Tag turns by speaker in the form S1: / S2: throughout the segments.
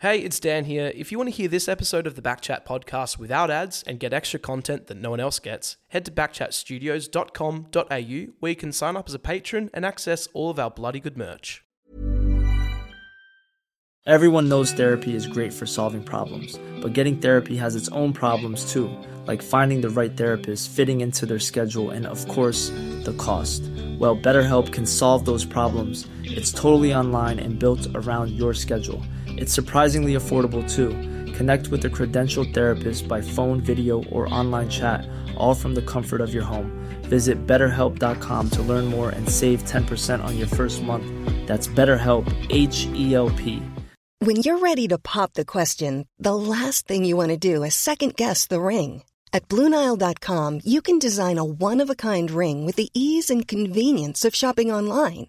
S1: Hey, it's Dan here. If you want to hear this episode of the Backchat podcast without ads and get extra content that no one else gets, head to backchatstudios.com.au where you can sign up as a patron and access all of our bloody good merch.
S2: Everyone knows therapy is great for solving problems, but getting therapy has its own problems too, like finding the right therapist, fitting into their schedule, and of course, the cost. Well, BetterHelp can solve those problems. It's totally online and built around your schedule. It's surprisingly affordable too. Connect with a credentialed therapist by phone, video, or online chat, all from the comfort of your home. Visit betterhelp.com to learn more and save 10% on your first month. That's BetterHelp, H E L P.
S3: When you're ready to pop the question, the last thing you want to do is second guess the ring. At Bluenile.com, you can design a one of a kind ring with the ease and convenience of shopping online.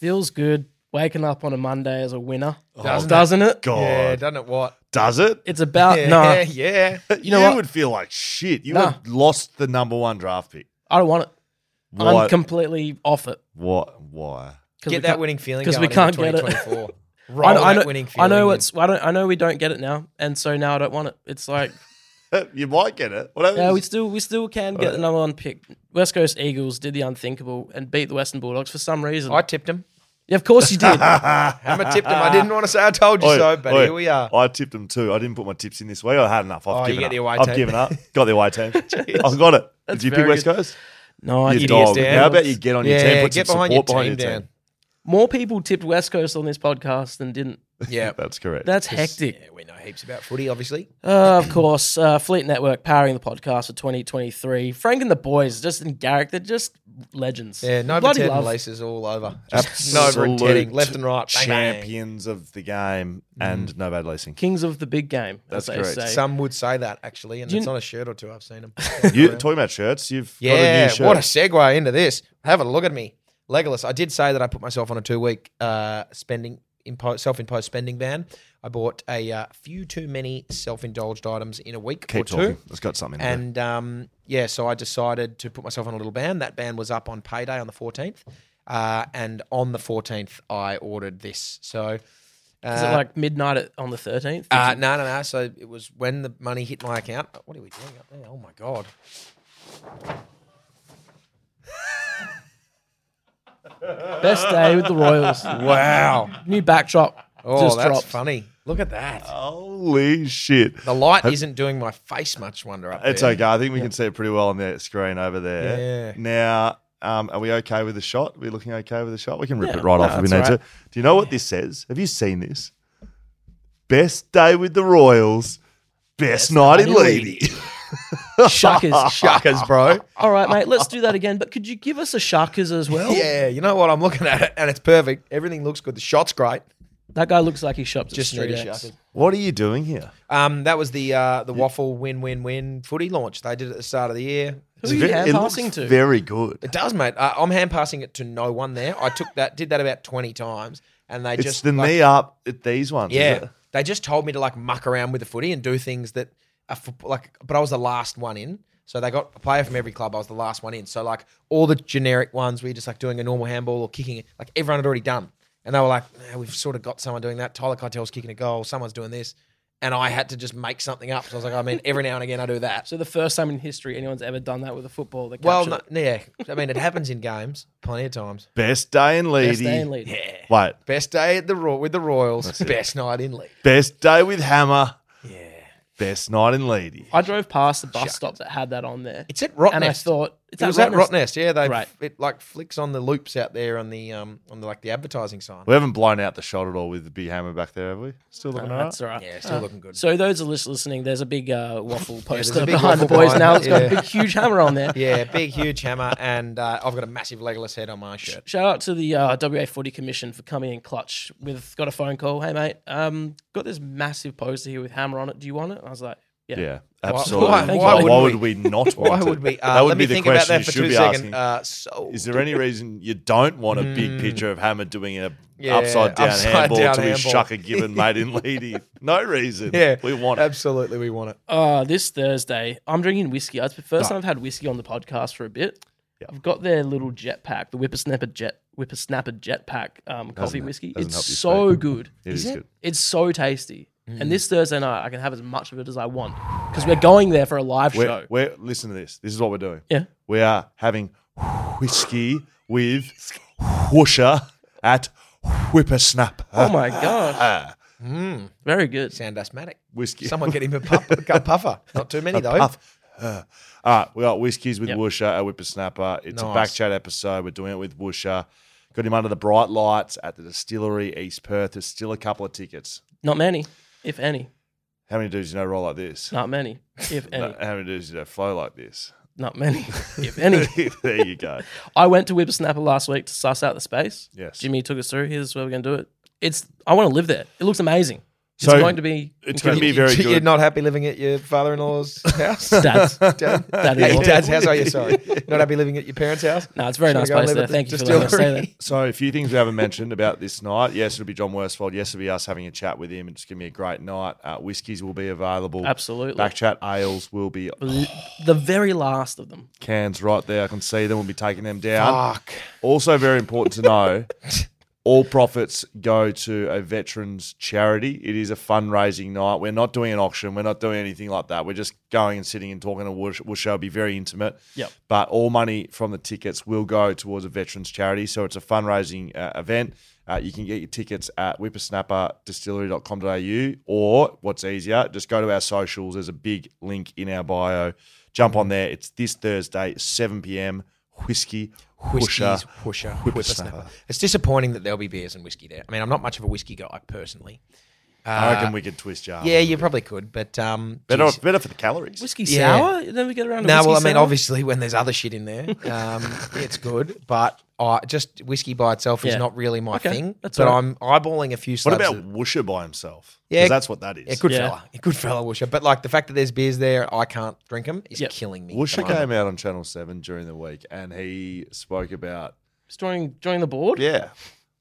S1: Feels good waking up on a Monday as a winner,
S4: Oh,
S5: Doesn't
S1: doesn't it?
S5: God,
S4: Yeah, done it what?
S5: does it?
S1: It's about,
S4: yeah,
S1: Uh, no,
S4: yeah.
S5: you
S1: know what?
S5: would feel like shit. You
S1: Nah.
S5: would lost the number one draft pick.
S1: I don't want it. I'm
S5: What?
S1: completely off it.
S5: what? Why?
S1: 'Cause we
S4: Get
S1: can't-
S4: that winning feeling
S1: 'cause
S4: going
S1: we can't
S4: into
S1: get it.
S4: 2024.
S1: I
S4: Roll
S1: know, I
S4: that
S1: know,
S4: winning feeling.
S1: I know
S4: in.
S1: it's, I don't, I know we don't get it now. And so now I don't want it. It's like,
S5: you might get it. Whatever.
S1: Yeah, we still we still can get the number one pick. West Coast Eagles did the unthinkable and beat the Western Bulldogs for some reason.
S4: I tipped him.
S1: yeah, of course you did.
S4: I'm a tipped him.
S1: Ah.
S4: I didn't want to say I told you
S5: Oi,
S4: so, but
S5: oi,
S4: here we are.
S5: I tipped them too. I didn't put my tips in this week. I had enough. I've
S4: Oh, you
S5: given
S4: get
S5: up.
S4: the away
S5: I've
S4: team.
S5: given up. Got the away team. I've got it. Did you pick
S1: very
S5: West
S1: good.
S5: Coast?
S1: no, I
S5: you
S1: did.
S4: idiot. idiots,
S5: dog.
S4: Dan.
S5: How about you get on your
S4: Yeah,
S5: team, put
S4: get
S5: some
S4: behind
S5: support
S4: your
S5: behind
S4: team,
S5: your team?
S4: Dan.
S1: More people tipped West Coast on this podcast than didn't.
S4: Yeah.
S5: That's correct.
S1: That's
S4: Yeah,
S1: hectic.
S4: we know heaps about footy, obviously.
S1: Uh, of course, uh, Fleet Network powering the podcast for 2023. Frank and the boys, just and Garrick, they're just legends.
S4: Yeah, no
S1: Bloody
S4: pretend
S1: love.
S4: releases all over. Just no
S5: Absolute
S4: pretending, left and right. Bang, bang. Mm.
S5: champions of the game and no bad leasing.
S1: Kings of the big game. That's
S5: That's
S1: they
S5: correct.
S1: say.
S4: Some would say that actually, and
S1: You-
S4: it's on a shirt or two. I've seen them.
S5: You talking about shirts? You've got a
S4: yeah,
S5: new shirt.
S4: what a segue into this. Have a look at me, Legolas. I did say that I put myself on a two-week uh, spending impo- self-imposed spending ban. I bought a uh, few too many self-indulged items in a week or
S5: Keep
S4: two.
S5: talking. It's got something. to do.
S4: And um, yeah, so I decided to put myself on a little ban. That ban was up on payday on the 14th. Uh, and on the 14th, I ordered this. So, uh,
S1: Is it like midnight at, on the 13th?
S4: uh, no, no, no. So it was when the money hit my account. What are we doing up there? Oh my God.
S1: Best day with the Royals.
S4: Wow.
S1: New backdrop.
S4: Oh,
S1: just
S4: that's
S1: dropped.
S4: funny. Look at that.
S5: Holy shit!
S4: The light isn't doing my face much wonder up
S5: It's
S4: there.
S5: okay. I think we can see it pretty well on the screen over there.
S4: Yeah.
S5: Now, um, are we okay with the shot? Are we looking okay with the shot? We can rip
S1: Yeah.
S5: it right
S1: No,
S5: off if we
S1: that's
S5: need
S1: all
S5: to. Do you know what this says? Have you seen this? Best day with the Royals, best, night in
S1: night in
S5: Lady.
S1: Shuckers.
S4: Shuckers, bro.
S1: All right, mate, let's do that again. But could you give us a shuckers as well?
S4: Oh, yeah, you know what? I'm looking at it and it's perfect. Everything looks good. The shot's great.
S1: That guy looks like he shops
S4: Just
S1: at
S4: straight
S1: Sneed
S4: shuckers.
S5: what are you doing here?
S4: Um, that was the uh, the waffle win win win footy launch they did it at the start of the year.
S1: Who are you
S5: It's ve-
S1: hand
S5: it
S1: passing
S5: looks
S1: to?
S5: Very good.
S4: It does, mate. Uh, I'm hand passing it to no one there. I took that, did that about twenty times, and they
S5: It's
S4: just
S5: the
S4: like,
S5: knee up at these ones. is
S4: Yeah,
S5: it?
S4: they just told me to like muck around with the footy and do things that are football- like. But I was the last one in, so they got a player from every club. I was the last one in, so like all the generic ones, we were just like doing a normal handball or kicking it. Like everyone had already done, and they were like, "Nah, "We've sort of got someone doing that. Tyler Keitel's kicking a goal. Someone's doing this." And I had to just make something up. So I was like, I mean, every now and again I do that.
S1: So the first time in history anyone's ever done that with a football. That
S4: Well,
S1: well,
S4: no, yeah. I mean, it happens in games plenty of times.
S5: Best day in Lady.
S1: best day in lead.
S5: Wait,
S4: Best day at the Ro- with the Royals. Best night in league.
S5: best day with Hammer. Yeah. Best night in Lady.
S1: I drove past the bus stop that had that on there,
S4: It's at Rottnest.
S1: and I thought It's
S4: It was
S1: that
S4: at Rottnest, yeah. They
S1: Right.
S4: it like flicks on the loops out there on the um on the, like the advertising sign.
S5: We haven't blown out the shot at all with the big hammer back there, have we? Still looking at
S1: That's all right.
S4: Yeah, still looking good.
S1: So those are lis- listening. There's a big uh, waffle
S4: there's a
S1: poster
S4: big
S1: behind the
S4: waffle
S1: boys
S4: behind
S1: now.
S4: it,
S1: It's got a
S4: yeah.
S1: big, huge hammer on there.
S4: yeah, big huge hammer, and uh, I've got a massive legless head on my shirt.
S1: Shout out to the uh, WA Footy Commission for coming in clutch. We've got a phone call. Hey mate, um, got this massive poster here with hammer on it. Do you want it? I was like, yeah.
S5: Yeah, absolutely.
S4: why-
S5: Why,
S1: why
S5: why
S4: would
S5: would we, not
S4: Why
S5: want it?
S4: would we? Uh,
S5: that would
S4: let
S5: be
S4: me
S5: the
S4: think about
S5: question
S4: that
S5: you
S4: for
S5: should
S4: two
S5: be
S4: seconds.
S5: asking.
S4: Uh, so
S5: Is there any reason you don't want a big picture of Hammer doing an
S4: Yeah,
S5: upside down
S4: upside
S5: handball
S4: down
S5: to his
S4: handball.
S5: shucker given mate in leading? No reason.
S4: yeah,
S5: we want it.
S4: absolutely. We want it.
S1: Uh, this Thursday, I'm drinking whiskey. That's the first time I've had whiskey on the podcast for a bit. I've got their little jet pack, the whippersnapper jet whippersnapper jet pack um, coffee whiskey.
S5: doesn't
S1: It's
S5: help you
S1: so good.
S5: It is good. Mm.
S1: It's so tasty. And this Thursday night, I can have as much of it as I want because we're going there for a live
S5: We're,
S1: show.
S5: we're listen to this. This is what we're doing.
S1: Yeah.
S5: We are having whiskey with Whoosher at Whippersnap.
S1: Oh my gosh.
S5: Mm.
S1: Very good.
S4: Sound asthmatic.
S5: Whiskey.
S4: Someone get him a, puff, a puffer. Not too many though.
S5: Puff. Uh, all right, we got whiskies with
S1: Yep.
S5: Woosha at Whippersnapper. It's a
S4: Nice.
S5: back chat episode. We're doing it with Woosha. Got him under the bright lights at the distillery, East Perth. There's still a couple of tickets.
S1: Not many, if any.
S5: How many dudes you know roll like this?
S1: Not many, if any.
S5: How many dudes you know flow like this?
S1: Not many, if any.
S5: there you go.
S1: I went to Whippersnapper last week to suss out the space.
S5: Yes.
S1: Jimmy took us through. Here's where we're going to do it. It's. I want to live there. It looks amazing. It's
S5: So-
S1: going to be.
S5: It's going to be
S4: You-
S5: very
S4: You're
S5: good.
S4: not happy living at your father-in-law's house.
S1: Dad's.
S4: Dad,
S1: Dad
S4: At
S1: in
S4: your
S1: law.
S4: dad's house. Are you sorry? Not happy living at your parents' house.
S1: No, it's a very
S4: Should I
S1: nice
S4: go and
S1: place
S4: live
S1: there.
S4: at the
S1: Thank you for letting us stay there.
S4: distillery?
S5: So, a few things we haven't mentioned about this night. Yes, it'll be John Worsfold. Yes, it'll be us having a chat with him. It's going to be a great night. Uh, whiskies will be available.
S1: Absolutely.
S5: Back chat ales will be
S1: The very last of them.
S5: cans right there. I can see them. We'll be taking them down.
S4: Fuck.
S5: Also, very important to know all profits go to a veterans charity. It is a fundraising night. We're not doing an auction. We're not doing anything like that. We're just going and sitting and talking to Wush. Wush. It'll be very intimate.
S1: Yep.
S5: But all money from the tickets will go towards a veterans charity. So it's a fundraising uh, event. Uh, you can get your tickets at whippersnapperdistillery.com.au or what's easier, just go to our socials. There's a big link in our bio. Jump on there. It's this Thursday, 7 p.m. Whiskey,
S4: Whiskies,
S5: whoosher,
S4: whoosher,
S5: whippersnapper.
S4: whippersnapper. It's disappointing that there'll be beers and whiskey there. I mean, I'm not much of a whiskey guy personally.
S5: I reckon we could twist your arm.
S4: Uh, Yeah, you probably could, but um,
S5: better,
S4: geez.
S5: better for the calories.
S1: Whiskey
S4: Yeah.
S1: sour? Then we get around to
S4: No,
S1: whiskey
S4: well, I mean,
S1: sour?
S4: obviously, when there's other shit in there, um, it's good. But I just whiskey by itself is
S1: Yeah.
S4: not really my
S1: Okay,
S4: thing.
S1: that's
S4: but
S1: all right.
S4: I'm eyeballing a few.
S5: What
S4: Slabs
S5: about
S4: of-
S5: Woosher by himself?
S4: Yeah.
S5: Yeah, that's what that is.
S4: yeah, good
S1: Yeah.
S4: fella, good fella, Woosha? But like the fact that there's beers there, I can't drink them. Is
S1: Yep.
S4: killing me.
S5: Woosher
S4: Come on.
S5: came out on Channel Seven during the week, and he spoke about
S1: Just join, join the board?
S5: yeah.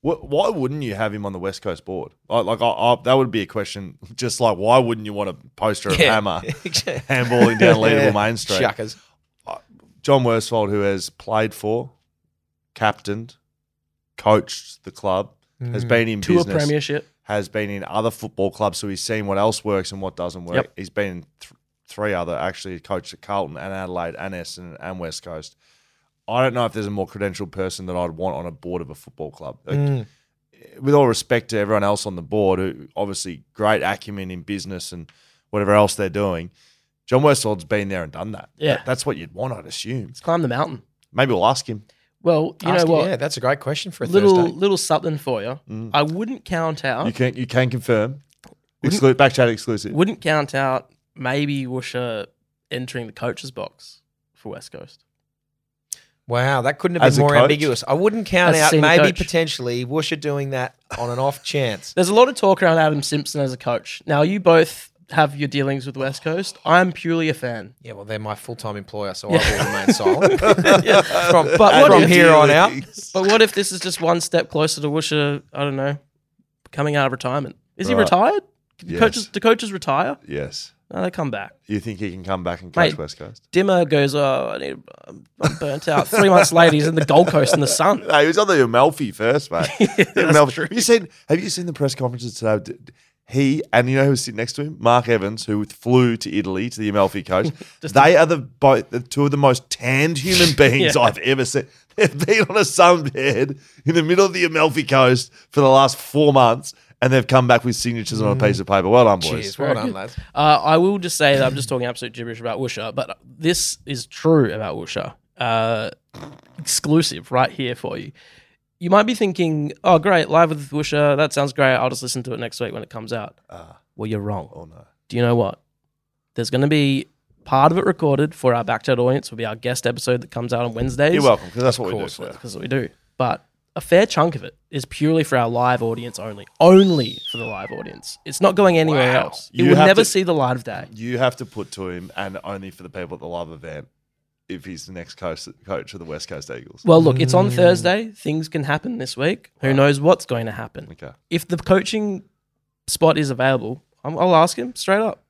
S5: Wh- Why wouldn't you have him on the West Coast board? I- Like, I, I, that would be a question. Just like, why wouldn't you want a poster of
S4: Yeah.
S5: Hammer handballing down Leadable
S4: Yeah.
S5: Main Street?
S4: Shuckers.
S5: John Worsfold, who has played for, captained, coached the club, has been in
S1: To
S5: business.
S1: a premiership.
S5: has been in other football clubs, so he's seen what else works and what doesn't work.
S1: Yep.
S5: He's been in th- three other, actually, he coached at Carlton and Adelaide and Essendon and West Coast. I don't know if there's a more credentialed person that I'd want on a board of a football club. Like,
S1: Hmm.
S5: With all respect to everyone else on the board, who obviously great acumen in business and whatever else they're doing, John Westhold's been there and done that.
S1: Yeah.
S5: That- that's what you'd want, I'd assume.
S1: Let's climb the mountain.
S5: Maybe we'll ask him.
S1: Well, you
S4: Ask
S1: know
S4: him-
S1: what?
S4: Yeah, that's a great question for a
S1: little
S4: Thursday.
S1: little something for you. I wouldn't count out.
S5: Mm. You can you can confirm. Exclu- back chat exclusive.
S1: Wouldn't count out maybe Woosha entering the coach's box for West Coast.
S4: Wow, that couldn't have
S5: As
S4: been
S5: a
S4: more
S5: coach?
S4: ambiguous. I wouldn't count
S1: As a
S4: out
S1: senior
S4: maybe
S1: coach.
S4: potentially Woosha doing that on an off chance.
S1: There's a lot of talk around Adam Simpson as a coach. Now you both have your dealings with West Coast. I'm purely a fan.
S4: Yeah, well, they're my full time employer, so I will remain silent from,
S1: But
S4: from
S1: what-
S4: here on out.
S1: But what if this is just one step closer to Woosha, I don't know, coming out of retirement? Is he
S5: Right.
S1: retired? Do
S5: Yes.
S1: Coaches do coaches retire?
S5: Yes.
S1: No, they come back.
S5: You think he can come back and coach
S1: Mate,
S5: West Coast?
S1: Dimmer goes, Oh, I need I'm I'm burnt out. Three months later he's in the Gold Coast in the sun.
S5: No, he was on the Amalfi first, mate. The Amalfi. Have you seen? Have you seen the press conferences today? D- d- He and you know who was sitting next to him, Mark Evans, who flew to Italy to the Amalfi coast. they are the both the two of the most tanned human beings
S1: Yeah.
S5: I've ever seen. They've been on a sunbed in the middle of the Amalfi coast for the last four months, and they've come back with signatures on a
S1: Mm.
S5: piece of paper. Well done, boys.
S4: Cheers, well done, lads.
S1: Uh, I will just say that I'm just talking absolute gibberish about Woosha, but this is true about Woosha. uh, exclusive right here for you. You might be thinking, oh, great, live with Wisher. That sounds great. I'll just listen to it next week when it comes out. well, you're wrong.
S5: Oh no.
S1: Do you know what? There's going to be part of it recorded for our backchat audience, will be our guest episode that comes out on Wednesdays.
S5: You're welcome, because that's what we do.
S1: course, that's what we do. But a fair chunk of it is purely for our live audience only. Only for the live audience. It's not going anywhere
S4: Wow.
S1: else.
S5: You
S1: it will
S5: have
S1: never
S5: to-
S1: see the light of day.
S5: You have to put to him, and only for the people at the live event, if he's the next coach, coach of the West Coast Eagles.
S1: Well, look, it's
S5: Mm.
S1: on Thursday. Things can happen this week. Who knows what's going to happen?
S5: okay.
S1: If the coaching spot is available, I'm, I'll ask him straight up.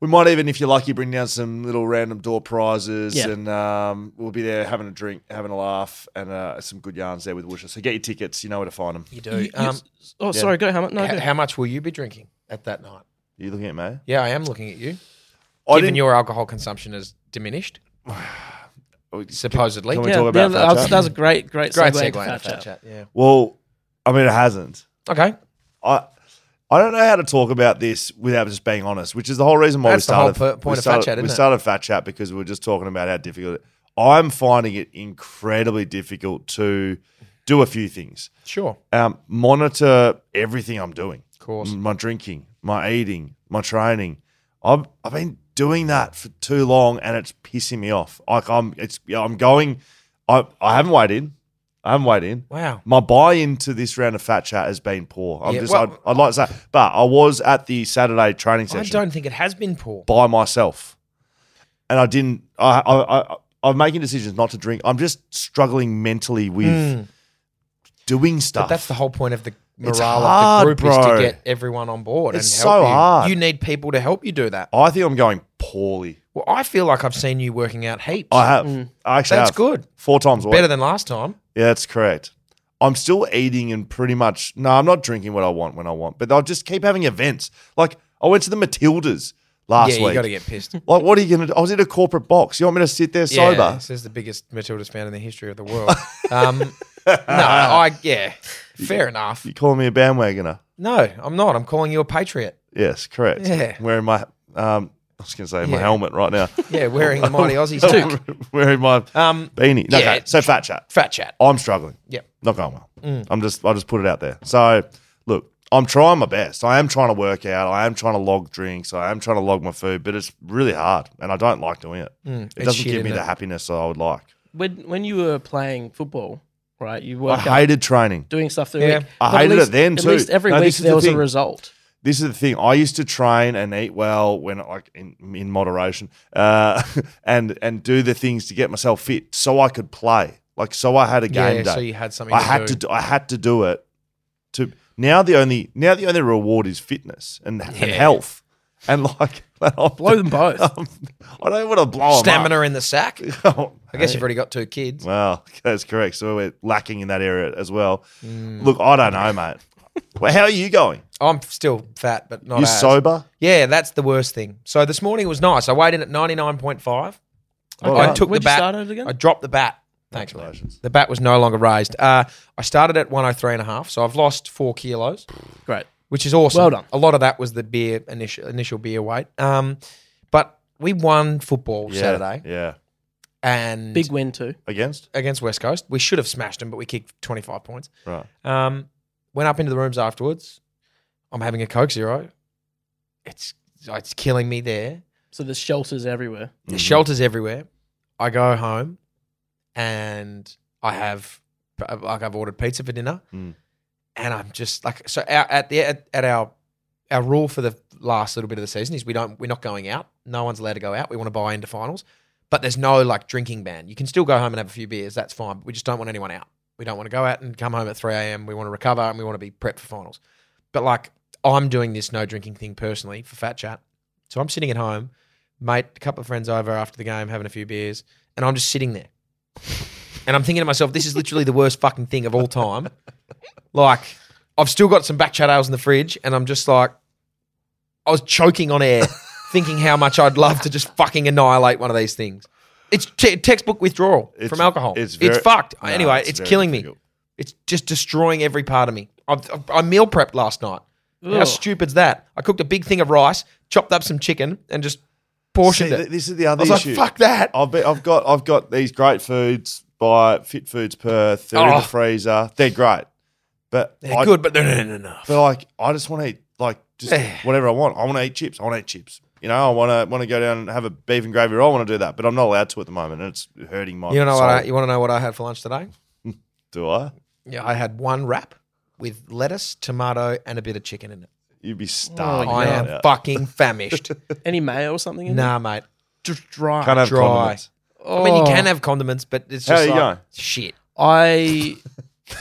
S5: We might even, if you're lucky, bring down some little random door prizes,
S1: Yeah.
S5: and um, we'll be there having a drink, having a laugh, and uh, some good yarns there with Wisher. So get your tickets. You know where to find them.
S4: You
S1: You-
S4: do.
S1: you-
S4: Um,
S1: oh, sorry, go Hammett. No,
S4: h-
S1: go.
S4: how much will you be drinking at that night?
S5: Are you looking at me?
S4: Yeah, I am looking at you.
S5: I
S4: Given
S5: didn't-
S4: your alcohol consumption has diminished, supposedly.
S5: Can we
S1: yeah,
S5: talk about
S1: yeah,
S5: Fat
S1: that's,
S5: Chat?
S1: that's a great, great,
S4: Great
S1: segue, into
S4: segue into
S1: Fat
S4: Fat
S1: Chat.
S4: Chat. Yeah.
S5: Well, I mean, it hasn't.
S4: Okay.
S5: I I don't know how to talk about this without just being honest, which is the whole reason why
S4: That's
S5: we
S4: the whole
S5: started.
S4: pu- point of
S5: we
S4: Fat
S5: started,
S4: Chat,
S5: we
S4: isn't it?
S5: started Fat Chat because we were just talking about how difficult. It, I'm finding it incredibly difficult to do a few things.
S4: Sure.
S5: Um, monitor everything I'm doing. Of
S4: course.
S5: my drinking, my eating, my training. I've I've been doing that for too long, and it's pissing me off. Like I'm, it's yeah, I'm going. I I haven't weighed in. I haven't weighed in
S4: Wow.
S5: my buy into this round of fat chat has been poor. I'm
S4: Yeah,
S5: just,
S4: well-
S5: I'd, I'd like to say, but I was at the Saturday training
S4: I
S5: session
S4: don't think it has been poor.
S5: by myself, and I didn't. I, I, I, I'm making decisions not to drink. I'm just struggling mentally with doing stuff.
S4: Hmm. But that's the whole point of the
S5: It's
S4: morale
S5: hard,
S4: of the group
S5: bro.
S4: is to get everyone on board
S5: It's
S4: and help
S5: so
S4: you.
S5: hard.
S4: You need people to help you do that.
S5: I think I'm going poorly.
S4: Well, I feel like I've seen you working out heaps.
S5: I have. I actually
S4: Hmm. That's
S5: have.
S4: good.
S5: Four times a week.
S4: Better than last time.
S5: Yeah, that's correct. I'm still eating and pretty much no, I'm not drinking what I want when I want, but I'll just keep having events. Like I went to the Matildas last
S4: yeah, you
S5: week.
S4: got to get pissed.
S5: Like, what are you going to do? I was in a corporate box. You want me to sit there sober?
S4: Yeah, this is the biggest Matildas fan in the history of the world. um, no, I yeah, fair enough.
S5: You calling me a bandwagoner?
S4: No, I'm not. I'm calling you a patriot.
S5: Yes, correct.
S4: Yeah.
S5: Wearing my, um, I was going to say my
S4: Yeah.
S5: helmet right now.
S4: Yeah, wearing the mighty Aussie too.
S5: Wearing my
S4: Um,
S5: beanie. No,
S4: yeah.
S5: Okay, so fat chat.
S4: Fat chat.
S5: I'm struggling.
S4: Yep.
S5: Not going well.
S4: Mm.
S5: I'm just, I just put it out there. So look, I'm trying my best. I am trying to work out. I am trying to log drinks. I am trying to log my food, but it's really hard and I don't like doing it. it
S4: Mm. it's
S5: doesn't
S4: shit,
S5: give me
S4: isn't
S5: the
S4: it?
S5: happiness that I would like.
S1: When when you were playing football, right? You worked
S5: I
S1: out
S5: hated training.
S1: doing stuff through the
S4: Yeah.
S1: week.
S5: I
S1: But at
S5: hated it
S1: least-
S5: then too.
S1: At least every
S5: No,
S1: week
S5: this is
S1: there
S5: the
S1: was a
S5: thing.
S1: result.
S5: this is the thing. I used to train and eat well when like in, in moderation, uh, and and do the things to get myself fit so I could play. Like so, I had a
S4: Yeah,
S5: game day.
S4: so you had something.
S5: I
S4: to
S5: had
S4: do.
S5: to. Do, I had to do it. To now the only now the only reward is fitness and, and
S4: Yeah.
S5: health, and like
S1: Blow them both.
S5: Um, I don't want to blow 'em up.
S4: stamina in the sack.
S5: Oh,
S4: I guess
S5: hey.
S4: you've already got two kids.
S5: Well, that's correct. So we're lacking in that area as well.
S4: Mm.
S5: Look, I don't know, mate. well, how are you going?
S4: I'm still fat, but not.
S5: you
S4: as.
S5: sober?
S4: Yeah, that's the worst thing. So this morning was nice. I weighed in at
S1: Okay.
S4: 99.5. I took
S1: Oh, Where'd
S4: the
S1: you
S4: bat.
S1: start at again?
S4: I dropped the bat. Thanks, mate.
S5: Congratulations.
S4: The bat was no longer raised. Uh, I started at 103 and a half, so I've lost four kilos,
S1: Great.
S4: which is awesome.
S1: Well done.
S4: A lot of that was the beer initial initial beer weight. Um, but we won football
S5: Yeah,
S4: Saturday
S5: Yeah.
S4: and
S1: Big win too.
S5: Against?
S4: against West Coast. We should have smashed them, but we kicked 25 points.
S5: Right.
S4: Um, went up into the rooms afterwards. I'm having a Coke Zero. It's it's killing me there.
S1: So there's shelters everywhere.
S5: Mm-hmm. Mm.
S4: There's shelters everywhere. I go home and I have like I've ordered pizza for dinner,
S5: Mm.
S4: and I'm just like so. Our, at the at, at our our rule for the last little bit of the season is we don't we're not going out. No one's allowed to go out. We want to buy into finals, but there's no like drinking ban. You can still go home and have a few beers. That's fine. But we just don't want anyone out. We don't want to go out and come home at 3 a.m. We want to recover and we want to be prepped for finals. But like I'm doing this no drinking thing personally for Fat Chat. So I'm sitting at home, mate, a couple of friends over after the game, having a few beers, and I'm just sitting there. And I'm thinking to myself, this is literally the worst fucking thing of all time. Like, I've still got some back chat ales in the fridge, and I'm just like, I was choking on air, thinking how much I'd love to just fucking annihilate one of these things. It's te- textbook withdrawal
S5: It's-
S4: from alcohol. It's,
S5: it's very-
S4: fucked.
S5: No,
S4: anyway,
S5: it's
S4: it's,
S5: very
S4: killing
S5: difficult.
S4: me. It's just destroying every part of me. I, I, I meal prepped last night. How
S1: Ugh.
S4: stupid's that? I cooked a big thing of rice, chopped up some chicken, and just portioned
S5: See,
S4: it.
S5: th- this is the other
S4: I was like,
S5: issue.
S4: fuck that.
S5: I've, been, I've got I've got these great foods by Fit Foods Perth. They're in
S4: Oh.
S5: the freezer. They're great, but
S4: They're
S5: I,
S4: good, Eh. but they're not enough.
S5: But like, I just want to eat like just
S4: Yeah.
S5: whatever I want. I want to eat chips. I want to eat chips. You know, I want to want to go down and have a beef and gravy roll. I want to do that, but I'm not allowed to at the moment, and it's hurting my.
S4: You know
S5: soul.
S4: what? I, you want to know what I had for lunch today?
S5: do? I
S4: Yeah, I had one wrap with lettuce, tomato, and a bit of chicken in it.
S5: you'd be starving.
S4: Oh, I
S5: right
S4: am
S5: now.
S4: fucking famished.
S1: Any mayo or something? In
S4: nah, mate.
S1: it? just dry. Oh.
S5: Can't have
S4: dry.
S5: condiments.
S4: I mean, you can have condiments, but it's
S5: How
S4: just
S5: are you
S4: like,
S5: going?
S4: shit.
S1: I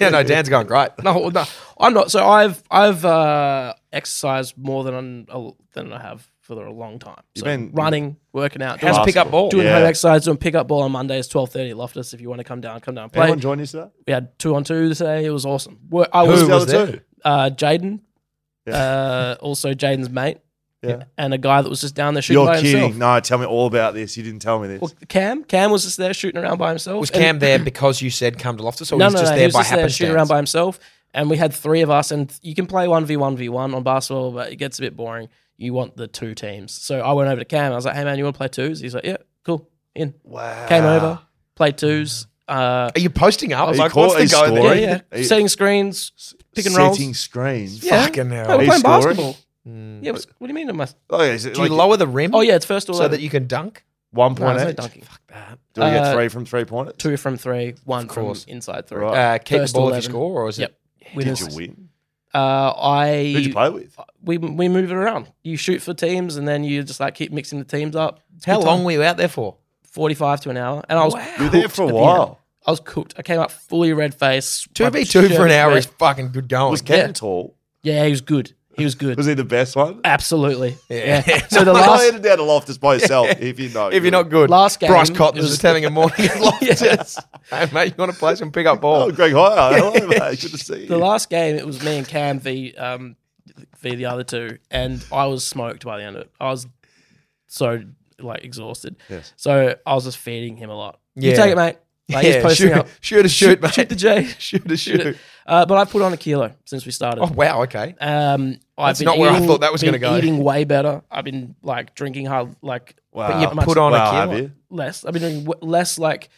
S4: yeah, no, Dan's going great.
S1: no, no, I'm not. So I've I've uh, exercised more than i than I have for a long time.
S5: You've
S1: So
S5: been-
S1: running, working out, doing,
S4: How's pick up
S5: Basketball.
S4: ball?
S1: doing
S5: Yeah.
S1: home exercise, doing pick up ball on Mondays, twelve thirty Loftus. If you want to come down, come down. and Play.
S5: Anyone join you to
S1: We had two on two today. It was awesome. Wor- I
S5: that?
S1: was
S5: Who's the
S4: was
S5: other
S4: there?
S5: two?
S1: uh, Jaden,
S5: Yeah.
S1: uh, also Jaden's mate,
S5: Yeah.
S1: and a guy that was just down there shooting
S5: You're
S1: by
S5: kidding.
S1: himself.
S5: No, tell me all about this. You didn't tell me this.
S1: Well, Cam, Cam was just there shooting around by himself.
S4: Was
S1: and-
S4: Cam there because you said come to Loftus, or
S1: no,
S4: was
S1: no,
S4: he just
S1: no,
S4: there
S1: he was
S4: by
S1: just there
S4: happenstance?
S1: shooting around by himself. And we had three of us, and you can play one v one v one on basketball, but it gets a bit boring. You want the two teams, so I went over to Cam. I was like, "Hey man, you want to play twos? He's like, "Yeah, cool." In
S5: wow.
S1: came over, played twws. Uh,
S4: Are you posting up?
S5: Are you
S4: like,
S5: call-
S4: what's
S5: are
S4: the
S5: you
S4: go
S1: yeah,
S4: there?
S5: scoring?
S1: yeah.
S5: He-
S1: Setting screens, pick and rolls.
S5: Setting screens.
S1: Yeah.
S4: Fucking hell.
S1: No,
S5: Are
S1: we're
S5: you
S1: playing
S5: scoring?
S1: basketball.
S4: Mm.
S1: Yeah, what, what do you mean? Am I-
S5: Oh, yeah, is it
S4: Do you
S5: like
S4: lower the rim?
S1: Oh yeah, it's first all
S4: so that you can dunk.
S5: one
S1: no,
S5: point
S1: it's no
S5: eight.
S1: dunking.
S5: Do we get
S1: Uh,
S5: three from three pointers?
S1: Two from three, one
S4: Of
S1: from
S4: course.
S1: inside three.
S5: Right.
S4: Uh, keep
S1: First
S4: the ball
S1: 11.
S4: if you score, or is
S1: Yep.
S4: it?
S5: Did
S1: Winners.
S5: you win?
S1: Uh, I
S5: Who'd you play with?
S1: we we move it around. You shoot for teams, and then you just like keep mixing the teams up.
S4: How long were you out there for?
S1: Forty five to an hour, and I was
S5: You were there
S1: cooked
S5: for a
S1: at the end.
S5: while.
S1: I was cooked. I came up fully red face.
S4: Two
S1: my
S4: v two for
S1: shirt
S4: an hour
S1: wet.
S4: is fucking good going.
S5: Was Ken
S1: Yeah.
S5: tall?
S1: yeah, he was good. He was good.
S5: Was he the best one?
S1: Absolutely.
S4: Yeah.
S1: Yeah. So the
S5: Like, I
S1: last
S5: headed down to Loftus by yourself if you know.
S4: if you're not good,
S1: last game,
S4: Bryce Cotton
S1: it
S4: was just having a morning at Loftus.
S1: Yes.
S4: Hey mate, you want to play some pick up
S5: Oh,
S4: ball?
S5: Greg Hire. Hello, mate. Good to see
S1: the
S5: you.
S1: last game. It was me and Cam v um v the other two, and I was smoked by the end of it. I was so like exhausted.
S5: Yes.
S1: So I was just feeding him a lot.
S4: Yeah.
S1: You take it, mate. Like, he's posting
S4: shoot,
S1: up.
S4: shoot a shoot, mate.
S1: Shoot the J.
S4: shoot a
S1: shoot it. Uh, but I've put on a kilo since we started.
S4: Oh wow, okay.
S1: Um, I've
S4: That's
S1: been
S4: not
S1: eating,
S4: where I thought that was
S1: been
S4: gonna go.
S1: Eating way better. I've been like drinking hard, like
S5: Wow.
S1: but yeah, much
S4: Put on
S5: Wow,
S4: a
S5: have
S4: kilo.
S5: you?
S1: less. I've been drinking w- less. Like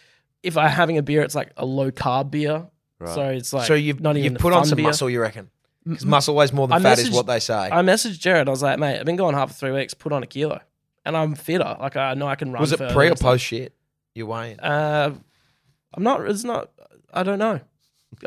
S1: if I'm having a beer, it's like a low carb beer.
S5: Right.
S1: So it's like
S4: so you've
S1: not even
S4: you've
S1: the
S4: put on
S1: fun
S4: some
S1: beer.
S4: muscle, you reckon? Because muscle weighs more than
S1: I
S4: fat, is
S1: messaged-
S4: what they say.
S1: I messaged Jared. I was like, mate, I've been going hard for three weeks. Put on a kilo, and I'm fitter. Like I know I can run.
S4: was it
S1: further
S4: pre or
S1: and stuff.
S4: post shit? You're weighing.
S1: Uh, I'm not. It's not. I don't know.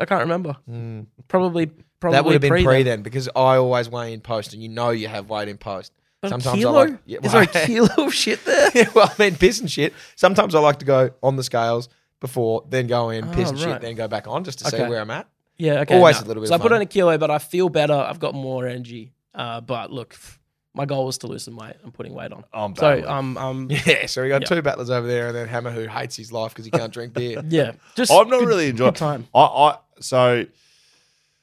S1: I can't remember.
S4: Mm.
S1: Probably. Probably
S4: That would have been pre,
S1: pre
S4: then, because I always weigh in post, and you know you have weight in post.
S1: But a
S4: Sometimes
S1: kilo?
S4: I like. Yeah,
S1: Is there a
S4: well-
S1: kilo of shit there?
S4: Yeah, well, I mean, piss and shit. Sometimes I like to go on the scales before, then go in, piss
S1: Oh,
S4: and shit,
S1: right.
S4: then go back on just to see
S1: Okay.
S4: where I'm at.
S1: Yeah, okay.
S4: Always a little bit
S1: So
S4: of
S1: I put
S4: fun.
S1: on a kilo, but I feel better. I've got more energy. Uh, but look, my goal was to lose some weight. I'm putting weight on.
S5: I'm
S1: so
S5: battling.
S1: um um
S4: Yeah, so we got
S1: Yeah.
S4: two battlers over there, and then Hammer who hates his life because he can't drink beer.
S1: yeah. Just
S5: I'm not
S1: good-
S5: really enjoying
S1: good time.
S5: I, I so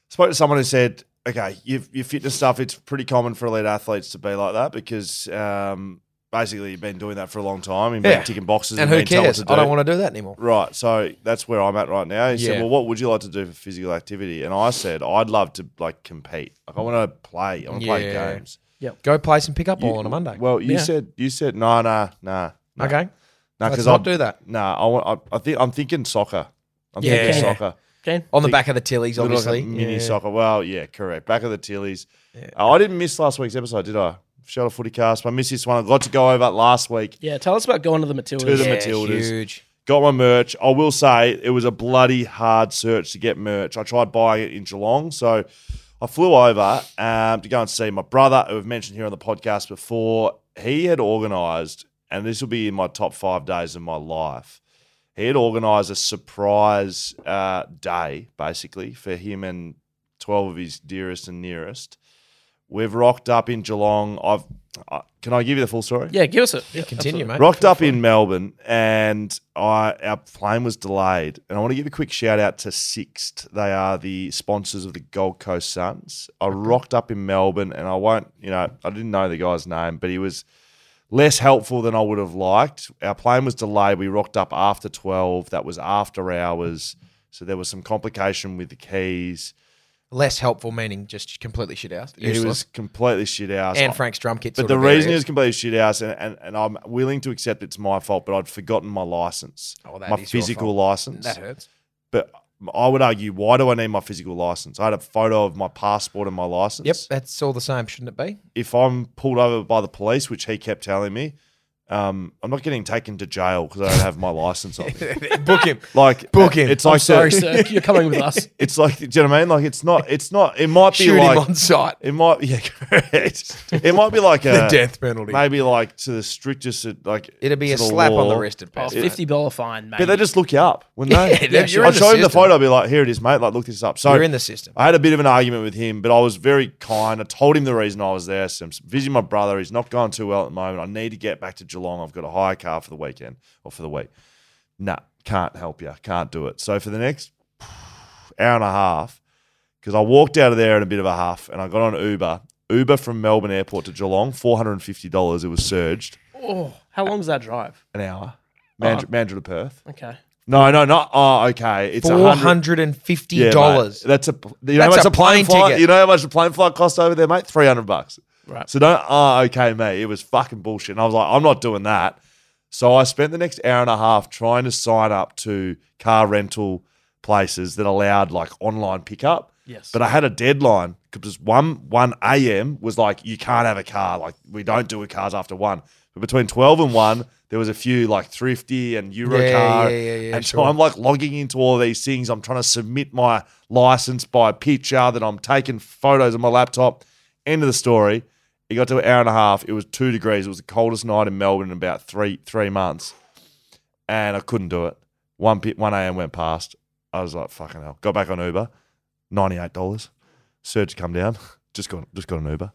S5: spoke to someone who said, okay, your, your fitness stuff. It's pretty common for elite athletes to be like that because um, basically you've been doing that for a long time. You've
S4: Yeah.
S5: been ticking boxes
S4: and
S5: and,
S4: who
S5: being told what
S4: cares?
S5: to
S4: I
S5: do.
S4: don't want to do that anymore.
S5: Right. So that's where I'm at right now. He
S4: Yeah.
S5: said, Well, what would you like to do for physical activity? And I said, I'd love to like compete. Like I want to play. I want to play
S4: Yeah.
S5: games.
S4: Go play some pickup ball
S5: You-
S4: on a Monday.
S5: Well, you
S1: Yeah.
S5: said you said no, no, no. no,
S4: okay,
S5: No,
S4: let's
S5: because
S4: not
S5: I'll
S4: do that
S5: No, I want I, I think I'm thinking soccer. I'm
S4: Yeah.
S5: thinking
S1: Yeah.
S5: soccer.
S1: Okay.
S4: on the
S5: Think-
S4: back of the tillies,
S5: Little, like,
S4: obviously.
S5: mini
S4: Yeah.
S5: soccer. Well, yeah, correct. Back of the tillies.
S4: Yeah.
S5: Uh, I didn't miss last week's episode, did I? Shout out footy cast. I missed this one. I've got to go over it last week.
S1: Yeah, tell us about going to the
S5: To the
S1: Matildas.
S4: Yeah,
S5: Matildas.
S4: Huge.
S5: Got my merch. I will say it was a bloody hard search to get merch. I tried buying it in Geelong, so I flew over um, to go and see my brother, who I've mentioned here on the podcast before. He had organised, and this will be in my top five days of my life. He had organised a surprise uh, day, basically, for him and twelve of his dearest and nearest. We've rocked up in Geelong. I've I, can I give you the full story?
S1: Yeah, give us it.
S4: Yeah, continue, mate.
S5: Rocked up in Melbourne, and I our plane was delayed. And I want to give a quick shout out to Sixth. They are the sponsors of the Gold Coast Suns. I rocked up in Melbourne, and I won't, you know, I didn't know the guy's name, but he was less helpful than I would have liked. Our plane was delayed. We rocked up after twelve. That was after hours, so there was some complication with the keys.
S4: Less helpful, meaning just completely shit out.
S5: He was completely shit out.
S4: and Frank's drum kit.
S5: But
S4: sort
S5: the
S4: of
S5: reason he
S4: areas.
S5: was completely shit house, and, and, and I'm willing to accept it's my fault, but I'd forgotten my license,
S4: Oh, that
S5: my
S4: is your
S5: physical
S4: fault.
S5: license.
S4: that hurts.
S5: But I would argue, why do I need my physical license? I had a photo of my passport and my license.
S4: Yep, that's all the same, shouldn't it be?
S5: If I'm pulled over by the police, which he kept telling me, um, I'm not getting taken to jail because I don't have my license on me.
S4: Book him.
S5: Like
S4: Book him.
S5: It's
S4: I'm
S5: like
S4: sorry,
S5: the-
S1: So you're coming with us.
S5: It's like, do you know what I mean? Like, it's not. It's not. It might be
S4: Shoot
S5: like.
S4: him on sight.
S5: it might. Yeah, correct. It might be like a
S4: the death penalty.
S5: Maybe like to the strictest. Like
S4: It'd be
S5: to
S4: a
S5: the
S4: slap on
S5: law.
S4: the wrist at
S1: Oh,
S4: best.
S1: fifty dollar fine, mate.
S5: But they just look you up, wouldn't they?
S4: Yeah, you're
S5: I'd
S4: in the
S5: show him the
S4: system.
S5: photo. I'd be like, "Here it is, mate. Like, look this up." So
S4: You're in the system.
S5: I had a bit of an argument with him, but I was very kind. I told him the reason I was there. So I'm visiting my brother. He's not going too well at the moment. I need to get back to Geelong. I've got a hire car for the weekend or for the week. Nah, can't help you. Can't do it. So for the next hour and a half, because I walked out of there in a bit of a huff, and I got on Uber. Uber from Melbourne Airport to Geelong, four hundred and fifty dollars. It was surged
S1: oh, how long's that drive?
S5: an hour.
S4: Oh.
S5: Mandra, Mandra to Perth.
S1: Okay.
S5: No, no, not. Oh, okay. It's a
S4: Four
S5: hundred.
S4: hundred and fifty
S5: Yeah, mate.
S4: dollars.
S5: That's a you know how
S4: That's
S5: much
S4: a
S5: a
S4: plane
S5: plane, flight.
S4: ticket.
S5: You know how much a plane flight costs over there, mate? Three hundred bucks.
S1: Right.
S5: So don't. Oh, okay, mate. It was fucking bullshit. And I was like, I'm not doing that. So I spent the next hour and a half trying to sign up to car rental places that allowed like online pickup.
S1: Yes.
S5: But I had a deadline because one one a.m. was like you can't have a car. Like we don't do cars after one. But between twelve and one, there was a few like thrifty and Eurocar,
S4: yeah, yeah, yeah,
S5: and so
S4: sure.
S5: I'm like logging into all these things. I'm trying to submit my license by picture that I'm taking photos on my laptop. End of the story. It got to an hour and a half. It was two degrees. It was the coldest night in Melbourne in about three three months, and I couldn't do it. One p- one a.m. went past. I was like, "Fucking hell!" Got back on Uber, ninety eight dollars. Surge come down. Just got just got an Uber.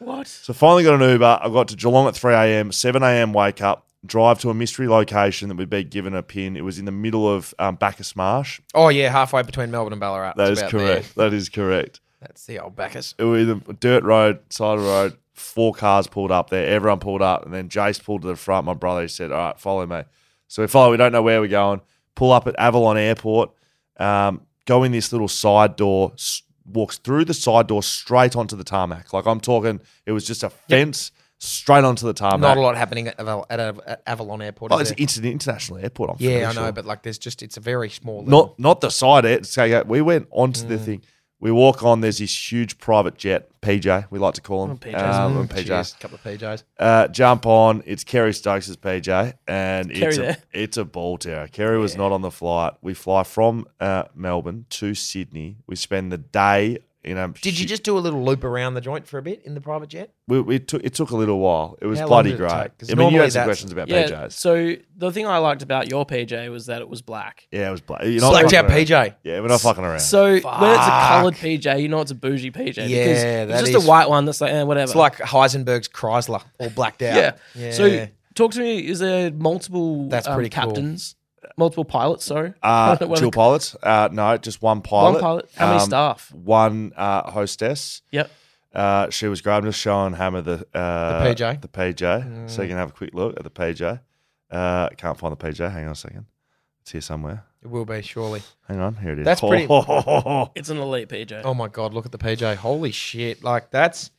S1: What?
S5: So finally got an Uber. I got to Geelong at 3 a.m., 7 a.m. wake up, drive to a mystery location that we'd be given a pin. It was in the middle of um, Bacchus Marsh.
S4: Oh yeah, halfway between Melbourne and Ballarat.
S5: That
S4: It's
S5: is
S4: about
S5: correct. That is correct.
S4: there. That's the old backers.
S5: It was in a dirt road, side of the road, four cars pulled up there. Everyone pulled up. And then Jace pulled to the front. My brother he said, All right, follow me. So we follow. We don't know where we're going. Pull up at Avalon Airport, um, go in this little side door, s- walks through the side door straight onto the tarmac. Like I'm talking, it was just a fence straight onto the tarmac.
S4: Not a lot happening at, Aval- at, Av- at Avalon Airport.
S5: Oh,
S4: is
S5: it's,
S4: there?
S5: it's an international airport. I'm fairly
S4: yeah, I know,
S5: sure.
S4: but like, there's just it's a very small.
S5: not not the side air. So yeah, we went onto the
S4: Mm.
S5: thing. We walk on. There's this huge private jet, PJ. We like to call him
S1: Oh, PJs.
S5: Um,
S4: little-
S5: and PJ.
S4: Mm, Cheers, couple of PJs.
S5: Uh, jump on. It's Kerry Stokes' PJ, and
S1: Kerry
S5: it's a,
S1: there.
S5: it's a ball terror. Kerry was not on the flight. We fly from uh, Melbourne to Sydney. We spend the day. You know,
S4: Did you just do a little loop around the joint for a bit in the private jet?
S5: We, we took it took a little while. It was
S4: How long
S5: bloody
S4: did it
S5: great.
S4: take? 'Cause
S5: I mean, you
S4: normally
S5: had some
S4: that's-
S5: questions about
S1: Yeah.
S5: PJs.
S1: So the thing I liked about your PJ was that it was black.
S5: yeah, it was bla- you're not
S4: Blacked
S5: fucking
S4: out
S5: around.
S4: PJ.
S5: Yeah, we're not fucking around.
S1: So when it's a
S4: Fuck.
S1: coloured PJ, you know it's a bougie PJ. because
S4: Yeah,
S1: it's
S4: that
S1: just
S4: is-
S1: a white one that's like eh, whatever.
S4: It's like Heisenberg's Chrysler, all blacked out.
S1: yeah.
S4: yeah.
S1: So talk to me. Is there multiple?
S4: That's
S1: um,
S4: pretty cool.
S1: captains. Multiple pilots. Sorry. I
S5: Uh,
S1: don't know
S5: dual
S1: whether-
S5: pilots? Uh, no, just one pilot.
S1: One pilot. How many
S5: Um,
S1: staff?
S5: One uh, hostess.
S1: Yep.
S5: Uh, she was great. I'm just showing Hammer the uh,
S4: The Mm. PJ.
S5: the PJ, so you can have a quick look at the PJ. Uh, can't find the PJ. Hang on a second. It's here somewhere.
S4: it will be surely.
S5: Hang on. Here it is.
S4: That's pretty-
S1: It's an elite PJ.
S4: Oh my god, look at the PJ. Holy shit. Like that's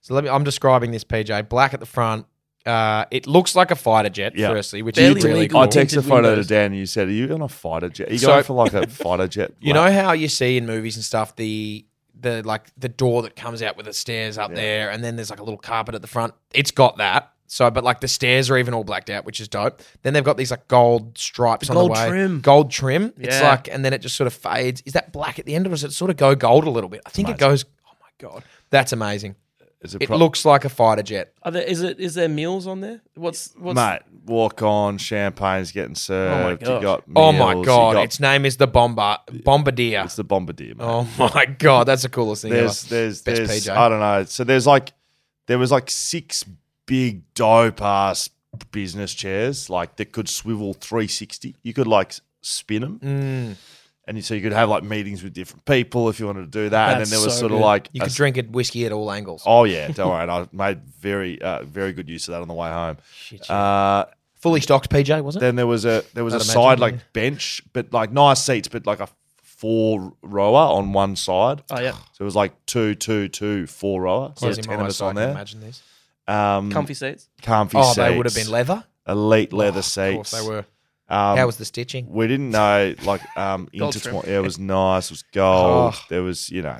S4: so let me I'm describing this PJ. Black at the front. Uh it looks like a fighter jet,
S5: Yeah.
S4: firstly, which
S1: Barely
S4: is really
S1: legal.
S4: cool.
S5: I texted a
S1: Tinted
S5: photo
S1: windows.
S5: to Dan. and You said, "Are you on a fighter jet? Are you
S4: So-
S5: going for like a fighter jet?
S4: You
S5: Like,
S4: know how you see in movies and stuff the the like the door that comes out with the stairs up there, and then there's like a little carpet at the front. It's got that. So, but like the stairs are even all blacked out, which is dope. Then they've got these like gold stripes
S1: The
S4: on
S1: gold
S4: the way,
S1: trim.
S4: gold trim. It's
S1: Yeah.
S4: like, and then it just sort of fades. Is that black at the end, or does it sort of go gold a little bit? I think it goes. Oh my god, that's amazing!
S5: Is it
S4: It
S5: pro-
S4: looks like a fighter jet.
S1: Are there, is it? Is there meals on there? What's what's?
S5: mate? Walk on. Champagne's getting served. you
S1: gosh.
S5: got
S4: oh
S5: meals,
S4: my
S5: you
S4: god,
S5: got-
S4: its name is the bomber bombardier.
S5: it's the bombardier. Mate.
S4: oh my god, that's the coolest thing.
S5: there's
S4: ever.
S5: there's
S4: Best
S5: there's
S4: PJ.
S5: I don't know. So there's like there was like six big dope ass business chairs like that could swivel 360. You could like s- spin them.
S4: Mm.
S5: And so you could have like meetings with different people if you wanted to do that. and then
S1: That's
S5: there was
S1: so
S5: sort of
S1: good.
S5: like
S4: You
S5: a
S4: could drink a whiskey at all angles.
S5: Oh yeah, don't worry. And I made very, uh, very good use of that on the way home. Uh,
S4: Fully stocked PJ, wasn't it?
S5: then there was a there was
S4: I'd
S5: a
S4: imagine,
S5: side like
S4: yeah.
S5: bench, but like nice seats, but like a four rower on one side.
S1: Oh yeah,
S5: So it was like two, two, two, four rower. So there's
S4: Closing my
S5: ten of
S4: eyes
S5: us
S4: so I
S5: on
S4: can
S5: there.
S4: Imagine this.
S5: Um,
S1: comfy seats.
S5: comfy
S4: Oh,
S5: seats.
S4: they would have been leather.
S5: elite leather
S4: Of
S5: seats.
S4: course they were.
S5: Um,
S4: How was the stitching?
S5: we didn't know like um
S1: Gold
S5: intertwine. Yeah, it was nice. It was gold.
S4: Oh.
S5: There was you know,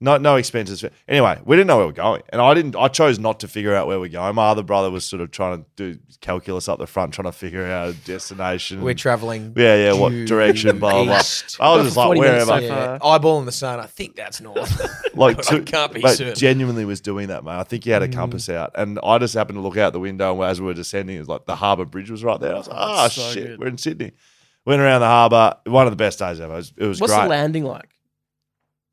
S5: no no expenses. Anyway, we didn't know where we were going, and I didn't. I chose not to figure out where we're going. My other brother was sort of trying to do calculus up the front, trying to figure out a destination.
S4: We're traveling.
S5: mm. yeah yeah, what
S4: due
S5: direction? Blah blah.
S4: east.
S5: blah. I
S1: About
S5: was just like uh,
S1: 40 minutes
S5: wherever.
S1: so far.
S4: Yeah, eyeball in the sun. I think that's north.
S5: like
S4: But I
S5: two,
S4: can't be
S5: mate,
S4: certain.
S5: genuinely was doing that, mate. I think he had a
S1: Mm.
S5: compass out, and I just happened to look out the window, and as we were descending, it was like the harbour bridge was right there. I was like, "Ah,
S1: so
S5: shit,
S1: good.
S5: we're in Sydney." Went around the harbour. One of the best days ever. It was, it was
S1: What's
S5: great,
S1: the landing like?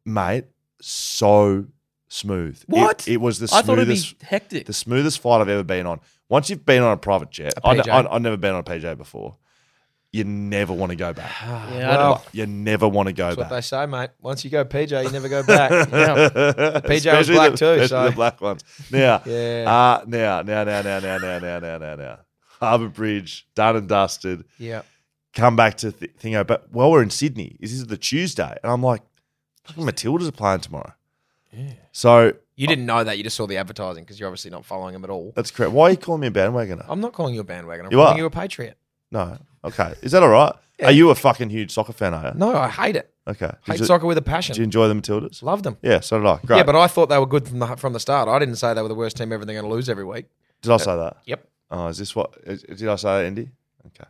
S5: mate. So smooth. It-
S1: What?
S5: It, was the
S1: I thought it'd be
S5: smoothest,
S1: hectic.
S5: the smoothest flight I've ever been on. Once you've been on a private jet,
S4: A
S5: I n-
S4: PJ.
S5: I, have never been on a PJ before. You never want to go back.
S1: Yeah, I
S4: Well,
S1: don't-
S5: You never want to go
S4: that's what
S5: back.
S4: they say, mate. Once you go PJ, you never go back. PJ was
S5: Especially
S4: black
S5: the-
S4: too,
S5: especially
S4: so-
S5: the black ones. Now,
S4: yeah.
S5: Ah, now, now, now, now, now, now, now, now, now, now. Harbour Bridge, done and dusted.
S4: yeah.
S5: Come back to th- Thingo, but while we're in Sydney, this is the Tuesday, and I'm like, fucking Matilda's playing tomorrow. So
S4: You didn't know that. You just saw the advertising because you're obviously not following them at all.
S5: that's correct. Why are you calling me a bandwagoner?
S4: I'm not calling you a bandwagon. I'm
S5: You
S4: calling
S5: are.
S4: you a patriot.
S5: no. Okay. Is that all right? Are you a fucking huge soccer fan, are you?
S4: No, I hate it.
S5: Okay.
S4: Hate
S5: did, you,
S4: soccer with a
S5: did you
S4: passion.
S5: enjoy the Matildas?
S4: Love them.
S5: Yeah, so did I. Great.
S4: Yeah, but I thought they were good from the from the start. I didn't say they were the worst team ever. They're going to lose every week.
S5: did I say that?
S4: Yep.
S5: Oh, is this what? Is, did I say that, Andy? Okay.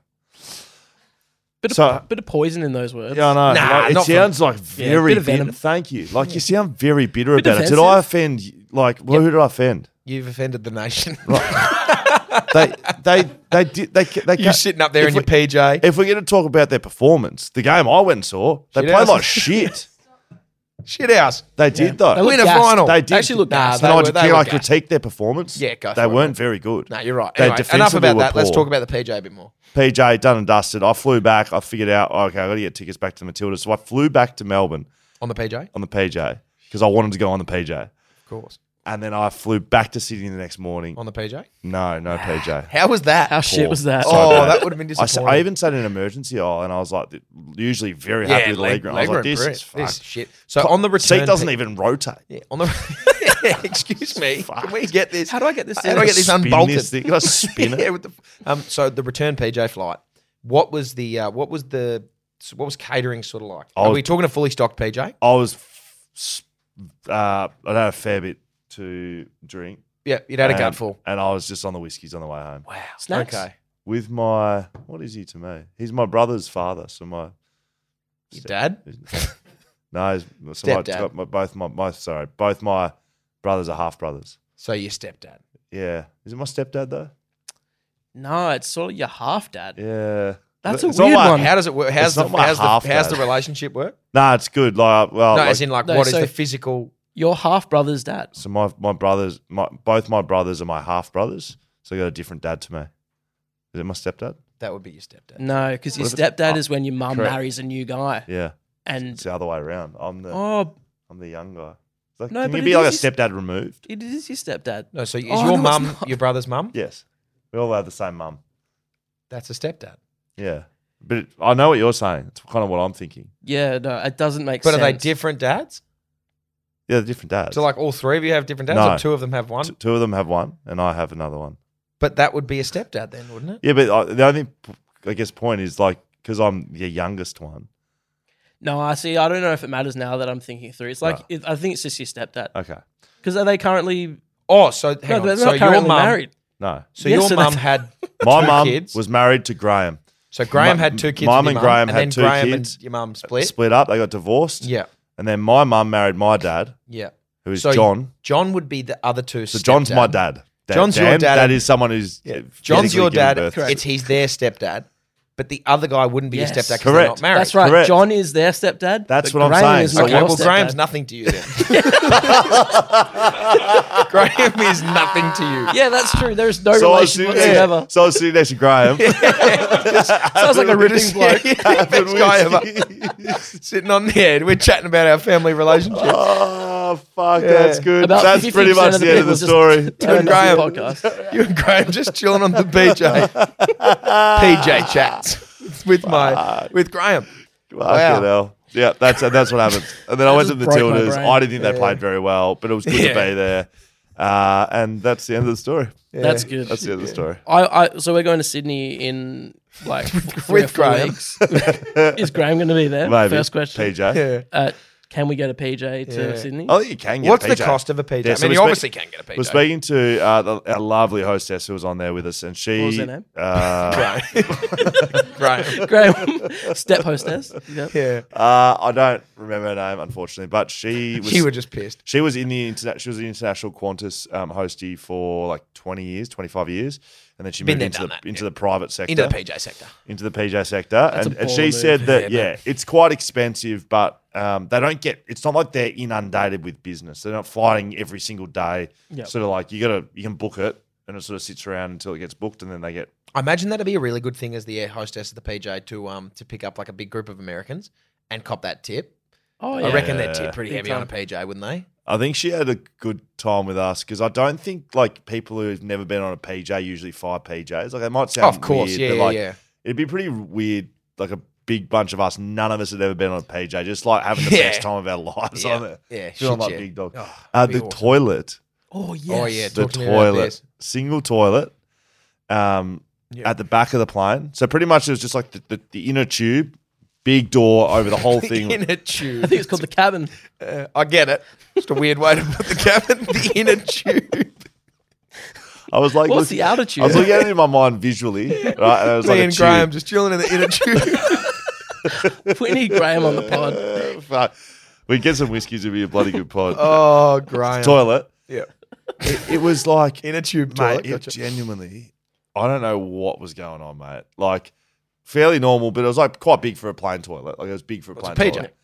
S1: bit, of,
S5: so-
S1: bit of poison in those words.
S5: Yeah, I know.
S4: Nah,
S5: Like, it
S4: not for-
S5: sounds like
S1: Yeah, a
S5: very
S1: bit of
S5: bit-
S1: venom.
S5: Thank you. Like you sound very bitter
S1: Bit
S5: about it. Did I
S1: offensive.
S5: offend? you? Like well, who did I offend?
S4: You've offended the nation.
S5: They they they did they ca- they.
S4: you
S5: ca-
S4: sitting up there
S5: if
S4: in your
S5: we,
S4: PJ.
S5: If we're going to talk about their performance, the game I went and saw, they
S4: Shit house.
S5: played like shit.
S4: Shit house.
S5: They did though.
S1: They
S5: They,
S1: looked
S4: Win a
S1: gassed.
S4: final.
S5: did.
S1: actually looked
S4: Nah,
S1: gassed.
S4: they
S5: Can I,
S4: were- they
S5: can
S4: were
S5: I
S4: gassed.
S5: critique their performance?
S4: Yeah, go
S5: They
S4: for it,
S5: weren't
S4: mate.
S5: very good.
S4: No, you're right.
S5: They
S4: Anyway, enough
S5: defensively
S4: about
S5: were
S4: that. Let's
S5: poor.
S4: talk about the PJ a bit more.
S5: PJ done and dusted. I flew back. I figured out oh, okay, I got to get tickets back to the Matilda. So I flew back to Melbourne
S4: On the PJ, of
S5: on the PJ because I wanted to go on the PJ.
S4: course.
S5: And then I flew back to Sydney the next morning.
S4: On the PJ.
S5: No, no PJ.
S4: How was that?
S1: How shit
S5: Poor.
S1: was that?
S5: So
S4: oh,
S5: bad.
S4: that would have been
S5: I, s-
S4: disappointing.
S5: I even sat in an emergency aisle and I was like, th- usually very happy with the leg room. I was like, this
S4: print.
S5: is fucked.
S4: This shit. So on the return
S5: Seat doesn't
S4: pi-
S5: even rotate.
S4: Yeah, on the. Excuse me. Can we get this?
S1: How do I get this?
S4: How do
S1: in?
S4: I get this
S5: Spin
S4: unbolted?
S5: this thing. Can I spin it?
S4: yeah, with the, um, so the return PJ flight. What was the uh, what was the what was catering sort of like? Are
S5: Oh.
S4: we talking a fully stocked PJ?
S5: I was, f- s- uh, I had a fair bit to drink.
S4: Yeah, you'd had a
S5: and-
S4: gutful.
S5: And I was just on the whiskeys on the way home. Wow.
S1: Snacks.
S4: Okay,
S5: With my, what is he to me? He's my brother's father. So my,
S4: your dad.
S5: no, he's, so my,
S4: Stepdad.
S5: my, both my, my, sorry, both my brothers are half brothers.
S4: So your stepdad.
S5: Yeah. Is it my stepdad though?
S1: No, it's sort of your half dad.
S5: Yeah.
S1: That's a
S5: It's not
S1: weird
S5: my-
S1: one.
S4: How does it work? How's
S5: It's
S4: the
S5: not my
S4: how's, the
S5: half
S4: how's the
S5: dad.
S4: relationship work?
S5: Nah, it's good. Like, uh, well,
S4: no,
S5: like-
S4: as in like
S1: No,
S4: what is
S1: so-
S4: the physical?
S1: Your half brother's dad.
S5: so my my brothers, my both my brothers are my half brothers, so they got a different dad to me. Is it my stepdad?
S4: That would be your
S5: Mm.
S4: stepdad.
S1: No, because your
S5: What if it's-
S1: stepdad
S5: oh,
S1: is when your mum
S5: correct.
S1: marries a new guy,
S5: Yeah,
S1: and
S5: it's the other way around. I'm the
S1: oh,
S5: I'm the young guy. It's like,
S1: No,
S5: can
S1: but
S5: you
S1: it
S5: be like a
S1: is-
S5: stepdad removed?
S1: it is your stepdad.
S4: No, so is
S1: Oh,
S4: your
S1: no, it's
S4: mum
S1: not.
S4: your brother's mum?
S5: Yes, we all have the same mum.
S4: That's a stepdad.
S5: Yeah, but it, I know what you're saying. It's kind of what I'm thinking.
S1: Yeah, no, it doesn't make
S4: But
S1: sense.
S4: are they different dads?
S5: Yeah, they're different dads.
S4: So like all three of you have different dads,
S5: No.
S4: or two of them have one.
S5: T- two of them have one, and I have another one.
S4: But that would be a stepdad then, wouldn't it?
S5: Yeah, but I, the only p- I guess point is like because I'm the youngest one.
S1: No, I see. I don't know if it matters now that I'm thinking through. It's like
S5: Right.
S1: it, I think it's just your stepdad.
S5: Okay,
S1: Because are they currently?
S4: Oh, so hang
S1: No,
S4: on.
S1: they're
S4: so
S1: not
S4: your
S1: currently
S4: mum,
S1: married.
S5: no.
S4: So
S1: Yeah,
S4: your
S1: so
S4: mum
S1: that's-
S4: had
S5: My
S4: two
S5: mum
S4: kids.
S5: was married to Graham.
S4: so Graham
S5: Mu-
S4: had two kids.
S5: mum
S4: with
S5: and
S4: your
S5: Graham
S4: and
S5: had
S4: then
S5: two
S4: Graham
S5: kids.
S4: And your mum split.
S5: Split up. They got divorced.
S4: Yeah,
S5: And then my mum married my dad,
S4: yeah.
S5: who is
S4: So
S5: John.
S4: John would be the other two.
S5: So John's my
S4: stepdad.
S5: dad. Da-
S4: John's your dad.
S5: That is someone who's
S4: Yeah.
S5: yeah.
S4: John's your dad.
S5: Birth.
S1: Correct.
S4: It's he's their stepdad, but the other guy wouldn't be
S1: Yes.
S4: your stepdad because they're not
S5: Correct.
S4: married.
S1: That's right.
S5: Correct.
S1: John is their stepdad.
S5: That's
S1: but
S5: what I'm
S1: Graham
S5: saying.
S1: Is
S5: So
S1: not
S4: Okay,
S1: your
S4: well,
S1: stepdad.
S4: Graham's nothing to you then. Graham is nothing to you.
S1: Yeah, that's true. There is no
S5: So I, was
S1: relation
S5: sitting
S1: whatsoever.
S5: there, so I was sitting next to Graham.
S1: Sounds like a ripping
S4: Just-
S1: bloke.
S4: Best guy ever. Sitting on there, we're chatting about our family relationship.
S5: oh, fuck, that's good.
S1: About
S5: that's pretty
S1: 50%
S5: much
S1: of the
S5: the end of
S1: people just
S5: the story.
S1: Turn
S4: Graham.
S1: off the podcast.
S4: You and Graham just chilling on the eh? BJ, PJ chats with my with Graham.
S5: Fucking hell. Yeah, that's and that's what happened. And then I went to
S1: just
S5: the
S1: broke my
S5: Matildas.
S1: brain.
S5: I didn't think they played very well, but it was good
S1: Yeah.
S5: to be there. Uh, and that's the end of the story.
S1: That's good.
S5: That's the end of the story.
S1: I, I so we're going to Sydney in like three or
S4: with
S1: four
S4: Graham.
S1: weeks. Is Graham going to be there?
S5: Maybe.
S1: First question.
S5: PJ.
S4: Yeah.
S1: Uh, can we go to PJ to Sydney?
S4: Oh.
S5: I think you can get
S4: What's the
S5: PJ.
S4: cost of a PJ?
S5: Yeah,
S4: I
S5: so
S4: mean,
S5: we
S4: you
S5: speak-
S4: obviously can get a PJ.
S5: We're speaking to uh, the, our lovely hostess who was on there with us, and she.
S1: was her name?
S5: Uh,
S4: Graham.
S1: Graham, step hostess. Yep.
S4: yeah.
S5: uh, I don't remember her name, unfortunately, but she was.
S4: You were just pissed.
S5: She was in the interna- she was the international Qantas um, hostie for like twenty years, twenty five years, and then she
S4: Been
S5: moved
S4: there,
S5: into the
S4: done that,
S5: into
S4: yeah.
S5: the private sector,
S4: Into the PJ sector.
S5: into the PJ sector, and,
S1: a
S5: and
S1: baller
S5: she
S1: move.
S5: said that
S4: Yeah,
S5: yeah, it's quite expensive, but um, they don't get. It's not like they're inundated with business. They're not flying every single day.
S1: Yep.
S5: Sort of like you gotta you can book it, and it sort of sits around until it gets booked, and then they get
S4: I imagine that'd be a really good thing as the air hostess of the PJ to um to pick up like a big group of Americans and cop that tip.
S1: Oh yeah.
S4: I reckon
S5: Yeah.
S4: they'd tip pretty
S1: Big
S4: heavy on a PJ, wouldn't they?
S5: I think she had a good time with us because I don't think like people who've never been on a PJ usually fire PJs. Like it might sound
S4: Oh, of course,
S5: weird,
S4: yeah,
S5: but
S4: yeah,
S5: like
S4: yeah.
S5: it'd be pretty weird. Like a big bunch of us, none of us had ever been on a PJ. Just like having the
S4: Yeah.
S5: best time of our lives
S4: Yeah.
S5: on it.
S4: Yeah, shit,
S5: feeling like
S4: yeah.
S5: big dog.
S4: Oh,
S5: uh,
S4: be
S5: the
S4: awesome.
S5: toilet,
S1: Oh yes.
S4: Oh, yeah.
S5: the
S4: Talk to me about
S5: toilet,
S4: this.
S5: single toilet, um,
S4: Yeah.
S5: at the back of the plane. So pretty much it was just like the, the, the inner tube, big door over the whole thing.
S4: inner
S1: I think
S4: tube.
S1: it's called the cabin.
S4: Uh, I get it. Just a weird way to put the cabin. The inner tube.
S5: I was like,
S1: What's
S5: looking-
S1: the altitude?
S5: I was looking at it in my mind visually, right? And I was
S4: Me
S5: like a
S4: and Graham
S5: tube.
S4: just chilling in the inner tube.
S1: we need Graham on the pod.
S5: Uh, fuck. we get some whiskeys, it'd be a bloody good pod.
S4: oh, Graham.
S5: toilet.
S4: Yeah.
S5: It, it was like,
S4: Inner tube
S5: mate,
S4: toilet.
S5: it
S4: Gotcha.
S5: genuinely, I don't know what was going on, mate. Like, fairly normal, but it was like quite big for a plane toilet. Like, it was big for a plane
S4: It's a PJ.
S5: toilet.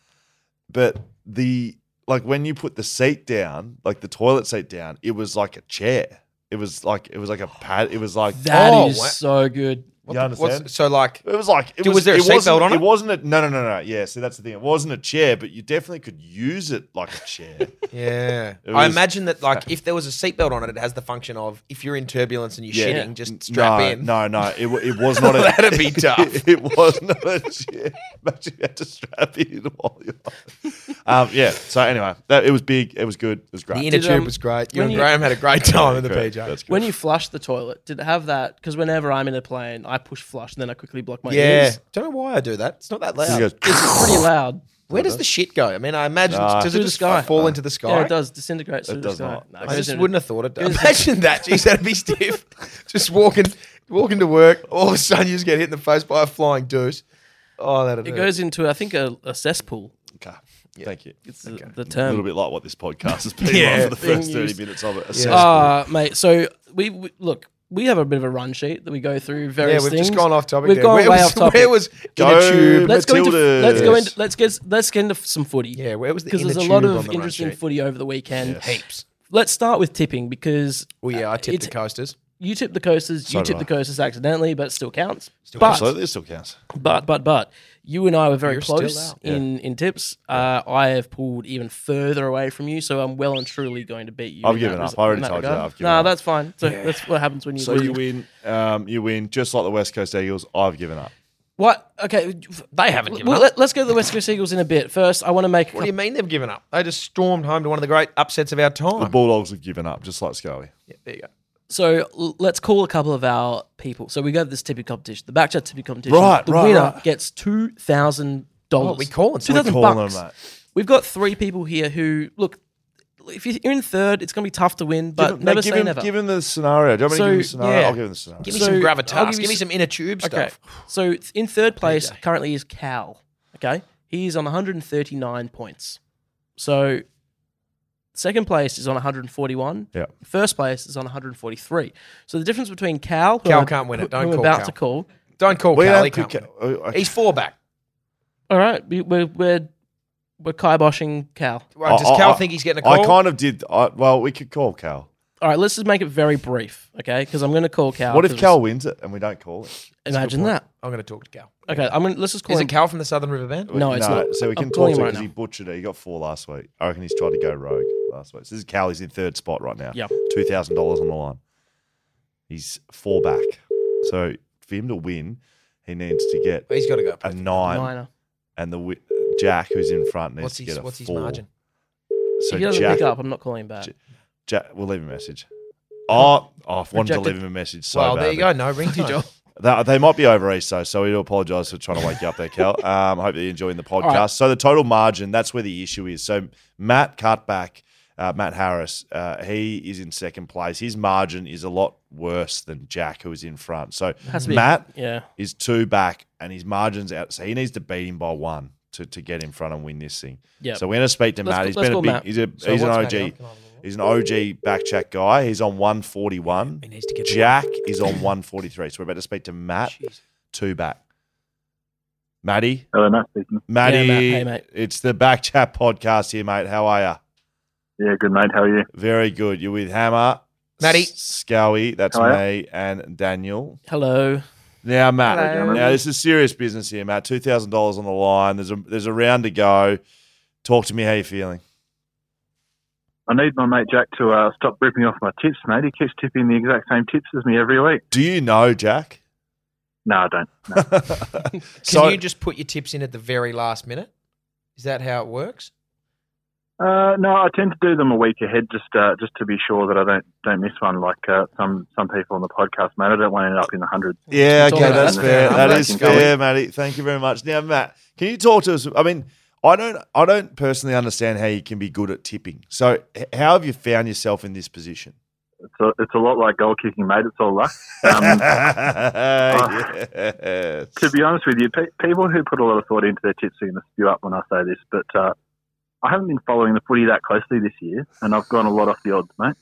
S5: But the, like, when you put the seat down, like the toilet seat down, it was like a chair. It was like, it was like a pad. It was like,
S1: That
S4: Oh,
S1: is
S4: wow.
S1: so good.
S5: you understand?
S4: What's, so like,
S5: It was like it
S4: Dude,
S5: was,
S4: was there a
S5: it
S4: seatbelt
S5: wasn't-
S4: on it?
S5: It wasn't a no, no, no, no. Yeah, so that's the thing. It wasn't a chair, but you definitely could use it like a chair.
S4: yeah.
S5: It
S4: I
S5: was-
S4: imagine that like if there was a seatbelt on it, it has the function of if you're in turbulence and you're
S5: Yeah.
S4: shitting, just strap
S5: no,
S4: in.
S5: No, no, it, wa- it was not. A,
S4: That'd be tough.
S5: It, it was not a chair. Imagine you had to strap in while you're. Um, yeah. So anyway, that it was big. It was good. It was great.
S4: The inner
S1: Did,
S4: tube
S1: um,
S4: was great. You
S1: when
S4: and
S1: you-
S4: Graham had a great time in the
S5: Correct.
S4: PJ.
S5: That's good.
S1: When you flush the toilet, did it have that? Because whenever I'm in a plane, I push flush and then I quickly block my
S4: Yeah.
S1: ears.
S4: Don't know why I do that. It's not that
S5: He
S4: loud.
S5: goes,
S1: It's pretty loud.
S4: Where does the shit go? I mean, I imagine
S5: Nah.
S4: does it
S1: Through the
S4: just
S1: sky.
S4: fall into the sky?
S1: Yeah, it does disintegrate. through the
S5: does
S1: sky.
S5: not.
S1: No,
S4: I
S1: it goes
S4: just
S1: in-
S4: wouldn't have thought it.
S1: It was-
S4: Imagine that. Jeez, that'd be stiff. Just walking, walking to work. All of a sudden, you just get hit in the face by a flying deuce. Oh, that'd
S1: It
S4: hurt.
S1: goes into I think a, a cesspool.
S5: Okay. Thank you.
S1: It's the- the
S5: A
S1: term.
S5: little bit like what this podcast has been
S4: um, Yeah.
S5: like for the first
S1: Thing
S5: thirty
S1: used-
S5: minutes of it.
S4: Uh,
S1: Ah, mate. So we, we look. We have a bit of a run sheet that we go through
S4: Yeah,
S1: various
S4: we've
S1: things.
S4: just gone off topic.
S1: We've
S4: there.
S1: gone
S4: where
S1: way
S4: was,
S1: off topic.
S4: Where was
S5: Go.
S4: inner tube?
S1: let's go into
S5: Matildas.
S1: let's go into
S4: Yes.
S1: let's get let's get into some footy.
S4: Yeah, where was the
S1: because
S4: inner
S1: there's a
S4: tube
S1: lot
S4: on
S1: of
S4: the run
S1: interesting
S4: sheet?
S1: footy over the weekend.
S5: Yes.
S4: Heaps.
S1: Let's start with tipping because
S4: Well, yeah, I
S1: uh,
S4: tipped
S1: it's-
S4: the coasters.
S1: you tipped the coasters,
S5: So
S1: you
S5: did
S1: tipped
S5: I.
S1: the coasters accidentally, but it still counts. but
S5: Absolutely, it still counts.
S1: but but but you and I were very
S4: You're still
S1: close
S4: out.
S1: in in tips. Uh, I have pulled even further away from you, so I'm well and truly going to beat you.
S5: I've
S1: in
S5: given
S1: that
S5: up.
S1: res-
S5: I already
S1: in
S5: told you that. I've given
S1: No,
S5: up.
S1: that's fine. So that's what happens when you
S5: So
S1: lose.
S5: you win. Um, you win just like the West Coast Eagles. I've given up.
S1: What? Okay, they haven't
S4: given
S1: well,
S4: up.
S1: Let, us go to the West Coast Eagles in a bit. First, I want to make. A
S4: What do
S1: couple,
S4: you mean they've given up? They just stormed home to one of the great upsets of our
S5: The
S4: time.
S5: Bulldogs have given up, just like Scully.
S4: Yeah, there you go.
S1: so l- let's call a couple of our people. So we go to this tippy competition, the backchat tippy competition.
S5: Right,
S1: the
S5: right,
S1: winner
S5: right.
S1: gets two thousand dollars.
S4: Oh, we calling.
S1: two thousand
S5: Calling them,
S1: bucks.
S5: mate.
S1: We've got three people here who look. If you're in third, it's going to be tough to win, but
S5: Give him- no,
S1: never
S5: give
S1: say
S5: him,
S1: never.
S5: Give him the scenario. Do you want me
S1: So,
S5: to give him the scenario?
S4: yeah.
S5: I'll give him the scenario.
S4: Give me
S1: So,
S4: some
S1: I'll
S4: gravitas.
S1: give you
S4: Give, me
S1: s-
S4: some inner tube stuff.
S1: Okay. So th- in third place currently is Cal. Okay. He's on 139 points. So second place is on 141.
S5: Yeah.
S1: First place is on 143. So the difference between Cal, who
S4: Cal
S1: I'm-
S4: can't win it.
S1: who-
S4: Don't
S1: who I'm
S4: call
S1: about
S4: Cal.
S1: to call.
S4: Don't call
S5: We
S4: Cal. He
S5: don't
S4: can't
S5: pick-
S4: win.
S5: oh, okay.
S4: He's four back.
S1: All right, we- we're we're we're kiboshing Cal.
S4: Well, does
S5: I- I-
S4: Cal
S5: I-
S4: think he's getting a call?
S5: I kind of did. I, well, we could call Cal.
S1: All right, let's just make it very brief, okay? Because I'm going to call Cal.
S5: What if
S1: 'cause
S5: Cal wins it and we don't call it?
S1: Imagine that.
S4: I'm going to talk to Cal.
S1: Okay, I'm going. to Let's just call
S4: Is
S1: him.
S4: it Cal from the Southern River Band?
S1: No, it's not.
S5: So we
S1: I'm calling
S5: can talk to
S1: him
S5: him
S1: right
S5: because he
S1: now.
S5: butchered it. He got four last week. I reckon he's tried to go rogue last week. So this is Cal. He's in third spot right now.
S1: Yep.
S5: Two thousand dollars on the line. He's four back. So for him to win, he needs to get
S4: He's got to go.
S5: a nine,
S1: Minor.
S5: and the wi- Jack, who's in front, needs
S4: What's
S5: to
S4: his
S5: get a
S4: What's his
S5: four.
S4: margin?
S5: So
S1: if he doesn't
S5: Jack,
S1: pick up, I'm not calling him back.
S5: J- Jack, we'll leave him a message. Oh, oh I wanted to
S1: Rejected.
S5: leave him a message so
S4: well, there
S5: badly.
S4: you go. No ring to Joel.
S5: They, they might be over East, though, so we do apologise for trying to wake you up there, Cal. Um, hope that you're enjoying the podcast.
S1: right.
S5: So the total margin, that's where the issue is. So Matt Cutback, uh, Matt Harris, uh, he is in second place. His margin is a lot worse than Jack, who is in front. So
S1: Has to be-
S5: Matt
S1: Yeah.
S5: is two back, and his margin's out. So he needs to beat him by one to, to get in front and win this thing.
S1: Yep.
S5: So we're gonna speak to
S1: Let's
S5: Matt.
S1: go-
S5: He's
S1: let's
S5: been a
S1: go
S5: big.
S1: Matt.
S5: He's, a,
S4: So
S5: he's an
S4: what's
S5: OG.
S4: Matt Harris? Can I have a look?
S5: He's an OG back check guy. He's on 141.
S2: He needs to get
S5: Jack is on 143. So we're about to speak to Matt, two back. Matty,
S6: Hello, Matt speaking.
S5: Matty,
S1: Matt. Hey, mate.
S5: it's the Back Chat podcast here, mate. How are
S6: Yeah, good mate. How are you?
S5: you? Very good. You're with Hammer,
S4: Matty.
S5: S- Scowie, that's
S6: Hello.
S5: me, and Daniel.
S1: Hello.
S5: Now, Matt.
S4: Hello, gentlemen.
S5: Now, this is serious business here, Matt. Two thousand dollars on the line. There's a there's a round to go. Talk to me. How you feeling?
S6: I need my mate Jack to uh, stop ripping off my tips, mate. He keeps tipping the exact same tips as me every week.
S5: Do you know Jack?
S6: No, I don't. No.
S5: Can
S4: Can you just put your tips in at the very last minute? Is that how it works?
S6: Uh, no, I tend to do them a week ahead just uh, just to be sure that I don't don't miss one like uh, some some people on the podcast, mate. I don't want to end up in the hundreds.
S5: Yeah,
S1: It's all
S5: okay,
S1: about
S5: that's
S6: that.
S5: fair.
S6: Yeah,
S5: That
S6: I'm
S5: is
S6: working for
S5: fair, Matty. Thank you very much. Now, Matt, can you talk to us? I mean, I don't, I don't personally understand how you can be good at tipping. So, h- how have you found yourself in this position?
S6: It's a, it's a lot like goal kicking, mate. It's all luck. Um,
S5: Yes.
S6: to be honest with you, pe- people who put a lot of thought into their tips are going to spew up when I say this, but uh, I haven't been following the footy that closely this year, and I've gone a lot off the odds, mate.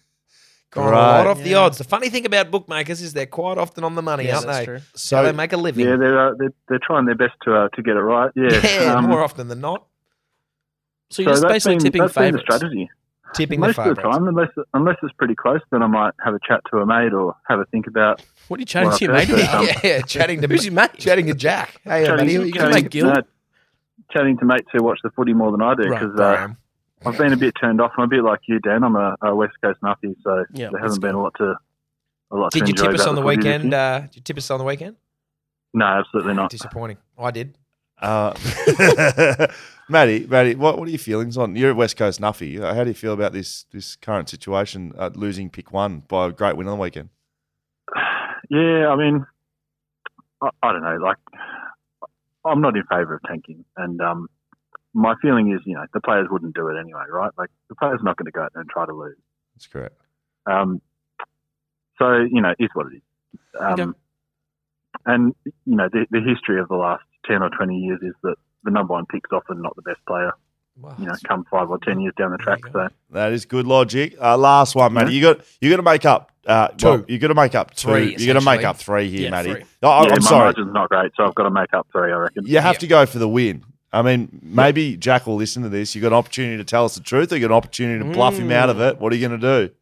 S4: Gone a
S5: Right.
S4: lot off the odds. The funny thing about bookmakers is they're quite often on the money,
S1: Yes,
S4: aren't
S1: that's
S4: they?
S1: true.
S4: So they
S5: so,
S4: make a living.
S6: Yeah, they're, uh, they're they're trying their best to uh, to get it right. Yeah,
S4: Yeah,
S6: um,
S4: more often than not.
S1: So you're just
S6: that's
S1: basically
S6: been-
S1: tipping
S6: that's been the
S1: favorites.
S6: strategy.
S4: Tipping
S6: Most
S4: the
S6: of the
S4: favourites.
S6: time, unless unless it's pretty close, then I might have a chat to a mate or have a think about
S1: What are you chatting
S6: Well,
S1: to your
S6: that's
S1: mate
S6: the
S1: about?
S6: time.
S4: yeah, yeah, chatting to
S1: Who's your mate?
S4: chatting to Jack. Hey,
S6: chatting,
S4: buddy, you
S1: chatting-
S4: make
S1: make guild?
S6: chatting to mates who watch the footy more than I do
S1: Right,
S6: because uh, I've been a bit turned off. I'm a bit like you, Dan. I'm a, a West Coast nuffy, so
S1: Yeah,
S6: there
S1: that's
S6: hasn't been a lot to a lot.
S4: Did
S6: to
S4: you
S6: enjoy
S4: tip us
S6: about
S4: on the
S6: footy this
S4: weekend?
S6: year.
S4: Uh, did you tip us on the weekend?
S6: No, absolutely not.
S4: Disappointing. I did.
S5: uh, Matty, Matty, what, what are your feelings on? You're at West Coast Nuffy. How do you feel about this this current situation? Uh, losing pick one by a great win on the weekend.
S6: Yeah, I mean, I, I don't know. Like, I'm not in favour of tanking, and um, my feeling is, you know, the players wouldn't do it anyway, right? Like, the players not going to go out there and try to lose.
S5: That's correct.
S6: Um, so you know, it is what it is. Um,
S1: Okay.
S6: And you know, the, the history of the last ten or twenty years is that the number one pick's often not the best player.
S4: Wow.
S6: You know, come five or ten years down the track. So
S5: That is good logic. Uh, last one, Matty. You got you got to make up uh,
S4: Two.
S5: well, you got to make up two.
S4: Three,
S5: you got to make
S4: essentially.
S5: up three here,
S1: Yeah,
S5: Matty.
S1: three.
S5: No, I,
S6: yeah,
S5: I'm
S6: my
S5: sorry.
S6: margin's not great, so I've got to make up three. I reckon.
S5: You have to go for the win. I mean, maybe Jack will listen to this. You got an opportunity to tell us the truth, or you got an opportunity to bluff him out of it. What are you going to do?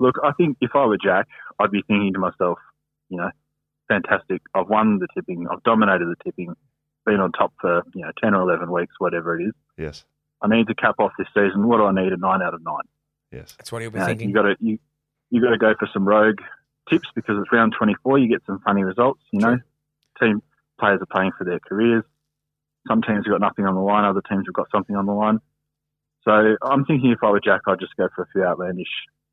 S6: Look, I think if I were Jack, I'd be thinking to myself, you know, fantastic. I've won the tipping. I've dominated the tipping. Been on top for you know ten or eleven weeks, whatever it is.
S5: Yes,
S6: I need to cap off this season. What do I need? A nine out of nine.
S5: yes.
S4: That's what he'll be
S6: You, know,
S4: thinking.
S6: you got to you, you got to go for some rogue tips because it's round 24. You get some funny results. You know, team players are playing for their careers. Some teams have got nothing on the line. Other teams have got something on the line. So I'm thinking if I were Jack, I'd just go for a few outlandish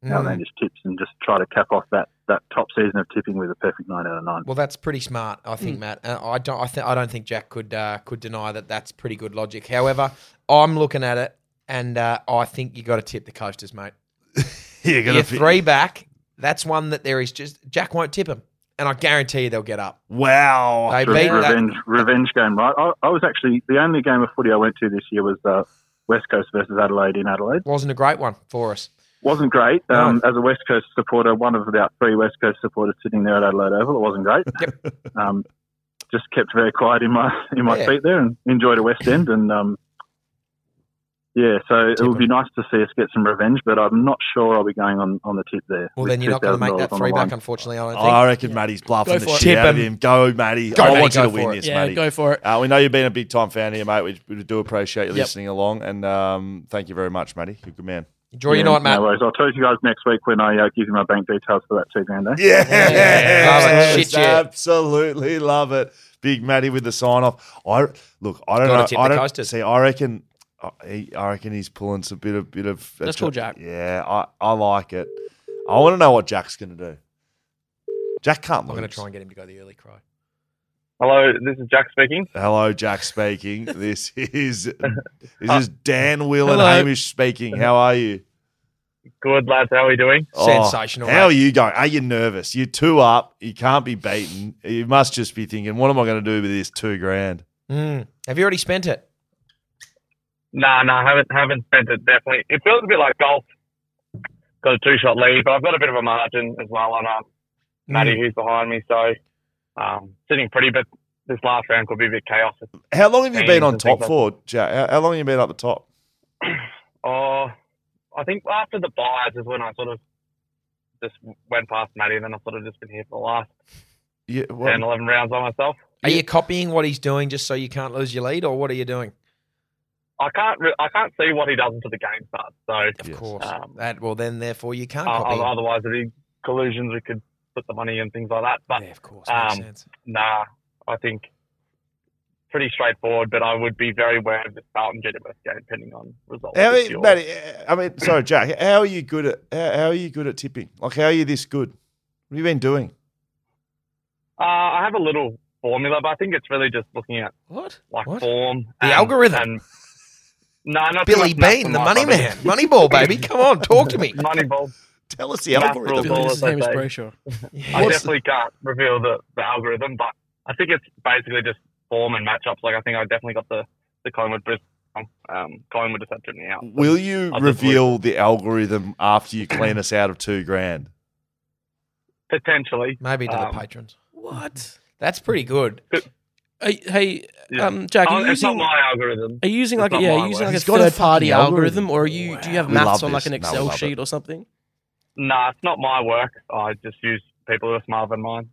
S4: Mm.
S6: outlandish tips and just try to cap off that that top season of tipping with a perfect nine out of nine.
S4: Well, that's pretty smart, I
S6: Mm.
S4: think, Matt. And I don't, I, th- I don't think Jack could uh, could deny that. That's pretty good logic. However, I'm looking at it, and uh, I think you got to tip the coasters, mate.
S5: You're
S4: You're three back. That's one that there is just Jack won't tip him, and I guarantee you they'll get up.
S5: Wow.
S4: They
S6: Re-
S4: beat that.
S6: Oh, revenge, revenge game, right? I, I was actually the only game of footy I went to this year was uh, West Coast versus Adelaide in Adelaide.
S4: Wasn't a great one for us.
S6: wasn't great. Um, As a West Coast supporter, one of about three West Coast supporters sitting there at Adelaide Oval, it wasn't great. um, just kept very quiet in my in my
S4: Yeah.
S6: seat there and enjoyed a West End and um, yeah. So it would be nice to see us get some revenge, but I'm not sure I'll be going on, on the tip there.
S4: Well,
S6: With
S4: then you're not going to make
S6: $2,000
S4: that
S6: on the
S4: three back.
S6: line.
S4: Unfortunately, I don't think.
S5: I reckon Matty's bluffing
S1: Go
S5: the
S1: for it.
S4: Tip
S5: shit out of
S4: him.
S5: him. Go, Matty.
S4: Go,
S5: I
S4: Matty,
S5: want you
S4: go
S5: to
S4: for
S5: win
S4: it.
S5: this,
S1: Yeah,
S5: Matty.
S1: go for it.
S5: Uh, we know you've been a big time fan here, mate. We, we do appreciate you
S1: Yep.
S5: listening along, and um, thank you very much, Matty. You're a good man.
S4: Enjoy your night, mate.
S6: No worries. I'll talk to you guys next week when I uh, give you my bank details for that two grand. Eh?
S5: Yeah,
S4: Yeah. Love it. Shit, yeah.
S5: absolutely love it. Big Matty with the sign off. I look. I
S4: Gotta
S5: don't know.
S4: tip
S5: I
S4: the
S5: don't
S4: coasters.
S5: see. I reckon. I- He, I reckon he's pulling some bit of bit of.
S1: Let's call Jack.
S5: Yeah, I, I like it. I want to know what Jack's going to do. Jack can't
S4: I'm going to
S5: lose.
S4: try and get him to go the early cry.
S7: Hello, this is Jack speaking.
S5: Hello, Jack speaking. this is this is Dan Will and
S1: Hello.
S5: Hamish speaking. How are you?
S7: Good lads, how are we doing?
S5: Oh,
S4: Sensational,
S5: how
S4: mate.
S5: are you going? Are you nervous? You're two up. You can't be beaten. You must just be thinking, what am I going to do with this two grand?
S4: Mm. Have you already spent it?
S7: Nah, nah, haven't haven't spent it. Definitely, it feels a bit like golf. Got a two shot lead, but I've got a bit of a margin as well on um,
S4: Mm.
S7: Matty, who's behind me. So um, sitting pretty, but this last round could be a bit chaotic.
S5: How long have you been
S7: Thanks,
S5: on
S7: I
S5: top
S7: think
S5: for, Jack? How, how long have you been up the top?
S7: Oh, I think after the buys is when I sort of just went past Matty, and then I've sort of just been here for the last
S5: You, well,
S7: 10, 11 rounds by myself.
S4: Are you copying what he's doing just so you can't lose your lead, or what are you doing?
S7: I can't re- I can't see what he does until the game starts. So
S4: Of
S5: Yes.
S4: course.
S7: Um,
S4: that well, then therefore you can't
S7: uh,
S4: copy. him.
S7: otherwise, there'd be collusions. We could put the money and things like that. But
S4: yeah, of course, makes
S7: um,
S4: sense.
S7: Nah, I think pretty straightforward, but I would be very wary of the Spartan Jitterbus game, depending on results.
S5: how are
S7: It's
S5: you,
S7: yours.
S5: Matty, I mean, sorry, Jack. How are you good at how, how are you good at tipping? Like, how are you this good? What have you been doing?
S7: Uh, I have a little formula, but I think it's really just looking at
S1: What?
S7: like
S4: What?
S7: form.
S4: The
S7: and-
S4: algorithm.
S7: And, no, not too
S4: Billy
S7: much math
S4: Bean,
S7: on
S4: the
S7: my
S4: money
S7: side of
S4: man, money ball, baby. Come on, talk to me.
S7: it. Moneyball.
S5: Tell us the
S7: Math
S1: I
S5: algorithm.
S1: feel like
S7: all
S1: his name is
S7: that they-
S1: Brayshaw.
S7: I
S5: What's
S7: definitely can't reveal the, the algorithm, but I think it's basically just form and matchups. Like I think I definitely got the the Collingwood Brisbane. Um, Collingwood just had to me out.
S5: Will you
S7: I'll just
S5: reveal the algorithm after you clean us out of two grand?
S7: Potentially.
S4: Maybe to
S7: Um,
S4: the patrons.
S1: What?
S4: That's pretty good.
S1: Are, hey,
S7: Yeah.
S1: um, Jack,
S7: Oh,
S1: are you
S7: it's not
S1: using?
S7: my algorithm.
S1: Are you using
S7: it's
S1: like a,
S7: not
S1: yeah,
S7: my
S1: are you using
S7: way.
S1: like a
S5: He's got a
S1: third party
S5: fucking
S1: algorithm,
S5: algorithm.
S1: or are you do you have
S5: We
S1: maths
S5: love
S1: on like an
S5: this. No, we
S1: Excel
S5: love
S1: sheet
S5: it.
S1: or something?
S7: Nah, it's not my work. I just use people who are smarter than mine.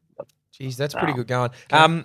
S4: Jeez, that's pretty
S7: Wow.
S4: good going. Um,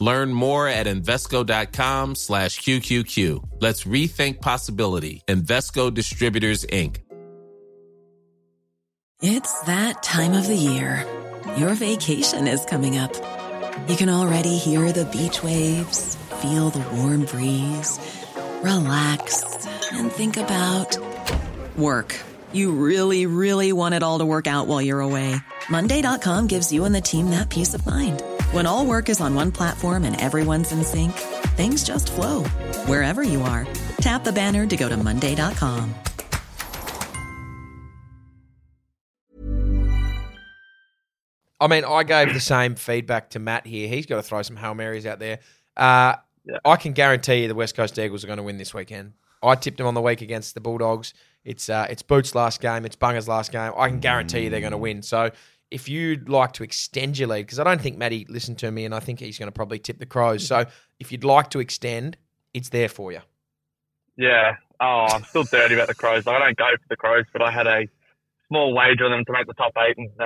S8: Learn more at Invesco.com slash QQQ. Let's rethink possibility. Invesco Distributors, Inc.
S9: It's that time of the year. Your vacation is coming up. You can already hear the beach waves, feel the warm breeze, relax, and think about work. You really, really want it all to work out while you're away. Monday.com gives you and the team that peace of mind. When all work is on one platform and everyone's in sync, things just flow wherever you are. Tap the banner to go to Monday.com.
S4: I mean, I gave the same feedback to Matt here. He's got to throw some hail marys out there. Uh,
S7: Yeah.
S4: I can guarantee you the West Coast Eagles are going to win this weekend. I tipped them on the week against the Bulldogs. It's uh, it's Boots' last game. It's Bunger's last game. I can guarantee you they're going to win. So if you'd like to extend your lead, because I don't think Matty listened to me, and I think he's going to probably tip the Crows. So if you'd like to extend, it's there for you.
S7: Yeah. Oh, I'm still dirty about the Crows. I don't go for the Crows, but I had a small wager on them to make the top eight. And, uh,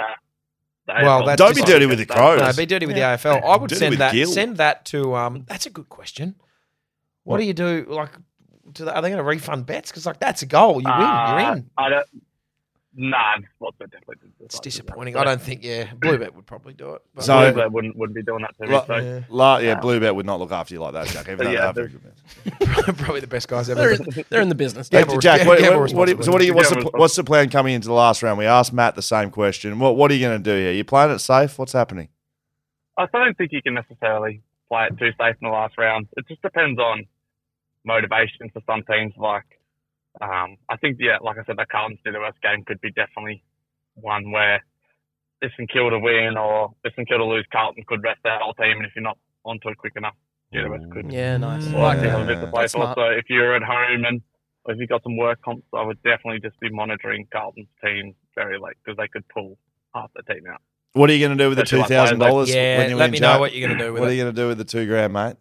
S7: the
S4: Well,
S7: AFL
S4: that's
S5: Don't be
S4: just-
S5: dirty with the crows.
S4: No, be dirty with the AFL. I would
S5: Dirty
S4: send
S5: with
S4: that.
S5: guilt.
S4: Send that to. Um, that's a good question. What, do you do? Like, do they, are they going to refund bets? Because like that's a goal. You win.
S7: Uh,
S4: You're in.
S7: I don't. Nah, well, they definitely didn't do
S4: It's
S7: that.
S4: disappointing. I don't think. Yeah, Blue Bet would probably do it. But,
S5: So-
S7: They wouldn't wouldn't be doing that to me.
S5: Well,
S7: so.
S4: yeah,
S5: La, yeah, Blue Bet would not look after you like that, Jack. Even though
S7: Yeah,
S5: they are very good men.
S4: probably the best guys
S1: They're
S4: ever.
S1: in, they're in the business.
S5: Hey,
S4: Gamble res-
S5: Jack, what,
S4: gamble
S5: what- what do you- so what do you, what's, the,
S7: Gamble
S5: what's the plan coming into the last round? We asked Matt the same question. What What are you going to do here? You playing it safe? What's happening?
S7: I still don't think you can necessarily play it too safe in the last round. It just depends on motivation for some teams. Like, um, I think, yeah, like I said, the Carlton City West game could be definitely one where if St Kilda win or if St Kilda lose, Carlton could rest their whole team. And if you're not onto it quick enough, City West could
S1: Yeah, nice.
S4: Mm.
S7: likely
S5: Yeah.
S7: have a bit to play
S1: That's
S7: for.
S1: smart.
S7: So if you're at home and Or if you've got some work comps, I would definitely just be monitoring Carlton's team very late because they could pull half the team out.
S5: What are you going to do with the two
S7: Especially
S5: thousand
S7: like
S5: dollars?
S7: players
S4: Yeah, let me know what you're gonna do with
S5: What are
S4: it.
S5: you going to do with the two grand, mate?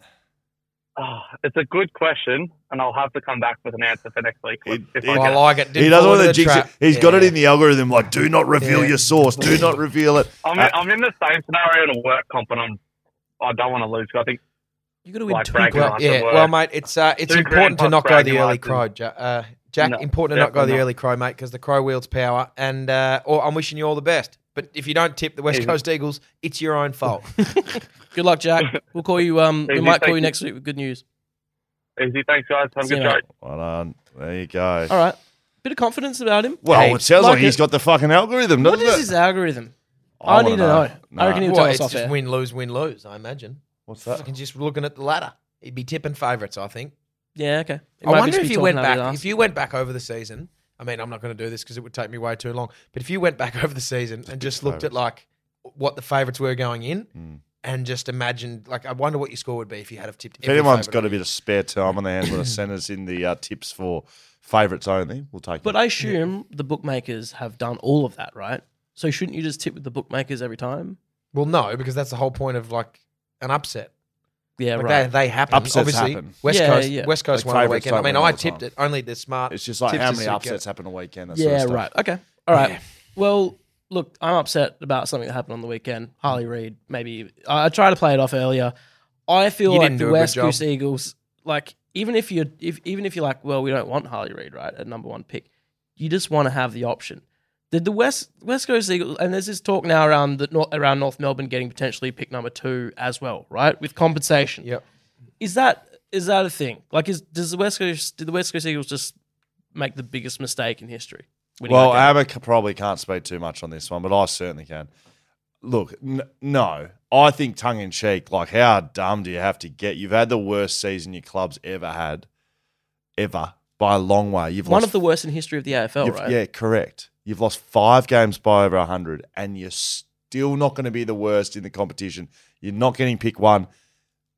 S7: Oh, it's a good question, and I'll have to come back with an answer for next week.
S5: It-
S7: if
S5: it-
S7: I
S4: Well, Oh, I
S7: get-
S4: like it. Didn't
S5: he doesn't
S4: fall
S5: want
S4: into
S5: to
S4: the
S5: jinx it.
S4: trap.
S5: He's got it
S4: Yeah.
S5: in the algorithm. Like, do not reveal
S4: Yeah.
S5: your source. Do not reveal it.
S7: I'm, in, I'm in the same scenario in a work comp, and I'm, I don't want to lose. 'cause I think
S1: You got to win
S7: Like
S1: two.
S7: Bragg-
S1: grand.
S4: Well,
S7: After
S4: yeah,
S7: work.
S4: well, mate, it's uh, it's
S7: Two grand
S4: important to
S7: plus
S4: not go
S7: bragging
S4: the early
S7: rights and-
S4: crow, Ja- uh, Jack.
S7: No,
S4: important to not go the
S7: definitely not.
S4: early crow, mate, because the crow wields power. And uh, or I'm wishing you all the best. But if you don't tip the West
S7: Yeah.
S4: Coast Eagles, it's your own fault.
S1: Good luck, Jack. We'll call you. Um, we
S7: Easy,
S1: might
S7: thank
S1: call you
S7: you.
S1: next week with good news.
S7: easy. Thanks, guys. Have a
S1: See
S7: good
S1: you, mate.
S7: day.
S5: Well done. There you go.
S1: All right. Bit of confidence about him.
S5: Well,
S4: Hey,
S5: it sounds
S1: like
S5: like, he's
S1: it-
S5: got the fucking algorithm,
S1: What
S5: doesn't
S1: is
S5: it?
S1: his algorithm? I,
S5: I
S1: need to
S5: wanna
S1: know.
S5: know.
S1: I reckon he'll
S4: well,
S1: tell us
S4: it's
S1: off
S4: just
S1: air.
S4: win, lose, win, lose. I imagine.
S5: What's that?
S4: Fucking just looking at the ladder, he'd be tipping favourites. I think.
S1: Yeah, okay. He might
S4: I
S1: be
S4: wonder
S1: just
S4: if
S1: be
S4: you went
S1: talking out of his
S4: back.
S1: arse.
S4: If you went back over the season, I mean, I'm not going to do this because it would take me way too long. But if you went back over the season and just looked at like what the favourites were going in,
S5: Mm.
S4: and just imagined, like, I wonder what your score would be if you had have tipped.
S5: If
S4: every
S5: anyone's got
S4: favourite.
S5: a bit of spare time on their hands, want to send us in the uh, tips for favourites only, we'll take
S1: but
S5: it.
S1: I assume the bookmakers have done all of that, right? So shouldn't you just tip with the bookmakers every time?
S4: well, no, because that's the whole point of like an upset.
S1: Yeah,
S4: Like
S1: right.
S4: they, they happen.
S5: Upsets
S4: Obviously,
S5: happen.
S4: West
S1: Yeah,
S4: Coast,
S1: yeah.
S4: West Coast
S5: Like
S4: won on the
S5: favourites
S4: weekend. I
S5: don't
S4: mean,
S5: win all
S4: I
S5: the
S4: tipped
S5: time.
S4: it. Only the smart.
S5: it's just like
S4: tips
S5: how
S4: just
S5: many
S4: so you
S5: upsets
S4: get-
S5: happen a weekend. That
S1: yeah,
S5: sort of
S1: right.
S5: stuff.
S1: Okay. All right.
S4: Yeah.
S1: Well, look, I'm upset about something that happened on the weekend. Harley Reid, maybe. I, I tried to play it off earlier. I feel
S4: You
S1: like
S4: didn't
S1: the
S4: do a good
S1: West
S4: job.
S1: Coast Eagles, like, even if you're, if, even if you're like, well, we don't want Harley Reid, right, at number one pick, you just want to have the option. Did the West West Coast Eagles, and there's this talk now around the nor- around North Melbourne getting potentially pick number two as well, right, with compensation.
S4: Yep.
S1: Is that is that a thing? Like, is does the West Coast did the West Coast Eagles just make the biggest mistake in history? winning
S5: Well,
S1: that game?
S5: Abba c- probably can't speak too much on this one, but I certainly can. Look, n- no, I think tongue in cheek. Like, how dumb do you have to get? You've had the worst season your club's ever had, ever by a long way. You've
S1: one
S5: lost
S1: of the worst in history of the AFL,
S5: You've-
S1: right?
S5: Yeah, correct. You've lost five games by over 100, and you're still not going to be the worst in the competition. You're not getting pick one.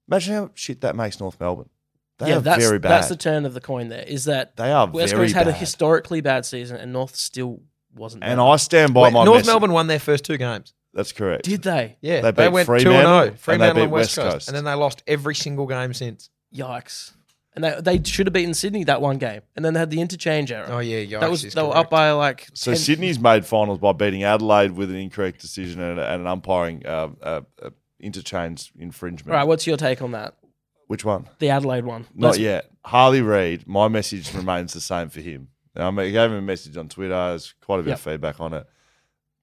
S5: Imagine how shit that makes North Melbourne. They
S1: Yeah,
S5: are
S1: that's,
S5: very bad.
S1: That's the turn of the coin. There is that
S5: they are
S1: West
S5: very
S1: Coast had
S5: bad.
S1: a historically bad season, and North still wasn't.
S5: and
S1: bad.
S5: I stand by
S4: Wait,
S5: my
S4: North
S5: message.
S4: Melbourne won their first two games.
S5: That's correct.
S1: did they?
S4: Yeah,
S5: They
S4: they,
S5: beat
S4: went two
S5: Fremantle,
S4: and
S5: and
S4: zero.
S5: they
S4: Fremantle and
S5: beat
S4: West
S5: West
S4: Coast.
S5: Coast.
S4: and then they lost every single game since.
S1: Yikes! And they they should have beaten Sydney that one game, and then they had the interchange error.
S4: Oh yeah, yikes
S1: that was
S4: is
S1: they were
S4: correct.
S1: up by like.
S5: So
S1: 10
S5: Sydney's made finals by beating Adelaide with an incorrect decision and, and an umpiring uh, uh, uh, interchange infringement.
S1: All right, what's your take on that?
S5: Which one?
S1: The Adelaide one.
S5: Not
S1: Let's-
S5: yet. Harley Reid, my message remains the same for him. Now, I mean, I gave him a message on Twitter. There's quite a bit
S1: Yep.
S5: of feedback on it.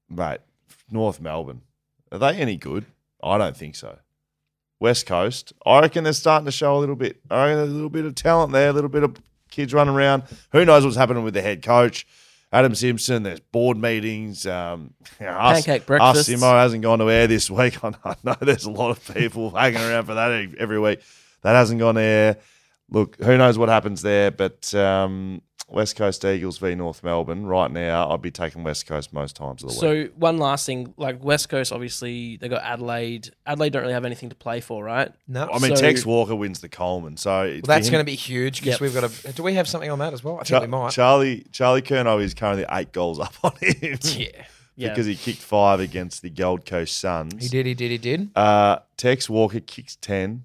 S5: Mate, North Melbourne, are they any good? I don't think so. West Coast, I reckon they're starting to show a little bit. I reckon there's a little bit of talent there, a little bit of kids running around. Who knows what's happening with the head coach, Adam Simpson? There's board meetings. Um, you know, us-
S1: Pancake
S5: us,
S1: breakfasts.
S5: Simo hasn't gone to air this week. I know- I know there's a lot of people hanging around for that e- every week. That hasn't gone to air. Look, who knows what happens there, but um, West Coast Eagles v North Melbourne right now, I'd be taking West Coast most times of the week.
S1: So one last thing, like West Coast, obviously they got Adelaide. Adelaide don't really have anything to play for, right?
S4: No,
S5: I mean,
S1: so-
S5: Tex Walker wins the Coleman, so
S4: Well, that's going to be huge
S1: Yep.
S4: because we've got to. Do we have something on that as well? I think we might.
S5: Charlie Charlie Kerno is currently eight goals up on him
S4: yeah,
S1: Yeah.
S5: because he kicked five against the Gold Coast Suns.
S4: he did. He did. He did.
S5: Uh, Tex Walker kicks ten.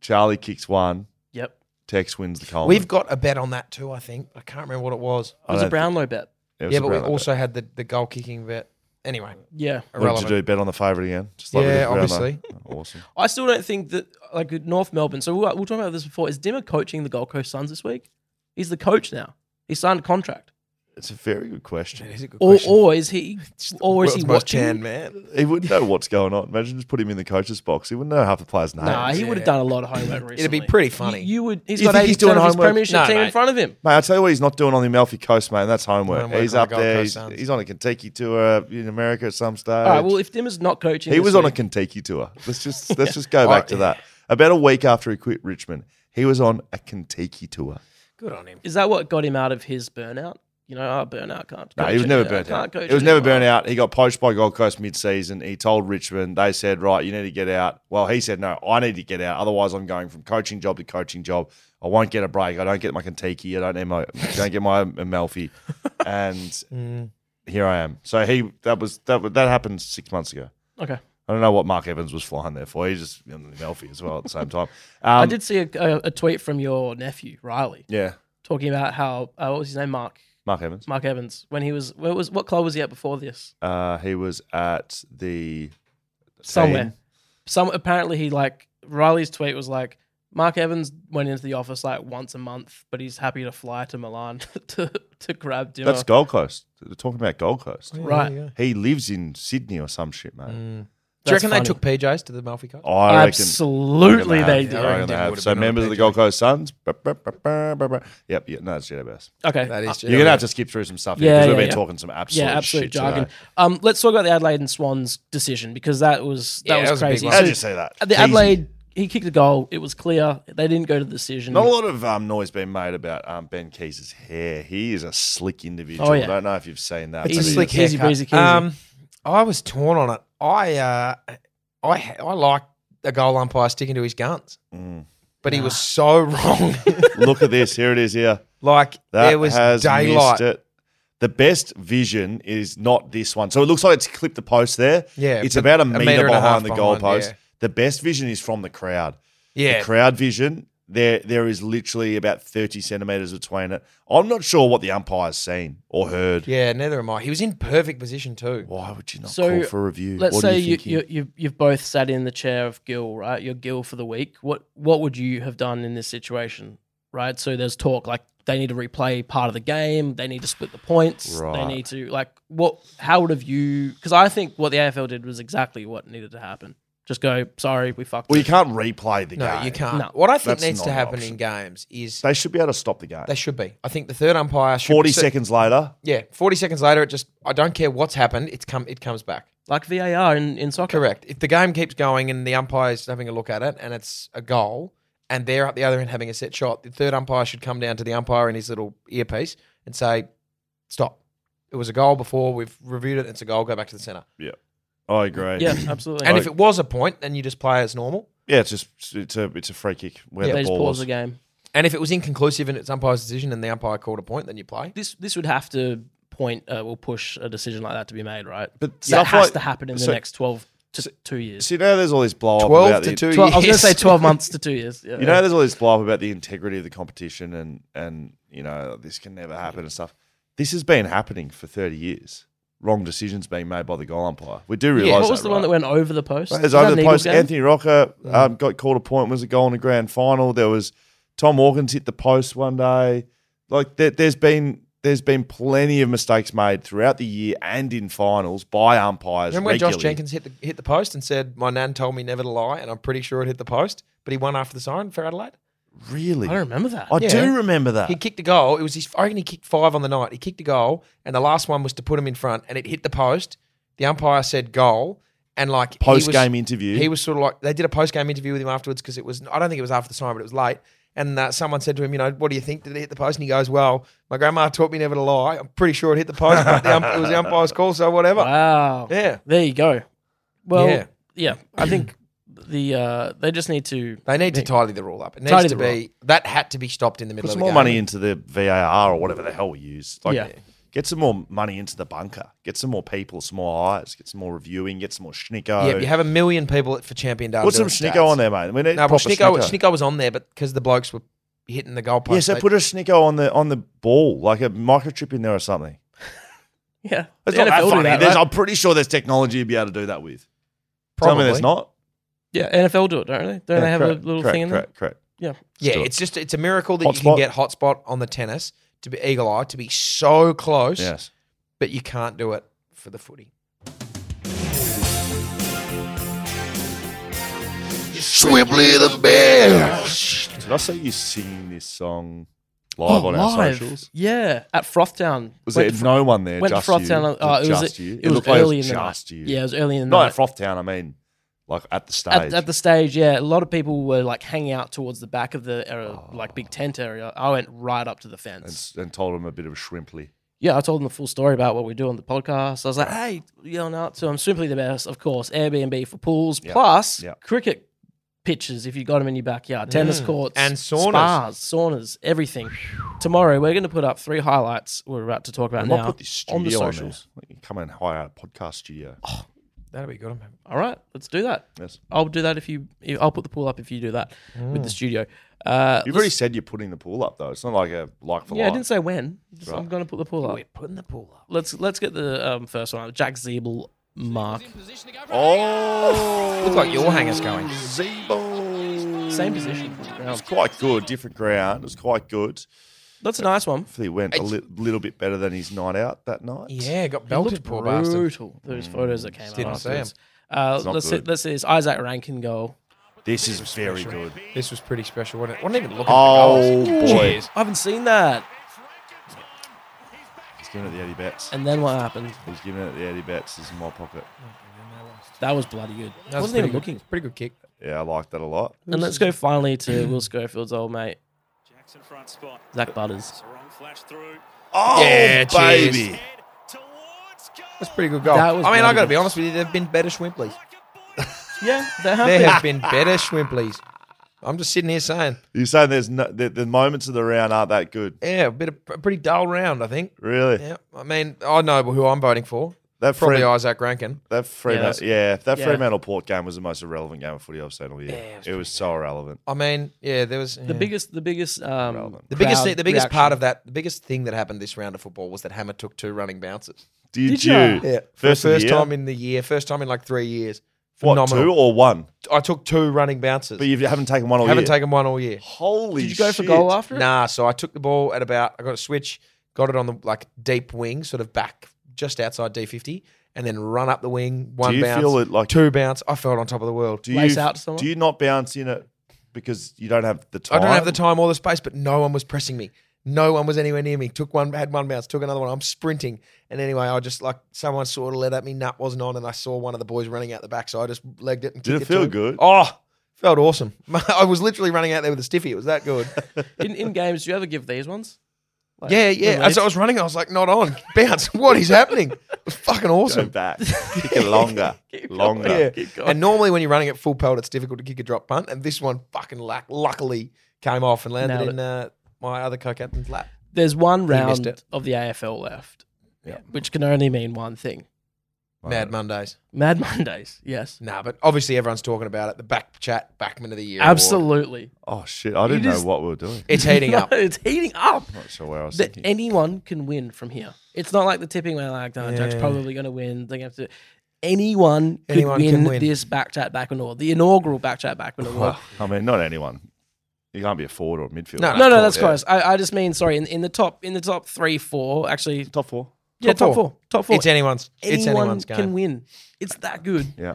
S5: Charlie kicks one.
S1: Yep.
S5: Tex wins the Coleman.
S4: We've got a bet on that too. I think I can't remember what it was.
S1: It was a Brownlow bet.
S5: It was
S4: Yeah,
S5: a
S4: but we
S5: Brownlow bet.
S4: also had the, the goal kicking bet. Anyway,
S1: Yeah.
S5: What did
S4: irrelevant.
S5: you do? Bet on the favourite again? Just like we
S4: Yeah,
S5: did for Brownlow.
S4: obviously.
S5: Awesome.
S1: I still don't think that like North Melbourne. So we'll, we'll talk about this before. Is Dimmer coaching the Gold Coast Suns this week? He's the coach now. He signed a contract,
S5: It's a very good question.
S4: That is a good
S1: or
S4: question.
S1: or is he or is
S4: World's
S1: he
S4: most
S1: watching?
S4: tanned man.
S5: He wouldn't know what's going on. Imagine just put him in the coach's box. He wouldn't know half the players' names.
S1: Nah, he
S4: Yeah.
S1: would have done a lot of homework recently.
S4: It'd be pretty funny.
S1: You, you would. He's
S5: You
S1: got
S5: think
S1: eighty
S5: he's
S1: percent of
S5: doing
S1: his
S5: homework?
S1: premiership
S4: No,
S1: team in
S4: mate.
S1: front of him.
S5: Mate, I'll tell you what he's not doing on the Amalfi Coast, mate, and that's homework.
S4: Homework
S5: he's
S4: on the
S5: up
S4: Gold
S5: there.
S4: Coast
S5: He's,
S4: Suns.
S5: he's on a Kentucky tour in America at some
S4: Uh,
S5: stage.
S1: All right. Well, if Dimmer's not coaching,
S5: he
S1: this
S5: was on a
S1: week-
S5: Kentucky tour. Let's just let's just go back to that. About a week after he quit Richmond, he was on a Kentucky tour.
S4: Good on him.
S1: Is that what got him out of his burnout? you know, oh, burnout can't.
S5: No,
S1: coach
S5: he was never
S1: anymore,
S5: burnt
S1: can't
S5: out.
S1: coach
S5: It was never
S1: anymore.
S5: burnt out. He got poached by Gold Coast mid-season. He told Richmond, they said, right, you need to get out. Well, he said, no, I need to get out. Otherwise, I'm going from coaching job to coaching job. I won't get a break. I don't get my Kentucky. I don't get my don't get my Melfi. And
S1: Mm.
S5: here I am. So he that was that was- that happened six months ago.
S1: Okay,
S5: I don't know what Mark Evans was flying there for. He's just in the Melfi as well at the same time. Um,
S1: I did see a, a, a tweet from your nephew Riley
S5: Yeah,
S1: talking about how uh, what was his name, Mark
S5: Mark Evans.
S1: Mark Evans, when he was where was what club was he at before this?
S5: Uh, he was at the
S1: Somewhere,
S5: Team.
S1: some apparently he like Riley's tweet was like. Mark Evans went into the office like once a month, but he's happy to fly to Milan to, to grab dinner.
S5: That's Gold Coast. They're talking about Gold Coast.
S1: Right.
S5: He lives in Sydney or some shit, mate.
S1: Mm.
S4: Do you
S1: That's
S4: reckon
S1: funny.
S4: they took PJs to the Malfi Cup?
S5: I reckon.
S1: Absolutely,
S5: I reckon
S1: they
S5: have.
S1: did.
S5: I reckon
S4: They
S5: they have.
S4: would've
S5: So
S4: been on
S5: members of the
S4: PJ.
S5: Gold Coast Suns. Ba- ba- ba- ba- ba- ba. Yep, yeah, no, it's JBS.
S1: Okay,
S4: That is
S5: You're gonna have to skip through some stuff
S1: Yeah,
S5: here because
S1: yeah,
S5: we've been
S1: yeah.
S5: talking some absolute,
S1: yeah, absolute
S5: shit
S1: jargon.
S5: today.
S1: Um, let's talk about the Adelaide and Swans decision because that was that
S4: Yeah,
S1: was,
S4: that was a big
S1: crazy.
S4: one.
S5: How
S1: So
S5: did you say that?
S1: the Adelaide, he kicked a goal. It was clear they didn't go to the decision.
S5: Not a lot of um, noise being made about um, Ben Keys' hair. He is a slick individual.
S1: Oh, yeah.
S5: I don't know if you've seen that.
S1: It's a
S5: but he
S1: slick
S5: is.
S1: Easy
S4: haircut.
S1: breezy, keezy.
S4: Um, I was torn on it. I uh, I I like a goal umpire sticking to his guns,
S5: Mm.
S4: but he was so wrong.
S5: Look at this. Here it is. Here.
S4: like
S5: That
S4: there was
S5: has
S4: daylight.
S5: missed it. The best vision is not this one. So it looks like it's clipped the post there.
S4: Yeah,
S5: It's
S4: but
S5: about a
S4: a
S5: meter,
S4: metre and a half
S5: behind the goal
S4: behind,
S5: post.
S4: yeah.
S5: The best vision is from the crowd.
S4: Yeah,
S5: The crowd vision, there there is literally about 30 centimeters between it. I'm not sure what the umpire's seen or heard.
S4: yeah. Neither am I. He was in perfect position too.
S5: Why would you not
S1: So,
S5: call for a review?
S1: Let's
S5: What are
S1: say you,
S5: thinking?
S1: you, you you've both sat in the chair of Gill, right? You're Gill for the week. What what would you have done in this situation, right? So there's talk like they need to replay part of the game. They need to split the points.
S5: Right.
S1: They need to like what? How would have you? Because I think what the AFL did was exactly what needed to happen. Just go. Sorry, we fucked.
S5: well, you
S1: it."
S5: can't replay the
S4: No,
S5: game.
S4: you can't.
S1: No.
S4: What I think
S5: That's
S4: needs
S5: not
S4: to
S5: an
S4: happen
S5: option.
S4: in games is
S5: They should be able to stop the game.
S4: they should be. I think the third umpire should
S5: 40
S4: so-
S5: seconds later,
S4: Yeah, forty seconds later, it just I don't care what's happened. It's come. It comes back.
S1: like VAR in in soccer.
S4: Correct. If the game keeps going and the umpire's having a look at it and it's a goal and they're up the other end having a set shot, the third umpire should come down to the umpire in his little earpiece and say, Stop. It was a goal before. We've reviewed it. It's a goal. Go back to the centre.
S5: I agree.
S1: Yeah, absolutely.
S4: And if it was a point, then you just play as normal.
S5: Yeah, it's just it's a it's a free kick where
S1: they
S5: the
S1: just
S5: ball
S1: pause
S5: was.
S1: the game.
S4: And if it was inconclusive and it's umpire's decision and the umpire called a point, then you play.
S1: This this would have to point uh, will push a decision like that to be made, right?
S5: But
S1: that
S5: stuff
S1: has
S5: like-
S1: to happen in the
S5: so-
S1: next twelve to two years.
S5: So you know, there's all this blow up.
S4: 12
S5: about
S4: to
S5: the,
S4: 2 years.
S1: Twelve- I was going to say twelve months to two years. Yeah.
S5: You know, there's all this blow up about the integrity of the competition, and and you know this can never happen and stuff. This has been happening for 30 years. Wrong decisions being made by the goal umpire. We do realize.
S1: Yeah, what was the one that went over the post?
S5: There's
S1: Was that
S5: over
S1: an
S5: the
S1: Eagles
S5: post.
S1: game?
S5: Anthony Rocker um, got called a point. Was a goal in the grand final. There was Tom Hawkins hit the post one day. Like there, there's been there's been plenty of mistakes made throughout the year and in finals by umpires.
S4: Remember when Josh
S5: regularly.
S4: Jenkins hit the, hit the post and said, My nan told me never to lie, and I'm pretty sure it hit the post, but he won after the siren for Adelaide?
S5: Really,
S1: I don't remember that.
S5: I
S4: Yeah.
S5: do remember that.
S4: He kicked a goal. It was his. I reckon he kicked five on the night. He kicked a goal, and the last one was to put him in front, and it hit the post. The umpire said goal, and like he was-
S5: Post game interview.
S4: he was sort of like they did a post game interview with him afterwards because it was. I don't think it was after the time, but it was late. And uh, someone said to him, you know, what do you think? Did it hit the post? And he goes, well, my grandma taught me never to lie. I'm pretty sure it hit the post, but the ump- it was the umpire's call, so whatever.
S1: Wow.
S4: Yeah,
S1: There you go. Well, yeah,
S4: Yeah.
S1: I think the uh, they just need to.
S4: they need to tidy the rule up. It needs
S1: Tidy
S4: to
S1: the
S4: be
S1: rule
S4: that had to be stopped in the middle
S5: Put
S4: of
S5: some
S4: the
S5: more
S4: game.
S5: money into the VAR or whatever the hell we use. Like,
S1: Yeah.
S5: Get some more money into the bunker. Get some more people, some more eyes. Get some more reviewing. Get some more schnicko.
S4: Yeah, you have a million people for Champion Day.
S5: uh, put some
S4: doing
S5: schnicko
S4: stats.
S5: on there, mate. We need
S4: No,
S5: proper
S4: well, Schnicko,
S5: schnicko.
S4: Schnicko was on there, but because the blokes were hitting the goalpost.
S5: Yeah, so
S4: they-
S5: put a schnicko on the on the ball, like a microchip in there or something.
S1: Yeah,
S5: It's
S1: The
S5: not that
S1: NFL do
S5: funny.
S1: that,
S5: There's-
S1: right?
S5: I'm pretty sure there's technology to be able to do that with. Tell me there's not.
S1: yeah, NFL do it, don't they? Don't
S5: Yeah,
S1: they have
S5: correct,
S1: a little
S5: correct,
S1: thing in there?
S5: correct, correct.
S1: Yeah.
S4: Yeah,
S5: do it.
S4: it's just it's a miracle that you
S5: Hotspot.
S4: can get hotspot on the tennis to be eagle eye to be so close,
S5: Yes.
S4: but you can't do it for the footy.
S5: Did I see you singing this song live on our
S1: Oh, live.
S5: socials?
S1: Yeah, at Frothtown.
S5: Was
S1: Went
S5: there
S1: to Fro-
S5: no one there?
S1: Went to
S5: just you.
S1: Frothtown. Oh, it was
S5: Just you.
S1: it was
S5: looked like
S1: early in the
S5: just
S1: night.
S5: you.
S1: Yeah, it was early in the
S5: Not
S1: night.
S5: at Froth Town, I mean, like at the stage.
S1: At, at the stage, yeah, a lot of people were like hanging out towards the
S5: Oh.
S1: back of the area, like big tent area. I went right up to the fence.
S5: and, s- and told him a bit of a shrimply.
S1: yeah, I told them the full story about what we do on the podcast. I was like, hey, yelling out to them, simply the best, of course, Airbnb for pools,
S5: Yeah.
S1: plus
S5: Yeah.
S1: cricket pitches if you got them in your backyard, tennis
S4: Mm.
S1: courts,
S4: And saunas.
S1: spas, saunas, everything. Tomorrow, we're going to put up three highlights we're about to talk about
S5: I might
S1: now
S5: put this
S1: on the
S5: studio on, there.
S1: socials. Oh,
S5: Like, you Come and hire a podcast studio.
S4: That'll be good.
S1: All right, let's do that.
S5: Yes.
S1: I'll do that if you. If, I'll put the pool up if you do that with the studio. Uh,
S5: You've already
S1: let's-
S5: said you're putting the pool up though. It's not like a like for
S1: yeah, I
S5: like.
S1: didn't say when. Just
S5: Right.
S1: I'm going to put the pool up.
S4: We're putting the pool up.
S1: Let's let's get the um, first one. Jack Zeeble, Mark,
S5: oh,
S4: Look like your hanger's going.
S5: Zeebo.
S1: same position. from the
S5: It was
S1: ground.
S5: quite good. Different ground. It was quite good.
S1: That's a nice one.
S5: Hopefully, it went a li- little bit better than his night out that night.
S4: Yeah, got
S1: It
S4: belted,
S1: looked
S4: poor
S1: brutal.
S4: bastard.
S1: Those photos that came
S4: Didn't
S1: out.
S4: see 'em.
S1: afterwards. Uh,
S5: not
S1: let's see,
S5: good.
S1: let's see this Isaac Rankin goal.
S5: This is very good.
S4: This was pretty special, wasn't it? Wasn't even looking
S5: Oh
S4: at the goals.
S5: boy,
S1: I haven't seen that.
S5: he's giving it the Eddie Betts.
S1: And then what happened?
S5: He's giving it the Eddie Betts. Is in my pocket.
S1: That was bloody good.
S4: That
S1: wasn't
S4: was pretty
S1: even
S4: good-
S1: looking.
S4: Pretty good kick.
S5: Yeah, I like that a lot.
S1: And let's go finally to Will Schofield's old mate Zach Butters.
S5: Oh,
S4: Yeah, cheers.
S5: baby.
S4: That's a pretty good goal.
S1: That was
S4: I mean, I
S1: bloody
S4: got to be
S1: good.
S4: honest with you. There have been better Schwimpleys.
S1: Yeah, there have
S4: There
S1: been.
S4: have been better Schwimpleys. I'm just sitting here saying,
S5: You're saying there's no, the, the moments of the round aren't that good,
S4: yeah, a bit of a pretty dull round, I think.
S5: really?
S4: Yeah, I mean, I know who I'm voting for.
S5: That
S4: Probably
S5: Fre-
S4: Isaac Rankin.
S5: that Fremantle,
S1: that's-
S5: yeah, that
S1: yeah.
S5: Fremantle Port game was the most irrelevant game of footy I've seen all year. it was, so irrelevant.
S4: I mean, yeah, there was
S1: The
S4: yeah.
S1: biggest, the biggest, um,
S4: the biggest,
S1: crowd
S4: thing, the biggest part
S1: reaction.
S4: of that, the biggest thing that happened this round of football was that Hammer took two running bounces.
S5: Did,
S1: Did
S5: you?
S1: ya?
S4: Yeah,
S5: First
S4: first,
S5: of the
S4: first
S5: year?
S4: time in the year, first time in like three years.
S5: What
S4: Phenomenal.
S5: two or one?
S4: I took two running bounces.
S5: But you haven't taken one all
S4: haven't
S5: year.
S4: taken one all year.
S5: Holy!
S1: Did you go for
S5: shit.
S1: goal after it?
S4: Nah, so I took the ball at about I got a switch, got it on the like deep wing, sort of back just outside D fifty, and then run up the wing, one
S5: Do you
S4: bounce,
S5: feel it like?
S4: two bounce. I felt on top of the world.
S5: do
S1: Lace
S5: you
S1: out to someone?
S5: do you not bounce in it because you don't have the
S4: I
S5: time?
S4: don't have the time or the space, but no one was pressing me. No one was anywhere near me. Took one, had one bounce, took another one. I'm sprinting, and anyway, I just like someone sort of let at me. Nut wasn't on, and I saw one of the boys running out the back, so I just legged it. And
S5: Did
S4: kicked
S5: it feel
S4: to him.
S5: good?
S4: Oh, felt awesome. I was literally running out there with a stiffy. It was that good.
S1: in, in games, do you ever give these ones? Like,
S4: yeah, yeah. As I
S1: relief?
S4: was running, I was like, not on. Bounce. What is happening? It was fucking
S5: Go
S4: awesome.
S5: back. Kick it longer,
S1: Keep going.
S5: longer.
S4: Yeah.
S1: Keep going.
S4: And normally when you're running at full pelt, it's difficult to kick a drop punt. And this one fucking luck, luckily came off and landed
S1: Nailed
S4: in uh, my other co-captain's lap.
S1: There's one
S4: missed
S1: round
S4: it.
S1: of the AFL left,
S5: Yeah.
S1: which can only mean one thing:
S4: Mad Mondays.
S1: Mad Mondays. Yes,
S4: Nah, but obviously everyone's talking about it. The back chat, backman of the year. award.
S1: absolutely.
S5: Oh shit! I didn't
S1: just-
S5: know what we were doing.
S4: It's heating up.
S1: it's heating up.
S5: I'm not sure where I was
S1: That
S5: thinking.
S1: anyone can win from here. It's not like the tipping where like, oh, Jack's
S4: Yeah.
S1: probably going to win. They have to. Anyone could
S4: Anyone
S1: win,
S4: can win. Oh,
S1: this backchat back award, the inaugural backchat back award.
S5: Well, I mean, not anyone. You can't be a forward or a midfielder.
S1: no,
S4: No,
S1: no,
S4: cool,
S1: that's
S4: yeah.
S1: close. I, I just mean sorry in, in the top in the top three, four actually.
S5: Top four.
S1: yeah, top
S4: four.
S1: four, top four.
S4: It's anyone's. it's
S1: anyone
S4: anyone's game.
S1: can win. It's that good.
S5: Yeah.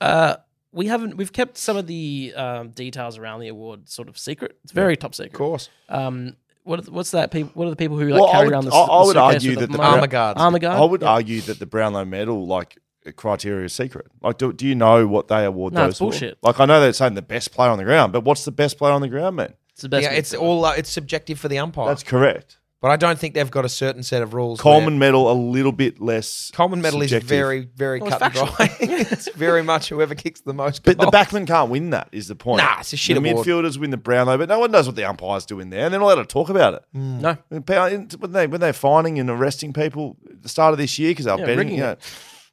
S1: Uh, we haven't. We've kept some of the um, details around the award sort of secret. It's very top secret.
S4: Of course.
S1: Um, what what's that? People. What are the people who like
S5: Well, I
S1: carry
S5: would-
S1: around the?
S5: I- I
S1: the
S5: would
S1: suitcase
S5: argue
S1: with
S5: that the-
S1: mark?
S4: Armour guards.
S1: Armour guard.
S5: I would
S1: Yeah.
S5: argue that the Brownlow medal, like, criteria is secret. Like, do, do you know what they award
S1: No,
S5: those
S1: it's
S5: for?
S1: bullshit.
S5: Like, I know they're saying the best player on the ground, but what's the best player on the ground, man?
S1: It's the best.
S4: yeah,
S1: one.
S4: it's all. Uh, it's subjective for the umpire.
S5: That's correct.
S4: but I don't think they've got a certain set of rules. where-
S5: Coleman medal, a little bit less.
S4: Coleman medal
S5: subjective.
S4: is very, very
S1: Well, it's
S4: cut and dry.
S1: factual.
S4: it's very much whoever kicks the most.
S5: But the
S4: goals.
S5: backman can't win that, is the point.
S4: Oh. Nah, it's a shit
S5: The
S4: award.
S5: midfielders win the Brownlow, but no one knows what the umpires do in there, and they're not allowed to talk about it.
S4: Mm.
S1: no.
S5: When they when they're finding and arresting people at the start of this year because they're
S1: Yeah,
S5: betting,
S1: rigging
S5: you know,
S1: it.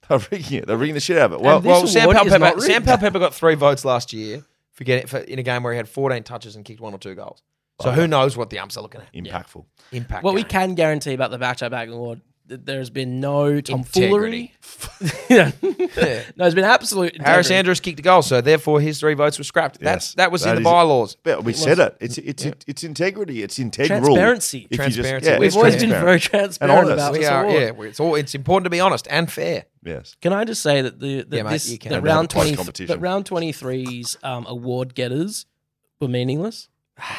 S5: they're rigging it. They're rigging the shit out of it. Well,
S1: this
S4: Well,
S1: award
S4: Sam
S1: is
S4: Pepper,
S1: not
S4: Sam
S1: written.
S4: Pepper got three votes last year for getting for, in a game where he had 14 touches and kicked one or two goals. So who knows what the umps are looking at?
S5: impactful.
S4: Impact.
S1: What we
S4: game.
S1: can guarantee about the Backchat Back Award, that there's been no tomfoolery. yeah. no, there's been absolute.
S4: Harris
S1: integrity.
S4: Andrews kicked a goal, so therefore his three votes were scrapped. That's
S5: Yes.
S4: that was
S5: That
S4: in
S5: is-
S4: the bylaws. Mm,
S5: Yeah, we said it. It's it's it's integrity. It's integral.
S1: Transparency.
S5: If you just-
S4: Transparency.
S5: yeah,
S4: We've
S5: it's
S1: We've always been
S5: transparent.
S1: very transparent
S5: honest.
S1: about
S4: We
S1: this
S4: are,
S1: award.
S4: yeah. we- It's all. It's important to be honest and fair.
S5: Yes.
S1: Can I just say that the, that
S4: Yeah, mate,
S1: this
S4: you can.
S1: that
S5: Another
S1: round
S5: prize
S1: twenty
S5: competition.
S1: that round twenty three's um, award getters were meaningless?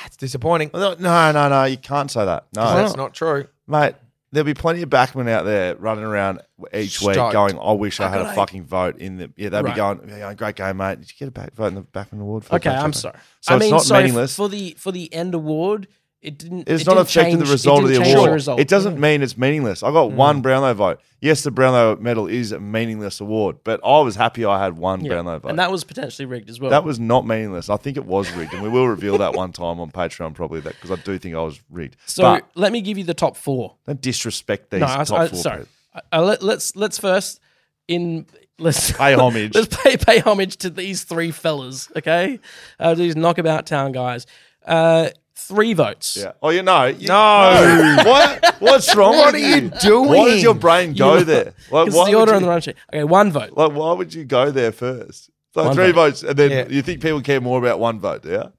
S4: It's disappointing.
S5: Well, No, no, no. You can't say that. No,
S4: that's not true.
S5: mate. There'll be plenty of backmen out there running around each week,
S4: Stoked.
S5: going, "I wish I had
S1: got
S5: a
S1: eight.
S5: fucking vote in the." Yeah, they'll
S1: Right.
S5: be going, "Yeah, yeah, "Great game, mate. Did you get a back vote in the backman award?" For
S1: Okay,
S5: the
S1: I'm
S5: backman?"
S1: sorry.
S5: So
S1: I
S5: it's
S1: mean,
S5: not
S1: sorry,
S5: meaningless.
S1: for the for the end award. It didn't.
S5: It's
S1: it
S5: not
S1: didn't
S5: affecting
S1: change-
S5: the result
S1: it
S5: of
S1: didn't
S5: the
S1: change
S5: award.
S1: result. Mm.
S5: It doesn't mean it's meaningless. I got one Brownlow vote. Yes, the Brownlow medal is a meaningless award, but I was happy I had one
S1: Yeah.
S5: Brownlow vote.
S1: and that was potentially rigged as well.
S5: That was not meaningless. I think it was rigged, and we will reveal that one time on Patreon probably that because I do think I was rigged.
S1: so.
S5: but
S1: let me give you the top four.
S5: don't disrespect these
S1: No, I,
S5: top
S1: I,
S5: four.
S1: sorry.
S5: players.
S1: I, I, let, let's let's first in let's
S5: Pay homage.
S1: let's pay pay homage to these three fellas, okay? Uh, these knockabout town guys. Uh, three votes.
S5: Yeah. Oh, you know. You, no. what? What's wrong?
S4: What
S5: with
S4: are you
S5: Why does
S4: doing?
S5: your brain go
S1: You-
S5: there? Like,
S1: Because it's
S5: why
S1: the
S5: would
S1: order
S5: you,
S1: on the run sheet. Okay, one vote.
S5: Like, why would you go there first? It's Like
S1: One
S5: three
S1: vote.
S5: votes, and then
S4: Yeah.
S5: you think people care more about one vote, yeah?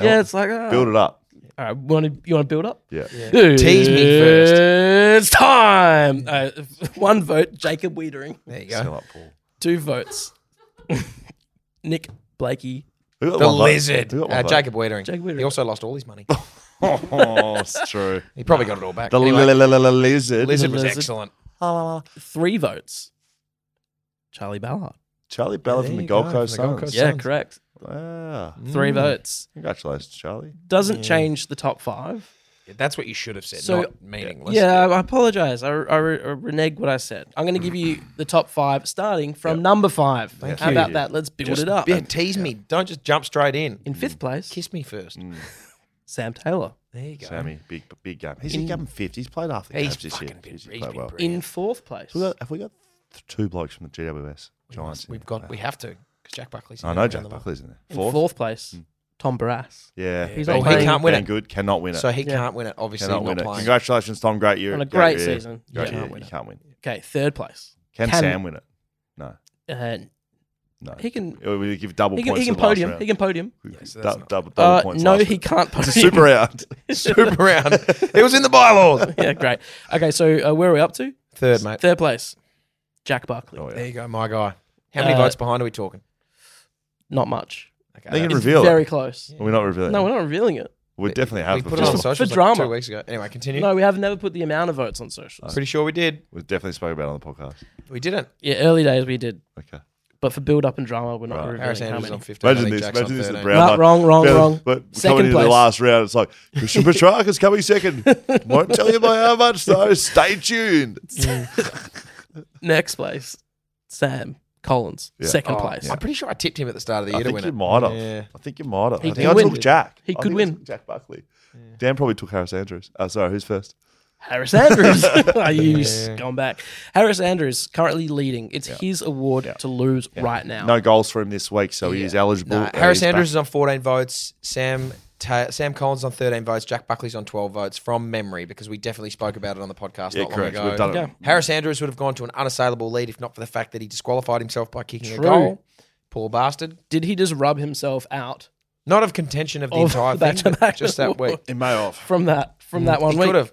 S1: Yeah, it's like uh,
S5: Build it up.
S1: All right, want to you want to build up?
S5: Yeah.
S4: Tease me first.
S1: It's time. Uh, one vote, Jacob Wiedering.
S4: There you
S5: Sound
S4: go.
S5: like Paul.
S1: Two votes, Nick Blakey.
S5: Who got
S4: The
S5: one vote?
S4: lizard.
S5: Who got one
S4: Uh,
S5: vote?
S4: Jacob Wiedering.
S1: Jacob Wiedering.
S4: He also lost all his money.
S5: Oh, it's true.
S4: He probably got it all back.
S5: The
S4: Anyway,
S5: li- li- li- li- lizard.
S4: Lizard was
S1: Lizard.
S4: excellent.
S1: Three votes, Charlie Ballard.
S5: Charlie Bella
S4: There
S5: from the
S4: you
S5: Gold
S4: go,
S5: Coast
S4: from the Gold
S5: Suns.
S4: Coast.
S1: Yeah,
S4: Sounds-
S1: correct.
S5: Wow.
S1: Three votes
S5: Congratulations, Charlie.
S1: doesn't change the top five.
S4: That's what you should have said,
S1: So-
S4: not meaningless.
S1: yeah, I I apologize. I, I, re- I renege what I said. I'm going to give you the top five, starting from number five. How
S4: you.
S1: about that? Let's build it up.
S4: Yeah, tease me. Don't just jump straight in.
S1: In fifth place,
S4: Kiss me first.
S1: Sam Taylor.
S4: There you go.
S5: Mm. Sammy, big big game. He's in game 50. He's played half the
S4: He's
S5: games this year.
S4: fucking been,
S5: He's
S4: he's
S5: played
S4: been
S5: well.
S1: In
S4: brilliant.
S1: fourth place,
S5: We got- Have we got th- two blokes from the GWS Giants? in
S4: We've
S5: there?
S4: got, we have to, because Jack Buckley's.
S5: I
S4: in
S5: know
S4: there.
S5: Jack Buckley's in there.
S1: in fourth, place,
S5: Hmm.
S1: Tom Barras.
S5: Yeah.
S1: He's
S5: Been
S1: not
S5: good,
S1: playing.
S4: Oh, Can't win
S5: been
S4: it.
S5: good. Cannot win it.
S4: So he
S1: Yeah.
S4: can't win it, obviously,
S5: cannot
S4: not
S5: win it.
S4: playing.
S5: Congratulations, Tom. Great year.
S1: On a
S5: Great
S1: great
S5: year.
S1: season.
S5: Great
S1: You
S5: year.
S1: can't win
S5: you
S1: it.
S5: can't win.
S1: Okay, third place.
S5: Can,
S1: Can-
S5: Sam win it? No.
S1: Uh,
S5: No.
S1: He can-
S5: We give double
S1: he can, he
S5: points.
S1: can
S5: to the last
S1: podium.
S5: round.
S1: He can podium.
S4: so
S5: Du-
S4: that's not-
S5: double, double
S1: Uh,
S5: points.
S1: no,
S5: last
S1: he
S5: round.
S1: can't
S5: It's
S1: podium.
S5: a super round.
S4: Super round. It was in the bylaws.
S1: yeah, great. Okay, so uh, where are we up to?
S4: Third, mate.
S1: Third place, Jack Barkley.
S5: Oh, yeah.
S4: There you go, my guy. How many
S1: Uh,
S4: votes behind are we talking?
S1: Not much.
S4: Okay.
S5: They can
S4: that's-
S5: reveal
S1: Very
S5: it.
S1: close.
S5: We're not revealing.
S1: No,
S5: No,
S1: we're not revealing it.
S5: we definitely
S4: we
S5: have.
S4: put it on
S5: revealed.
S4: social
S1: for
S4: like
S1: drama.
S4: two weeks ago. Anyway, continue.
S1: No, we have never put the amount of votes on
S5: Uh.
S1: socials.
S4: Pretty sure we did.
S5: We've definitely spoken about it on the podcast.
S4: We didn't.
S1: Yeah, early days we did,
S5: Okay.
S1: but for build up and drama, we're not
S5: Right.
S1: revealing
S4: Harris
S1: how
S4: Andrews
S1: many.
S4: on 15.
S5: Imagine
S4: I think
S5: this.
S4: Jack's on
S5: Imagine this is
S4: 13.
S5: Brownlow.
S1: No, wrong, wrong,
S5: Yeah,
S1: wrong.
S5: But
S1: Second
S5: coming into the
S1: place.
S5: last round, it's like Christian Petrarca's coming second. Won't tell you by how much though. Stay tuned.
S1: Next place, Sam Collins.
S5: Yeah.
S1: Second
S4: Oh,
S1: place.
S4: I'm pretty sure I tipped him at the start of the
S5: I
S4: year to
S5: think
S4: win
S5: you
S4: it.
S5: might have.
S4: Yeah.
S5: I think you might have.
S1: He
S5: I
S1: could
S5: think I
S1: win.
S5: took Jack.
S1: He
S5: I
S1: could
S5: think I took
S1: win.
S5: Jack Buckley. Dan probably took Harris Andrews. Uh, sorry, who's first?
S1: Harris Andrews. Are you gone back? Harris Andrews currently leading. It's his award to lose right now.
S5: No goals for him this week, so he is eligible.
S4: No,
S5: Uh,
S4: Harris
S5: he's back.
S4: Andrews is on 14 votes. Sam Ta- Sam Collins is on 13 votes. Jack Buckley's on 12 votes from memory because we definitely spoke about it on the podcast
S5: Yeah,
S4: not
S5: correct.
S4: long ago.
S5: We've done it.
S1: Okay.
S4: Harris Andrews would have gone to an unassailable lead if not for the fact that he disqualified himself by kicking
S1: True.
S4: a goal. Poor bastard.
S1: Did he just rub himself out
S4: Not of contention of the
S1: Of
S4: entire
S1: the
S4: thing, but
S1: back-to-back
S4: just that week.
S1: award.
S5: in May off.
S1: from that from that one
S4: He
S1: week?
S4: could have.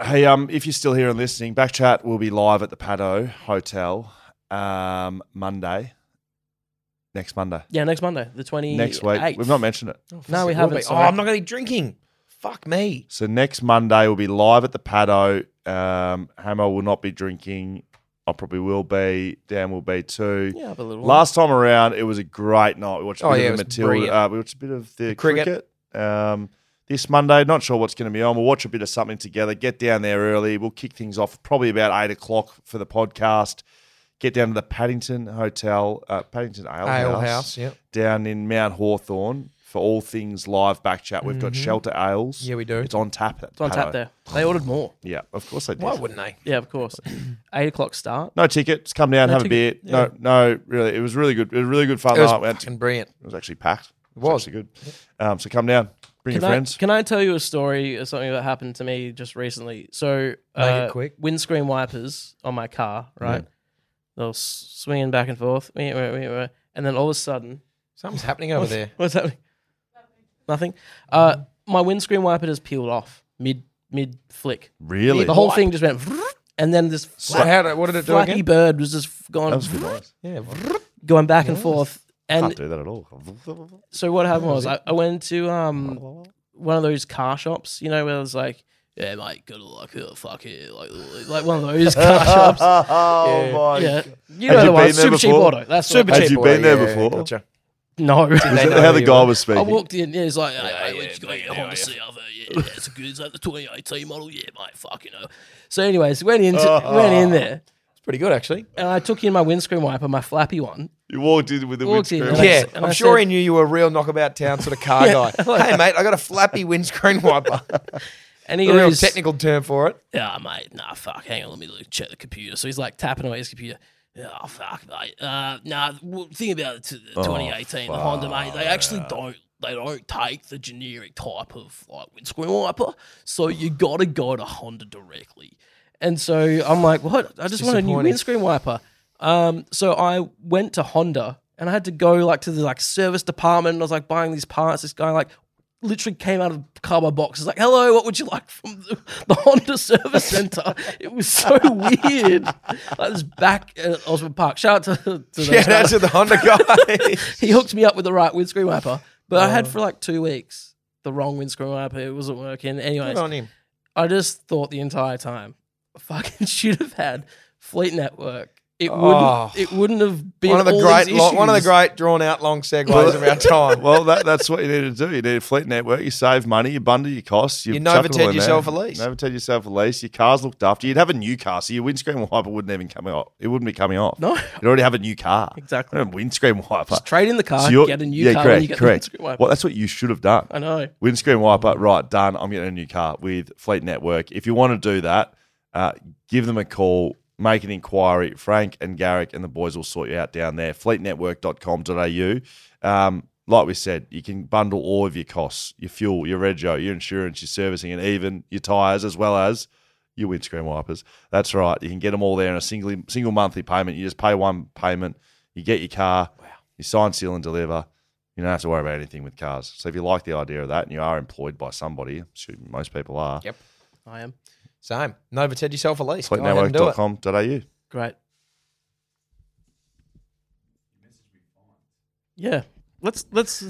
S5: Hey, um, if you're still here and listening, back chat will be live at the Pado Hotel um, Monday. Next Monday.
S1: Yeah, next Monday, the 28th.
S5: Next week. We've not mentioned it.
S1: No, we
S4: Will
S1: haven't,
S4: be. Oh,
S1: sorry.
S4: I'm not going to be drinking. Fuck me.
S5: So next Monday we'll be live at the Pado. Um, Hamo will not be drinking. I probably will be. Dan will be too.
S1: Yeah, but a little
S5: Last time around, it was a great night. We watched a
S4: Oh,
S5: bit
S4: yeah,
S5: of
S4: it
S5: the
S4: was
S5: Matilda.
S4: brilliant.
S5: Uh, we watched a bit of the,
S4: The
S5: cricket.
S4: cricket.
S5: Um, this Monday, not sure what's going to be on. We'll watch a bit of something together. Get down there early. We'll kick things off probably about eight o'clock for the podcast. Get down to the Paddington Hotel, uh, Paddington Ale,
S4: Ale
S5: House,
S4: House, yep.
S5: down in Mount Hawthorne for all things live back chat. We've
S1: Mm-hmm.
S5: got Shelter Ales.
S4: Yeah, we do.
S5: It's on tap. It's
S1: It's on tap there. They ordered more.
S5: Yeah, of course they did.
S4: Why wouldn't they?
S1: Yeah, of course. Eight o'clock start.
S5: No tickets. Come down,
S1: No
S5: have
S1: ticket.
S5: a beer. No, no, really, it was really good. It was a really good fun
S4: It was
S5: night. We had to-
S4: fucking brilliant.
S5: It was actually packed. It
S4: was.
S5: actually good. Um, so come down, bring
S1: Can
S5: your
S1: I,
S5: friends.
S1: can I tell you a story of something that happened to me just recently? So,
S4: Make
S1: uh,
S4: it quick.
S1: windscreen wipers on my car, right? They were s- swinging back and forth, meh, meh, meh, meh, and then all of a sudden,
S4: Something's happening over there.
S1: what's happening? Nothing. Uh, my windscreen wiper just peeled off mid mid flick.
S5: really?
S1: The whole thing just went, and then this
S4: What, how did, what did it do
S1: flappy
S4: again?
S1: bird was just
S5: That
S1: going
S5: was good noise.
S4: Yeah.
S1: going back and forth.
S5: Can't
S1: And
S5: do that at all.
S1: so what happened was I, I went to um one of those car shops, you know, where it's like, yeah, mate, good luck, uh, fuck it, like, like one of those car shops.
S5: oh
S1: Yeah, you
S5: Had
S1: know
S5: you
S1: the one,
S5: been there
S1: super cheap
S5: before?
S1: auto. That's
S4: Super
S1: super cheap.
S5: Had
S4: cheap
S5: you been
S4: boy.
S5: there
S4: Yeah,
S5: before?
S4: Gotcha.
S1: No,
S4: they
S5: Is
S4: know
S5: that how
S4: who
S5: the
S4: you
S5: guy
S4: are?
S5: was
S1: I
S5: speaking?
S1: walked in. Yeah, he's like, hey,
S8: Yeah,
S1: hey,
S8: yeah,
S1: what you got
S8: mate,
S1: your
S8: yeah,
S1: Honda
S8: yeah.
S1: CRV? Yeah, that's good. Is that the 2018 model? Yeah, mate, fuck, you know. So, anyways, went into went in there,
S4: It's pretty good, actually.
S1: and I took in my windscreen wiper, my flappy one.
S5: you walked in with the
S1: Walked in,
S5: windscreen.
S1: and I
S4: Yeah,
S1: s- and
S4: I'm
S1: I
S4: sure
S1: said-
S4: he knew you were a real knockabout town sort of car
S1: Yeah.
S4: guy. hey, mate, I got a flappy windscreen wiper.
S1: And he
S4: the real
S1: goes,
S4: technical term for it.
S1: "Ah, mate, nah, fuck. Hang on, let me look, check the computer." So he's like tapping away his computer. Oh fuck, mate. Uh, nah, w- thing about it, t- the 2018 the Honda, mate. They actually don't. They don't take the generic type of like windscreen wiper, so you got to go to Honda directly. And so I'm like, what? I just want a new
S4: disappointing.
S1: windscreen wiper. Um, so I went to Honda and I had to go like to the like service department. And I was like buying these parts. This guy like literally came out of the cardboard box. He's like, hello, what would you like from the, the Honda service center? it was so weird. Like this back at Oswald Park. Shout out to, to those
S4: Yeah,
S1: guys.
S4: that's the Honda guy.
S1: He hooked me up with the right windscreen wiper, but I had
S4: Oh.
S1: for like two weeks the wrong windscreen wiper. It wasn't working. Anyways,
S4: Good on him.
S1: I just thought the entire time, I fucking should have had Fleet Network. It wouldn't.
S4: Oh.
S1: It wouldn't have been
S4: One of the
S1: all
S4: great,
S1: these
S4: lo- one of the
S1: issues.
S4: great drawn out long segues of our time.
S5: well, that, that's what you need to do. You need a fleet network. You save money. You bundle your costs. You,
S4: You
S5: chuck
S4: Novated
S5: it all in
S4: yourself
S5: there.
S4: a lease.
S5: Novated yourself a lease. Your car's looked after. You'd have a new car, so your windscreen wiper wouldn't even come off. It wouldn't be coming off.
S1: No.
S5: you'd already have a new car.
S1: Exactly.
S4: Oh,
S5: You don't have a windscreen wiper.
S1: Just trade in the car,
S5: So you're-
S1: get a new
S5: yeah,
S1: car,
S5: Correct,
S1: when you get
S5: correct.
S1: the windscreen wiper.
S5: Well, that's what you should have done.
S1: I know.
S5: Windscreen wiper, right, done. I'm getting a new car with Fleet Network. If you want to do that, uh, give them a call, make an inquiry. Frank and Garrick and the boys will sort you out down there. Fleetnetwork.com.au. Um, like we said, you can bundle all of your costs your fuel, your rego, your insurance, your servicing, and even your tyres, as well as your windscreen wipers. That's right. You can get them all there in a single, single monthly payment. You just pay one payment, you get your car, you sign, seal, and deliver. You don't have to worry about anything with cars. So if you like the idea of that and you are employed by somebody, shoot, most people are,
S4: Yep.
S1: I am
S4: Same. Nova Ted yourself a lease. Go ahead and do it.
S5: fleetnetwork.com.au.
S1: great. Yeah, let's let's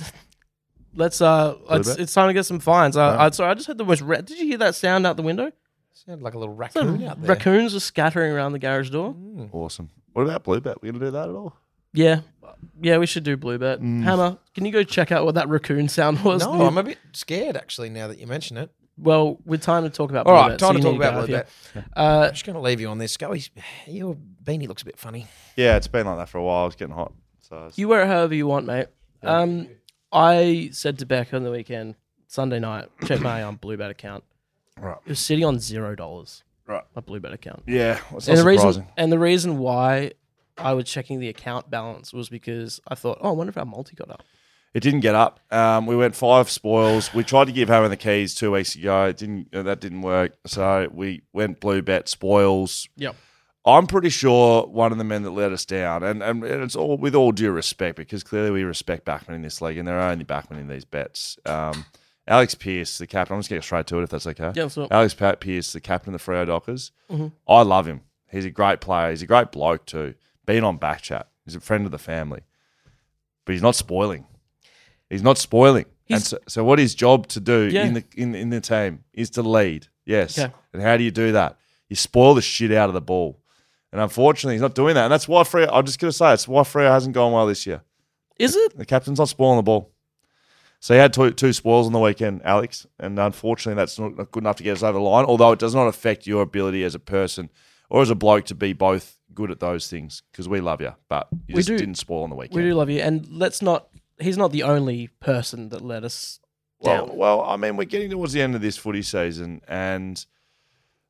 S1: let's uh, let's,
S5: bit?
S1: it's time to get some fines. I, I sorry, I just heard the most. Ra- Did you hear that sound out the window?
S4: Sound like a little
S1: The
S4: raccoon out there.
S1: raccoons are scattering around the garage door.
S5: Awesome. What about Blue Bet? We gonna do that at all?
S1: Yeah, yeah, we should do Bluebet. Hammer, can you go check out what that raccoon sound was?
S4: Mm. No, I'm a bit scared actually now that you mention it.
S1: well, we're time to talk about.
S4: All right,
S1: Bluebet,
S4: time
S1: so
S4: to
S1: you
S4: talk
S1: need go
S4: about
S1: up here.
S4: Bluebet.
S1: Uh,
S4: I'm just going to leave you on this. Scully's, your beanie looks a bit funny.
S5: Yeah, it's been like that for a while. It's getting hot. So it's-
S1: You wear it however you want, mate. Um, I said to Beck on the weekend, Sunday night, check my um, Bluebet account.
S5: Right.
S1: It was sitting on zero dollars.
S5: Right.
S1: My Bluebet account.
S5: yeah, well, it's
S1: And the
S5: not surprising.
S1: reason and the reason why I was checking the account balance was because I thought, oh, I wonder if our multi got up.
S5: It didn't get up. Um, we went five spoils. We tried to give Hammer the keys two weeks ago. It didn't. uh, That didn't work. So we went Blue Bet spoils.
S1: Yep.
S5: I'm pretty sure one of the men that let us down, and, and it's all with all due respect, because clearly we respect backmen in this league, and there are only backmen in these bets. Um, Alex Pierce, the captain. I'm just getting straight to it, if that's okay.
S1: Yeah, so-
S5: Alex Pat Pierce, the captain of the Freo Dockers. I love him. He's a great player. He's a great bloke too. Been on backchat. He's a friend of the family, but he's not spoiling. He's not spoiling. and
S1: He's-
S5: so, so, what his job to do
S1: Yeah.
S5: in the in, in the team is to lead. Yes.
S1: Okay.
S5: And how do you do that? You spoil the shit out of the ball. And unfortunately, he's not doing that. And that's why Freo. I'm just gonna say it's why Freo hasn't gone well this year.
S1: Is it?
S5: The captain's not spoiling the ball. So he had two, two spoils on the weekend, Alex, and unfortunately that's not not good enough to get us over the line. Although it does not affect your ability as a person or as a bloke to be both good at those things because we love you, but you
S1: We
S5: just
S1: do.
S5: didn't spoil on the weekend.
S1: We do love you, and let's not. He's not the only person that let us
S5: Well,
S1: down.
S5: well, I mean, we're getting towards the end of this footy season, and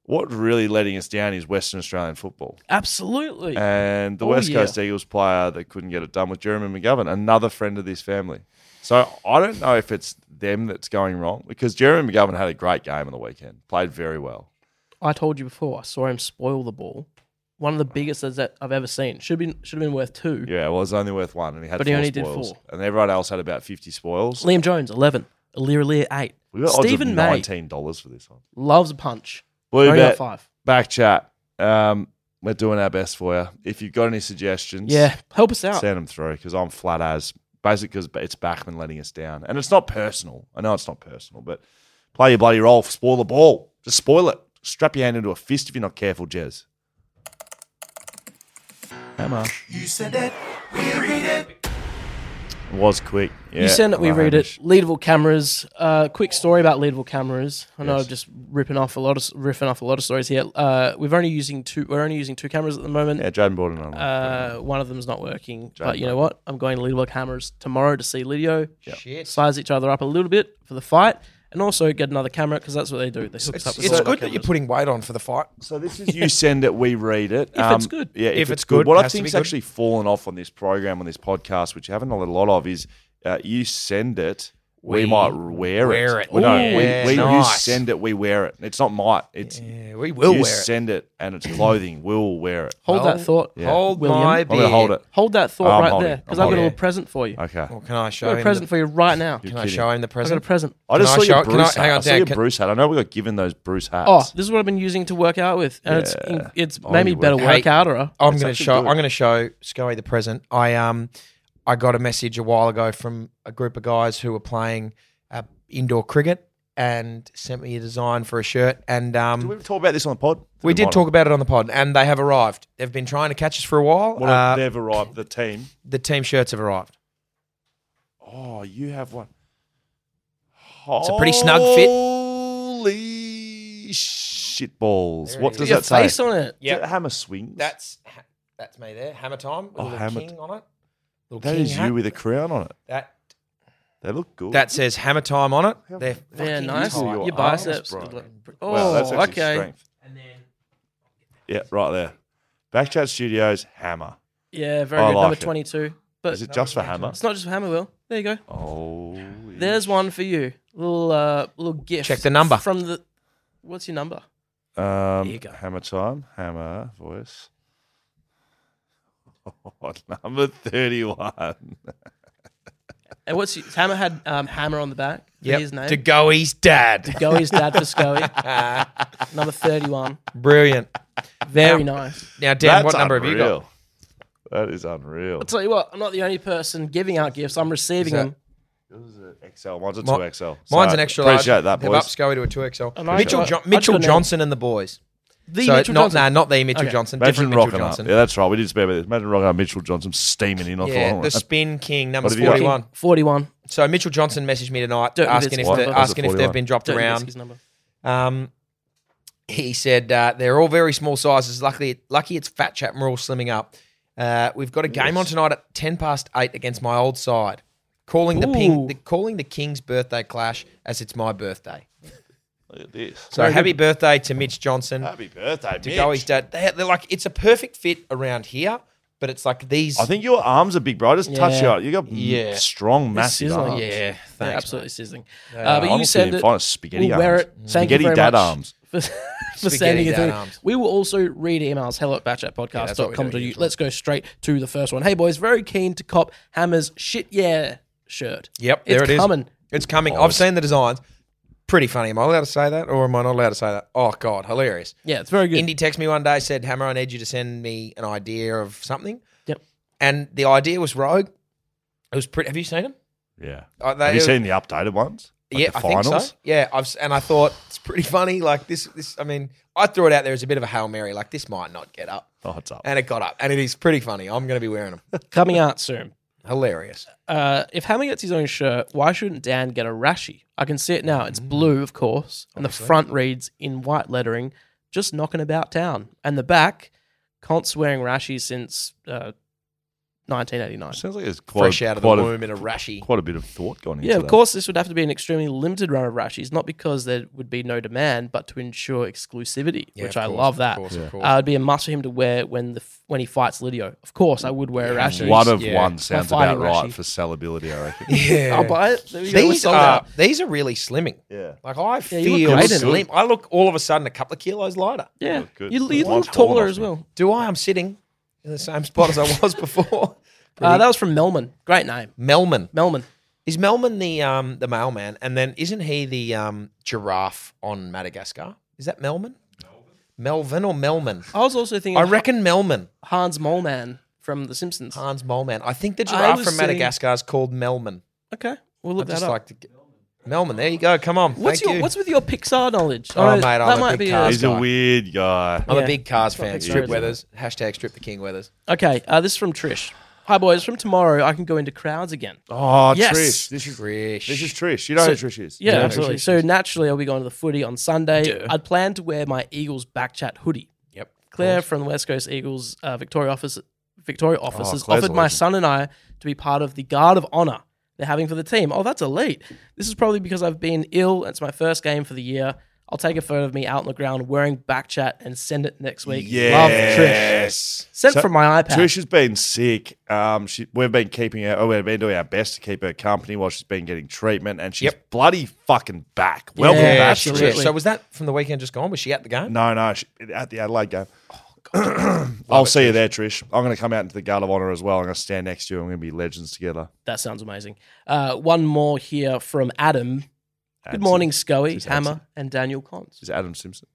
S5: what really letting us down is Western Australian football.
S1: Absolutely.
S5: Uh, And the
S1: Oh,
S5: West
S1: yeah.
S5: Coast Eagles player that couldn't get it done was Jeremy McGovern, another friend of this family. So I don't know if it's them that's going wrong because Jeremy McGovern had a great game on the weekend, played very well.
S1: I told you before. I saw him spoil the ball. One of the biggest that I've ever seen. Should have been should have been worth two.
S5: Yeah, well, it's only worth one, and he had
S1: But he
S5: four
S1: only did
S5: spoils,
S1: four.
S5: and everyone else had about fifty spoils.
S1: Liam Jones, 11. Alir Alir, 8.
S5: We got
S1: Stephen
S5: odds of
S1: May
S5: nineteen dollars for this one.
S1: loves a punch.
S5: Blue
S1: Only got
S5: bet,
S1: 5.
S5: back chat. Um, we're doing our best for you. If you've got any suggestions,
S1: Yeah, help us out.
S5: Send them through because I'm flat as. Basically, because it's Bachman letting us down. And it's not personal. I know it's not personal, but play your bloody role. Spoil the ball. Just spoil it. Strap your hand into a fist if you're not careful, Jez. Hammer. It was quick. Yeah,
S1: you send it, we
S5: Well,
S1: read
S5: Hamish.
S1: it. Leadable cameras. Uh, quick story about leadable cameras. I know
S5: Yes.
S1: I'm just ripping off a lot of riffing off a lot of stories here. Uh, we've only using two. We're only using two cameras at the moment.
S5: Yeah, Jaden bought another.
S1: Uh, one of them's not working. but
S5: Jade
S1: you know what? I'm going to leadable cameras tomorrow to see Lidio.
S4: Shit.
S1: Size each other up a little bit for the fight, and also get another camera because that's what they do. They hook us
S4: It's,
S1: up. With
S4: it's
S1: all
S4: good
S1: the
S4: that you're
S1: cameras.
S4: putting weight on for the fight.
S5: So this is you send it, we read it. Um,
S1: If it's good.
S5: yeah. If, it's good,
S4: it
S5: what I
S4: has to be
S5: think's
S4: good.
S5: actually fallen off on this program, on this podcast, which you haven't had a lot of, is uh, you send it, we,
S4: We
S5: might wear it.
S4: wear it.
S5: We don't.
S4: Ooh,
S5: we,
S4: yeah,
S5: we- you
S4: nice.
S5: send it, we wear it. It's not might. It's
S4: Yeah, we will
S5: you
S4: wear it.
S5: send it, and it's clothing. we'll wear it.
S1: Hold that
S4: Hold-
S1: thought.
S5: Yeah.
S4: Hold
S1: William.
S4: my
S5: I'm gonna
S4: beer.
S5: hold it.
S1: Hold that thought
S5: Oh, I'm
S1: right
S5: holding.
S1: there because
S5: I'm
S1: I've got a
S4: holding.
S1: little present for you.
S5: Okay.
S4: Well, can I
S1: I've
S4: show
S1: got a
S4: him?
S1: present
S4: the,
S1: for you right now.
S4: can
S5: You're
S4: I
S5: kidding.
S4: show him the
S1: I've got a
S4: present?
S1: present.
S5: I just
S4: I
S5: saw
S4: show-
S5: your
S4: can I-
S5: Bruce. hat.
S4: hang on,
S5: I saw
S4: Dan,
S5: your
S4: can-
S5: Bruce hat. I know we got given those Bruce hats.
S1: Oh, this is what I've been using to work out with, and it's
S5: Yeah.
S1: in- it's
S5: Oh,
S1: made me
S5: you
S1: better
S5: work- Oh,
S1: work
S4: Hey,
S1: out. Or
S4: I'm
S5: It's
S4: gonna
S5: actually
S4: show.
S5: good.
S4: I'm gonna show Scully the present. I um, I got a message a while ago from a group of guys who were playing uh, indoor cricket and sent me a design for a shirt. And um,
S5: Did we talk about this on the pod?
S4: we did
S5: might
S4: talk
S5: have.
S4: about it on the pod, and they have arrived. They've been trying to catch us for a while.
S5: Well,
S4: Uh,
S5: they've arrived. The team.
S4: the team shirts have arrived.
S5: Oh, you have one.
S4: It's a pretty snug fit.
S5: Holy shit balls!
S4: There
S5: What
S4: it
S5: does
S4: is.
S1: your
S5: that say?
S1: face on it.
S5: Is that hammer swings.
S4: That's that's me there. Hammer time with
S5: Oh,
S4: a little
S5: hammer-
S4: king on it. Little
S5: that
S4: king
S5: is
S4: hat.
S5: you with a crown on it.
S4: that
S5: They look good.
S4: that says hammer time on it.
S5: How
S4: They're
S5: fucking
S1: Yeah,
S4: fucking Oh,
S1: nice.
S5: easy
S4: tight.
S1: Your,
S5: your arms,
S1: biceps.
S5: bro.
S1: look- Oh,
S5: wow. that's actually
S1: okay.
S5: strength.
S4: And then
S5: Yeah, right there. Backchat Studios hammer.
S1: Yeah, very
S5: I
S1: good.
S5: like
S1: Number
S5: it.
S1: twenty-two. But
S5: Is it just for hammer?
S1: it's not just for hammer wheel. There you go.
S5: Oh,
S1: There's one for you. Little uh, little gift.
S4: Check the number.
S1: from the. What's your number?
S5: Um,
S1: Here you go.
S5: Hammer time, hammer voice. number thirty-one.
S1: And what's your, hammer had um, hammer on the back? for
S4: yep.
S1: his name.
S4: to Goey's dad.
S1: Goey's dad for Scoey. number thirty-one.
S4: Brilliant.
S1: Very nice.
S4: Now, Dan, what number have you got?
S5: got? That is unreal.
S1: I'll tell you what. I'm not the only person giving out gifts. I'm receiving
S4: that-
S1: them.
S5: XL. Mine's a
S4: Mi-
S5: two XL.
S4: Mine's an extra large.
S5: Appreciate that,
S4: They've
S5: boys.
S4: upped Scully to a two XL.
S1: And I-
S4: Mitchell,
S1: I-
S4: jo-
S1: I just
S4: Mitchell
S1: got an-
S4: Johnson and the boys.
S1: The
S4: so
S1: Mitchell
S4: not
S1: Johnson.
S4: nah, not the Mitchell
S1: Okay.
S4: Johnson.
S5: Imagine
S4: different Mitchell
S5: rocking up.
S4: Johnson.
S5: Yeah, that's right. We did speak about this. Imagine rocking up Mitchell Johnson steaming in off
S4: Yeah,
S5: the
S4: the
S5: line.
S4: spin king number
S5: What have you got?
S4: forty one.
S1: Forty-one.
S4: So Mitchell Johnson messaged me tonight
S1: Don't
S4: asking
S1: miss
S4: if
S1: one.
S4: the,
S1: What was
S5: it,
S4: asking if
S5: 41?
S4: they've been dropped
S1: Don't miss
S4: around.
S1: his number.
S4: Um, he said uh, they're all very small sizes. Luckily, lucky it's Fat Chap and we're all slimming up. Uh, we've got a game on tonight at ten past eight against my old side, calling the
S1: Ooh.
S4: ping, the, calling the King's birthday clash as it's my birthday.
S5: Look at this. Uh,
S4: So happy birthday to Mitch Johnson,
S5: Happy birthday,
S4: to Goey's dad. They, they're like it's a perfect fit around here, but it's like these.
S5: I think your arms are big, bro. I just touch
S1: Yeah.
S5: you out. You got m-
S4: Yeah.
S5: strong, massive
S1: sizzling.
S5: arms.
S4: yeah,
S1: They're
S4: thanks.
S1: absolutely sizzling. Uh, but
S5: I'm
S1: you
S5: not
S1: send
S5: feeling
S1: it.
S5: fine. It's spaghetti
S1: we'll wear
S5: arms.
S1: it. Thank
S5: spaghetti
S1: you very
S5: dad
S1: much
S5: arms.
S1: For, for sending it
S4: dad
S1: through.
S4: arms.
S1: We will also read emails. Hello at
S4: Yeah, that's what we do
S1: batchatpodcast.com.au.
S4: usually.
S1: Let's go straight to the first one. Hey, boys, very keen to cop Hammer's shit yeah shirt.
S4: Yep,
S1: it's
S4: there it is.
S1: coming.
S4: It's coming.
S5: Oh,
S4: I've
S5: it's-
S4: seen the designs. Pretty funny. Am I allowed to say that, or am I not allowed to say that? Oh God, hilarious.
S1: Yeah, it's very good.
S4: Indy texted me one day, said, Hammer, I need you to send me an idea of something.
S1: Yep.
S4: And the idea was Rogue. It was pretty. Have you seen him?
S5: Yeah.
S4: Uh, they-
S5: Have you seen the updated ones? Like
S4: yeah,
S5: the
S4: I think
S5: finals?
S4: so. Yeah, I've s- and I thought it's pretty funny. Like this, this. I mean, I threw it out there as a bit of a hail mary. Like this might not get up,
S5: Oh, it's up.
S4: and it got up, and it is pretty funny. I'm going to be wearing them.
S1: coming out soon.
S4: Hilarious.
S1: Uh, if Hammer gets his own shirt, why shouldn't Dan get a Rashi? I can see it now. It's
S4: Mm.
S1: blue, of course, and the front reads in white lettering, just knocking about town. And the back, Cont's wearing Rashi since uh, 1989.
S5: Sounds like there's quite,
S4: Fresh out of the
S5: quite a-
S4: womb in a rashy.
S5: quite a bit of thought gone into
S1: Yeah, of
S5: that.
S1: course, this would have to be an extremely limited run of Rashis, not because there would be no demand, but to ensure exclusivity,
S4: Yeah,
S1: which
S4: of
S1: I
S4: course,
S1: love
S4: of
S1: that.
S4: course, of
S1: Uh,
S4: course.
S1: it'd be a must for him to wear when the f- when he fights Lidio. Of course, I would wear a Rashi.
S5: One of
S4: Yeah.
S5: one sounds
S1: fighting
S5: about right
S1: Rashi.
S5: for sellability, I reckon.
S4: Yeah.
S1: I'll buy it. There we go. We're
S4: These
S1: sold
S4: are
S1: out.
S4: these are really slimming.
S5: yeah.
S4: Like I
S1: Yeah, you look
S4: feel
S1: great in
S4: slim. I look all of a sudden a couple of kilos lighter.
S1: Yeah,
S5: good.
S1: you,
S5: The
S1: you look
S5: line's fallen
S1: taller
S5: off
S1: as
S5: me.
S1: well.
S4: Do I? I'm sitting in the same spot as I was before.
S1: Uh, that was from Melman. Great name,
S4: Melman.
S1: Melman.
S4: Is Melman the um the mailman? And then isn't he the um giraffe on Madagascar? Is that Melman? Melvin or Melman?
S1: I was also thinking
S4: I
S1: of
S4: reckon Melman.
S1: Hans Moleman from The Simpsons.
S4: Hans Molman. I think the
S1: I
S4: giraffe
S1: was
S4: from
S1: saying-
S4: Madagascar is called Melman.
S1: Okay, we'll
S4: I
S1: look
S4: just
S1: that up.
S4: like to get... Melman. There you go. Come on.
S1: what's
S4: Thank
S1: your
S4: you.
S1: What's with your Pixar knowledge?
S4: Oh,
S1: I know
S4: mate, I'm
S1: that
S4: a
S1: might
S4: big
S1: be
S4: Cars
S5: He's a
S4: guy. Uh,
S5: weird guy.
S4: I'm
S1: Yeah.
S4: a big Cars
S1: Got
S4: fan.
S1: pictures.
S4: Strip Weathers. Hashtag Strip the King Weathers.
S1: Okay, uh, this is from Trish. Hi, boys. From tomorrow, I can go into crowds again.
S10: Oh,
S1: Yes.
S10: Trish. This is,
S4: Trish.
S10: this is Trish. You
S5: Oh,
S10: know who
S1: So-
S10: Trish is.
S1: Yeah,
S10: You know who
S1: absolutely.
S10: Trish
S1: So
S10: is.
S1: naturally, I'll be going to the footy on Sunday.
S4: Duh.
S1: I'd plan to wear my Eagles backchat hoodie.
S4: Yep.
S1: Claire from the West Coast Eagles uh, Victoria office, Victoria office
S10: Oh,
S1: has
S10: Claire's
S1: offered
S10: a
S1: my
S10: legend.
S1: son and I to be part of the guard of honor they're having for the team. Oh, that's elite. This is probably because I've been ill. It's my first game for the year. I'll take a photo of me out on the ground wearing backchat and send it next week. Love Trish.
S5: Yes.
S1: Sent
S5: So-
S1: from my iPad.
S5: Trish has been sick. Um, she, we've been keeping her. Oh, we've been doing our best to keep her company while she's been getting treatment, and she's
S4: Yep.
S5: bloody fucking back. Welcome
S1: Yeah,
S5: back,
S4: Trish.
S1: absolutely.
S5: Trish.
S4: So was that from the weekend just gone? Was she at the game?
S5: No, no, she, at the Adelaide game.
S1: Oh,
S5: I'll see you there, Trish. I'm going to come out into the Guard of Honor as well. I'm going to stand next to you. and We're going to be legends together.
S1: That sounds amazing. Uh, one more here from Adam. Good morning, Scoey,
S5: Just
S1: Hammer,
S5: absent.
S1: and Daniel Cons.
S5: Is Adam Simpson?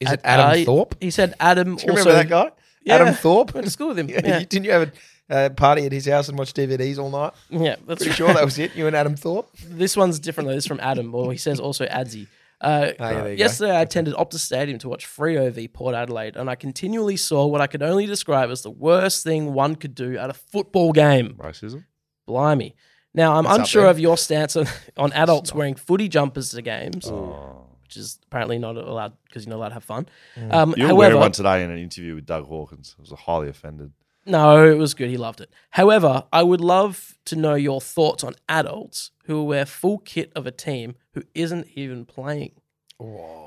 S4: Is it
S1: Ad-
S4: Adam
S1: I-
S4: Thorpe?
S1: He said Adam.
S4: Do you
S1: also,
S4: remember that guy?
S1: Yeah.
S4: Adam Thorpe?
S1: Went to school with him.
S4: Yeah,
S1: Yeah.
S4: you- didn't you have a uh, party at his house and watch DVDs all night?
S1: Yeah, that's
S4: Pretty
S1: right.
S4: sure that was it. You and Adam Thorpe.
S1: This one's different though. This is from Adam, or he says also Adzi. Uh,
S4: Ah, yeah, there you go.
S1: yesterday, I attended Optus Stadium to watch Freo v Port Adelaide, and I continually saw what I could only describe as the worst thing one could do at a football game.
S5: Racism?
S1: Blimey! Now I'm
S4: That's up
S1: unsure
S4: there.
S1: of your stance on, on adults wearing footy jumpers to games,
S4: Oh.
S5: Oh.
S1: which is apparently not allowed because you're not allowed to have fun.
S4: Mm.
S1: Um,
S5: You were
S1: however,
S5: wearing one today in an interview with Doug Hawkins. I was highly offended.
S1: No, it was good. He loved it. However, I would love to know your thoughts on adults who wear full kit of a team who isn't even playing.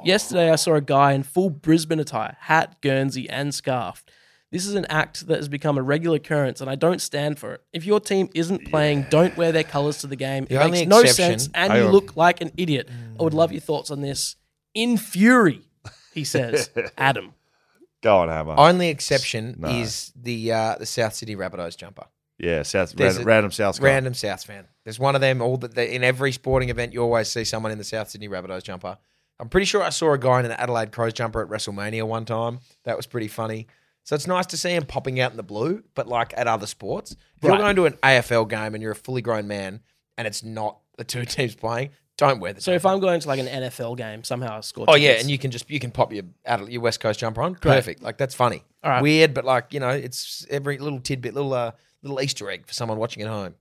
S1: Yesterday, I saw a guy in full Brisbane attire, hat, Guernsey, and scarf. This is an act that has become a regular occurrence, and I don't stand for it. If your team isn't playing, don't wear their colours to the game.
S4: The
S1: it
S4: only
S1: makes no
S4: exception-
S1: sense, and
S5: Hang
S1: you
S5: on.
S1: look like an idiot. I would love your thoughts on this. In fury, he says, Adam.
S5: Go on, Hammer.
S4: Only exception
S5: No.
S4: is the uh, the South City Rabbitohs jumper.
S5: yeah, South,
S4: There's
S5: random,
S4: a-
S5: random South Scott.
S4: Random South fan. There's one of them. All that they- in every sporting event, you always see someone in the South Sydney Rabbitohs jumper. I'm pretty sure I saw a guy in an Adelaide Crows jumper at WrestleMania one time. That was pretty funny. So it's nice to see him popping out in the blue, but like at other sports. If you're
S1: Right.
S4: going to an AFL game and you're a fully grown man and it's not the two teams playing, don't wear the
S1: So if
S4: jumper.
S1: I'm going to like an NFL game, somehow I score.
S4: Oh yeah,
S1: tickets.
S4: and you can just you can pop your Adel- your West Coast jumper on. Perfect. Like that's funny.
S1: All right.
S4: Weird, but like, you know, it's every little tidbit, little uh, little Easter egg for someone watching at home.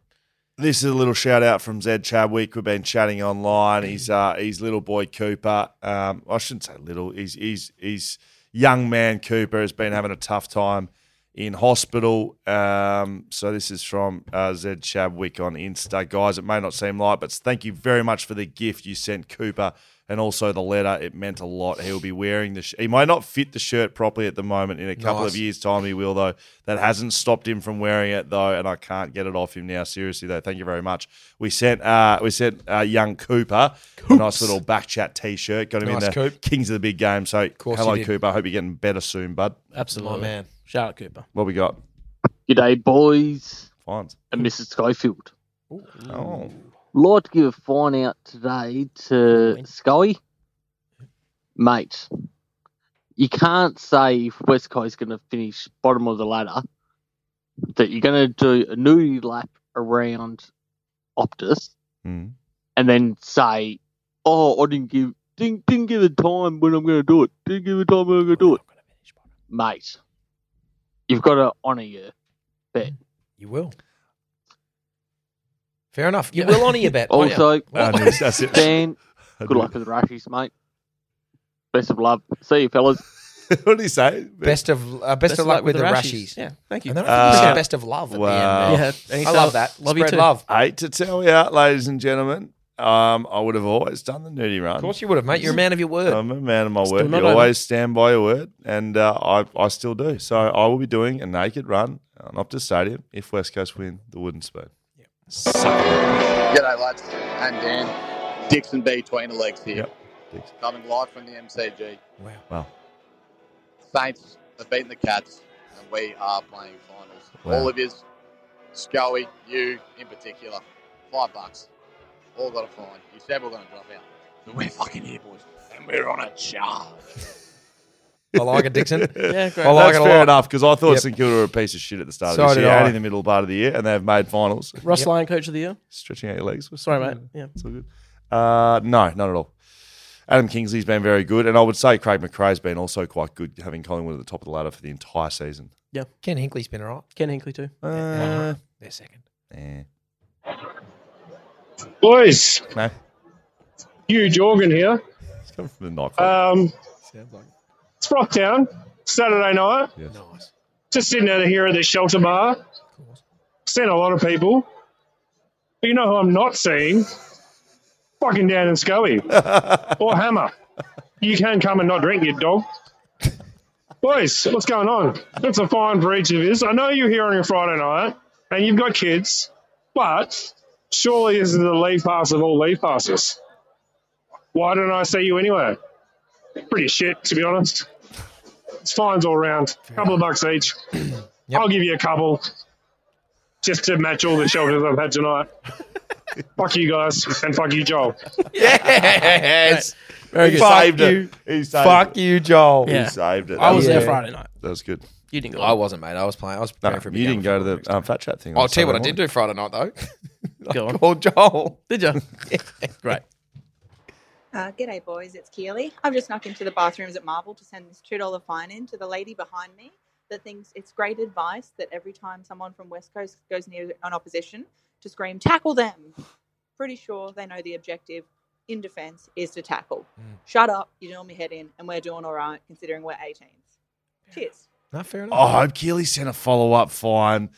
S5: This is a little shout out from Zed Chadwick. We've been chatting online. He's uh, he's little boy Cooper. Um, I shouldn't say little. He's he's he's young man Cooper has been having a tough time in hospital. Um, so this is from uh, Zed Chadwick on Insta, guys. It may not seem like, but thank you very much for the gift you sent Cooper and also the letter. It meant a lot. He'll be wearing the. Sh- he might not fit the shirt properly at the moment. In a couple
S4: Nice.
S5: of years' time, he will though. That hasn't stopped him from wearing it though, and I can't get it off him now. Seriously though, thank you very much. We sent uh, we sent uh, young Cooper a nice little back chat T-shirt. Got him
S4: Nice,
S5: in the
S4: Coop.
S5: Kings of the Big Game. So
S4: course
S5: hello
S4: you did.
S5: Cooper. Hope you're getting better soon, bud.
S1: absolutely,
S4: My man.
S1: Shout out Cooper.
S5: What we got?
S11: G'day, boys
S5: Fines.
S11: and Mrs. Schofield.
S5: Oh,
S11: Like to give a fine out today to Scully. Mate, you can't say if West Coast going to finish bottom of the ladder that you're going to do a new lap around Optus
S5: Mm.
S11: and then say, "Oh, I didn't give didn't, didn't give the time when I'm going to do it. Didn't give the time when I'm going to do it, mate. You've got to honour your bet.
S4: You will. Fair enough. You
S1: Yeah.
S4: will honour your bet. won't you?
S11: Also,
S5: I knew- Uh, that's it.
S11: Dan,
S5: I
S11: good
S5: knew-
S11: luck with the Rashies, mate. Best of love. See you, fellas.
S5: what did he say?
S4: best of uh, best, of luck, with the Rashies.
S1: Yeah, thank you.
S4: And then
S5: Uh,
S4: I think it's the best of love. At
S5: wow.
S4: the end, man.
S1: yeah, and he said,
S4: I love that.
S1: Love
S4: Spread
S1: you too.
S4: love.
S5: Hate to tell you, ladies and gentlemen, um, I would have always done the nudie run.
S4: Of course you would have, mate. You're a man of your word.
S5: I'm a man of my
S1: Still
S5: word.
S1: not
S5: You
S1: over.
S5: always stand by your word, and uh, I, I still do. So I will be doing a naked run on Optus Stadium if West Coast win the Wooden Spoon.
S12: G'day, lads. I'm Dan. Dixon between the legs here.
S5: Yep. Thanks.
S12: Coming live from the MCG.
S4: wow.
S5: Wow.
S12: Saints have beaten the Cats, and we are playing finals.
S5: Wow.
S12: All of yous, Scully, you in particular, five bucks. All got a fine. You said we're going to drop out. But we're fucking here, boys. And we're on a charge.
S4: I like it, Dixon.
S1: Yeah, great.
S4: I like
S5: That's
S4: it a
S5: fair
S4: lot.
S5: enough because I thought
S4: Yep.
S5: St Kilda were a piece of shit at the start
S4: So
S5: of this
S4: did
S5: year
S4: I.
S5: and in the middle part of the year, and they've made finals.
S1: Ross Lyon, coach of the year.
S5: Stretching out your legs.
S1: Sorry, mate. Yeah.
S5: It's all good. Uh, no, not at all. Adam Kingsley's been very good, and I would say Craig McRae's been also quite good, having Collingwood at the top of the ladder for the entire season.
S4: Ken Hinkley's been all right.
S1: Ken Hinkley too.
S5: Uh,
S4: They're second.
S5: eh.
S13: Boys,
S5: No,
S13: Hugh Jorgen here.
S5: it's coming from the nightclub.
S13: Um,
S4: Sounds like
S13: it's Rocktown, Saturday night.
S5: yes.
S4: nice.
S13: Just sitting out here at the shelter bar. Seen a lot of people. But you know who I'm not seeing? Fucking Dan and Scully. or Hammer. You can come and not drink, you dog. Boys, what's going on? It's a fine for each of us. I know you're here on your Friday night and you've got kids, but surely this is the leave pass of all leave passes. Why don't I see you anyway? Pretty shit, to be honest. It's fines all round. A couple of bucks each. I'll give you a couple just to match all the shelters I've had tonight. fuck you guys and fuck you, Joel.
S4: Yes.
S1: Very good.
S4: Fuck
S5: Saved
S4: you.
S5: it. He saved
S4: Fuck
S5: it.
S4: you, Joel.
S1: Yeah.
S5: He saved it.
S1: I was there
S4: Yeah.
S1: Friday night.
S5: That was good.
S1: You didn't go.
S4: I wasn't, mate. I was playing. I was
S5: No,
S4: preparing for a big
S5: you
S4: game
S5: didn't
S4: of
S5: go to
S4: football
S5: the um, fat chat thing. on
S4: I'll tell you what I
S5: Saturday
S4: did do Friday night though.
S1: Go on.
S4: Called Joel.
S1: Did you? Great.
S14: Uh, g'day, boys. It's Keely. I've just snuck into the bathrooms at Marvel to send this $2 fine in to the lady behind me that thinks it's great advice that every time someone from West Coast goes near an opposition to scream, tackle them. Pretty sure they know the objective in defence is to tackle. Shut up. You're doing me head in, and we're doing all right considering we're 18s. Cheers.
S4: No, fair
S5: Oh, I
S4: enough.
S5: hope Keely sent a follow up fine.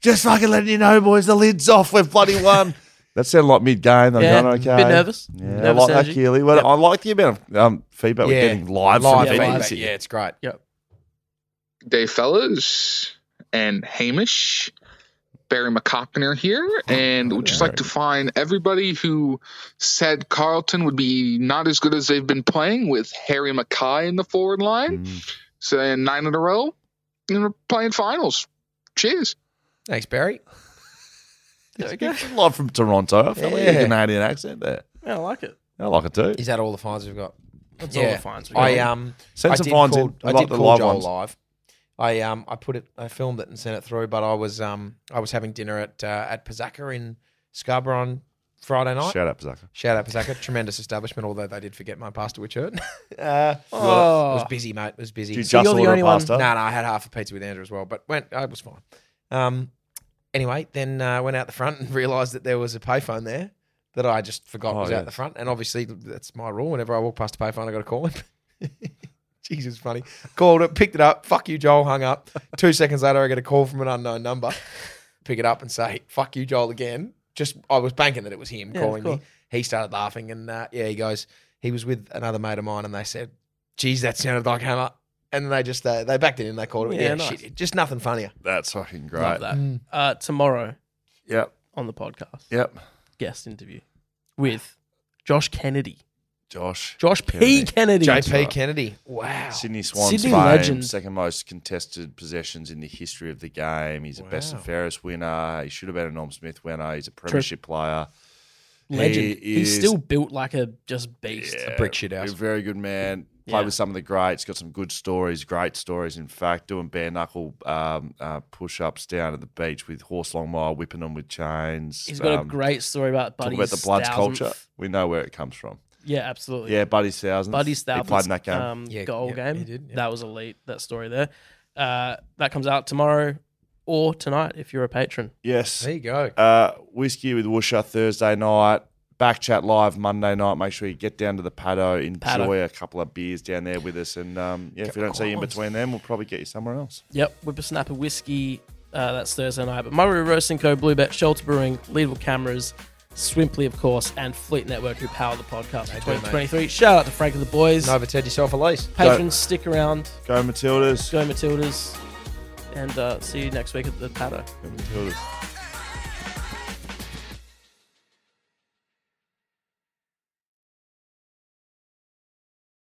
S5: Just fucking letting you know, boys, the lid's off. We've bloody won. that sounded like mid game. I'm
S1: Yeah,
S5: going okay.
S1: bit nervous.
S5: Yeah, I
S1: Nervous
S5: like that,
S1: energy.
S5: Keely. Well,
S1: Yep.
S5: I like the amount of um, feedback we're
S4: Yeah.
S5: getting live,
S4: Live
S5: from
S4: feedback.
S5: feedback.
S4: Yeah, it's great.
S14: Day fellas and Hamish, Barry McCockner here, and would just like to find everybody who said Carlton would be not as good as they've been playing with Harry Mackay in the forward line. So they're nine in a row, and we're playing finals. Cheers.
S4: Thanks, Barry.
S5: Live from Toronto. I feel like you
S4: Yeah.
S5: a Canadian accent there.
S1: Yeah, I like it.
S5: I like it too.
S4: Is that all the fines we've got?
S1: That's
S4: yeah.
S1: all the fines. we
S4: I
S1: got.
S4: um
S5: Send
S4: I
S5: some
S4: did
S5: fines
S4: call,
S5: in. I
S4: I
S5: like
S4: did
S5: the
S4: call
S5: live
S4: Joel
S5: ones.
S4: live. I um I put it I filmed it and sent it through, but I was um I was having dinner at uh, at Pizzacca in Scarborough on Friday night.
S5: Shout out, Zaka.
S4: Shout out Pizzacca, tremendous establishment. Although they did forget my pasta which hurt. uh,
S1: Oh.
S4: it was busy, mate. It was busy.
S5: Did you
S1: So
S5: just
S1: you're the
S5: order
S1: only
S5: a
S1: one-
S5: pasta?
S4: No, no, Mm. I had half a pizza with Andrew as well, but went. I was fine. Um, anyway, then uh, went out the front and realised that there was a payphone there that I just forgot
S5: Oh,
S4: was
S5: yeah.
S4: out the front. And obviously, that's my rule. Whenever I walk past a payphone, I got to call him. Jesus, funny. Called it, picked it up. Fuck you, Joel. Hung up. Two seconds later, I get a call from an unknown number. Pick it up and say, "Fuck you, Joel." Again. Just I was banking that it was him
S1: Yeah, of
S4: calling
S1: course.
S4: me. He started laughing, and uh, yeah, he goes, he was with another mate of mine, and they said, "Geez, that sounded like Hammer." And they just uh, they backed it in. They called it.
S1: Yeah,
S4: Yeah,
S1: nice.
S4: shit, just nothing funnier.
S5: That's fucking
S1: love
S5: great.
S1: that. Uh, tomorrow
S5: Yep.
S1: on the podcast,
S5: Yep.
S1: guest interview with Josh Kennedy,
S5: Josh.
S1: Josh P. Kennedy,
S4: JP Kennedy. Wow.
S5: Sydney Swans
S1: Sydney
S5: fame,
S1: legend.
S5: second most contested possessions in the history of the game. He's a best and
S4: Wow.
S5: fairest winner. He should have been a Norm Smith winner. He's a premiership player.
S1: legend.
S5: He
S1: He's
S5: is-
S1: still built like a just beast.
S5: Yeah,
S4: brick shithouse.
S5: a very good man. Played
S1: Yeah.
S5: with some of the greats. Got some good stories, great stories. In fact, doing bare knuckle um, uh, push ups down at the beach with horse long mile, whipping them with chains.
S1: He's got
S5: Um,
S1: a great story about
S5: Talk
S1: Buddy's
S5: about the Bloods
S1: thousandth-
S5: culture. We know where it comes from.
S1: Yeah, absolutely.
S5: Yeah, Buddy's thousand.
S1: Buddy's
S5: He
S1: thousand
S5: played in that game.
S1: um,
S4: Yeah,
S1: goal
S4: yeah,
S1: game.
S4: he did, yeah.
S1: That was elite. That story there. Uh, that comes out tomorrow or tonight if you're a patron.
S5: yes.
S4: There you go.
S5: Uh, whiskey with Woosha Thursday night. Back chat live Monday night. Make sure you get down to the paddo, enjoy
S1: Paddo.
S5: a couple of beers down there with us, and um, yeah, if we don't see you in
S4: course.
S5: between them, we'll probably get you somewhere else.
S1: Yep, Whippersnapper Whiskey. Uh, that's Thursday night. But Murray Roasting Co., Blue Bet, Shelter Brewing, Leadable Cameras, Swimply, of course, and Fleet Network, who power the podcast for 2023. Shout out to Frank and the boys.
S4: Nova Ted yourself a lace.
S1: Patrons, stick around.
S5: Go Matildas.
S1: Go Matildas. And uh, see you next week at the Paddock.
S5: Go Matildas.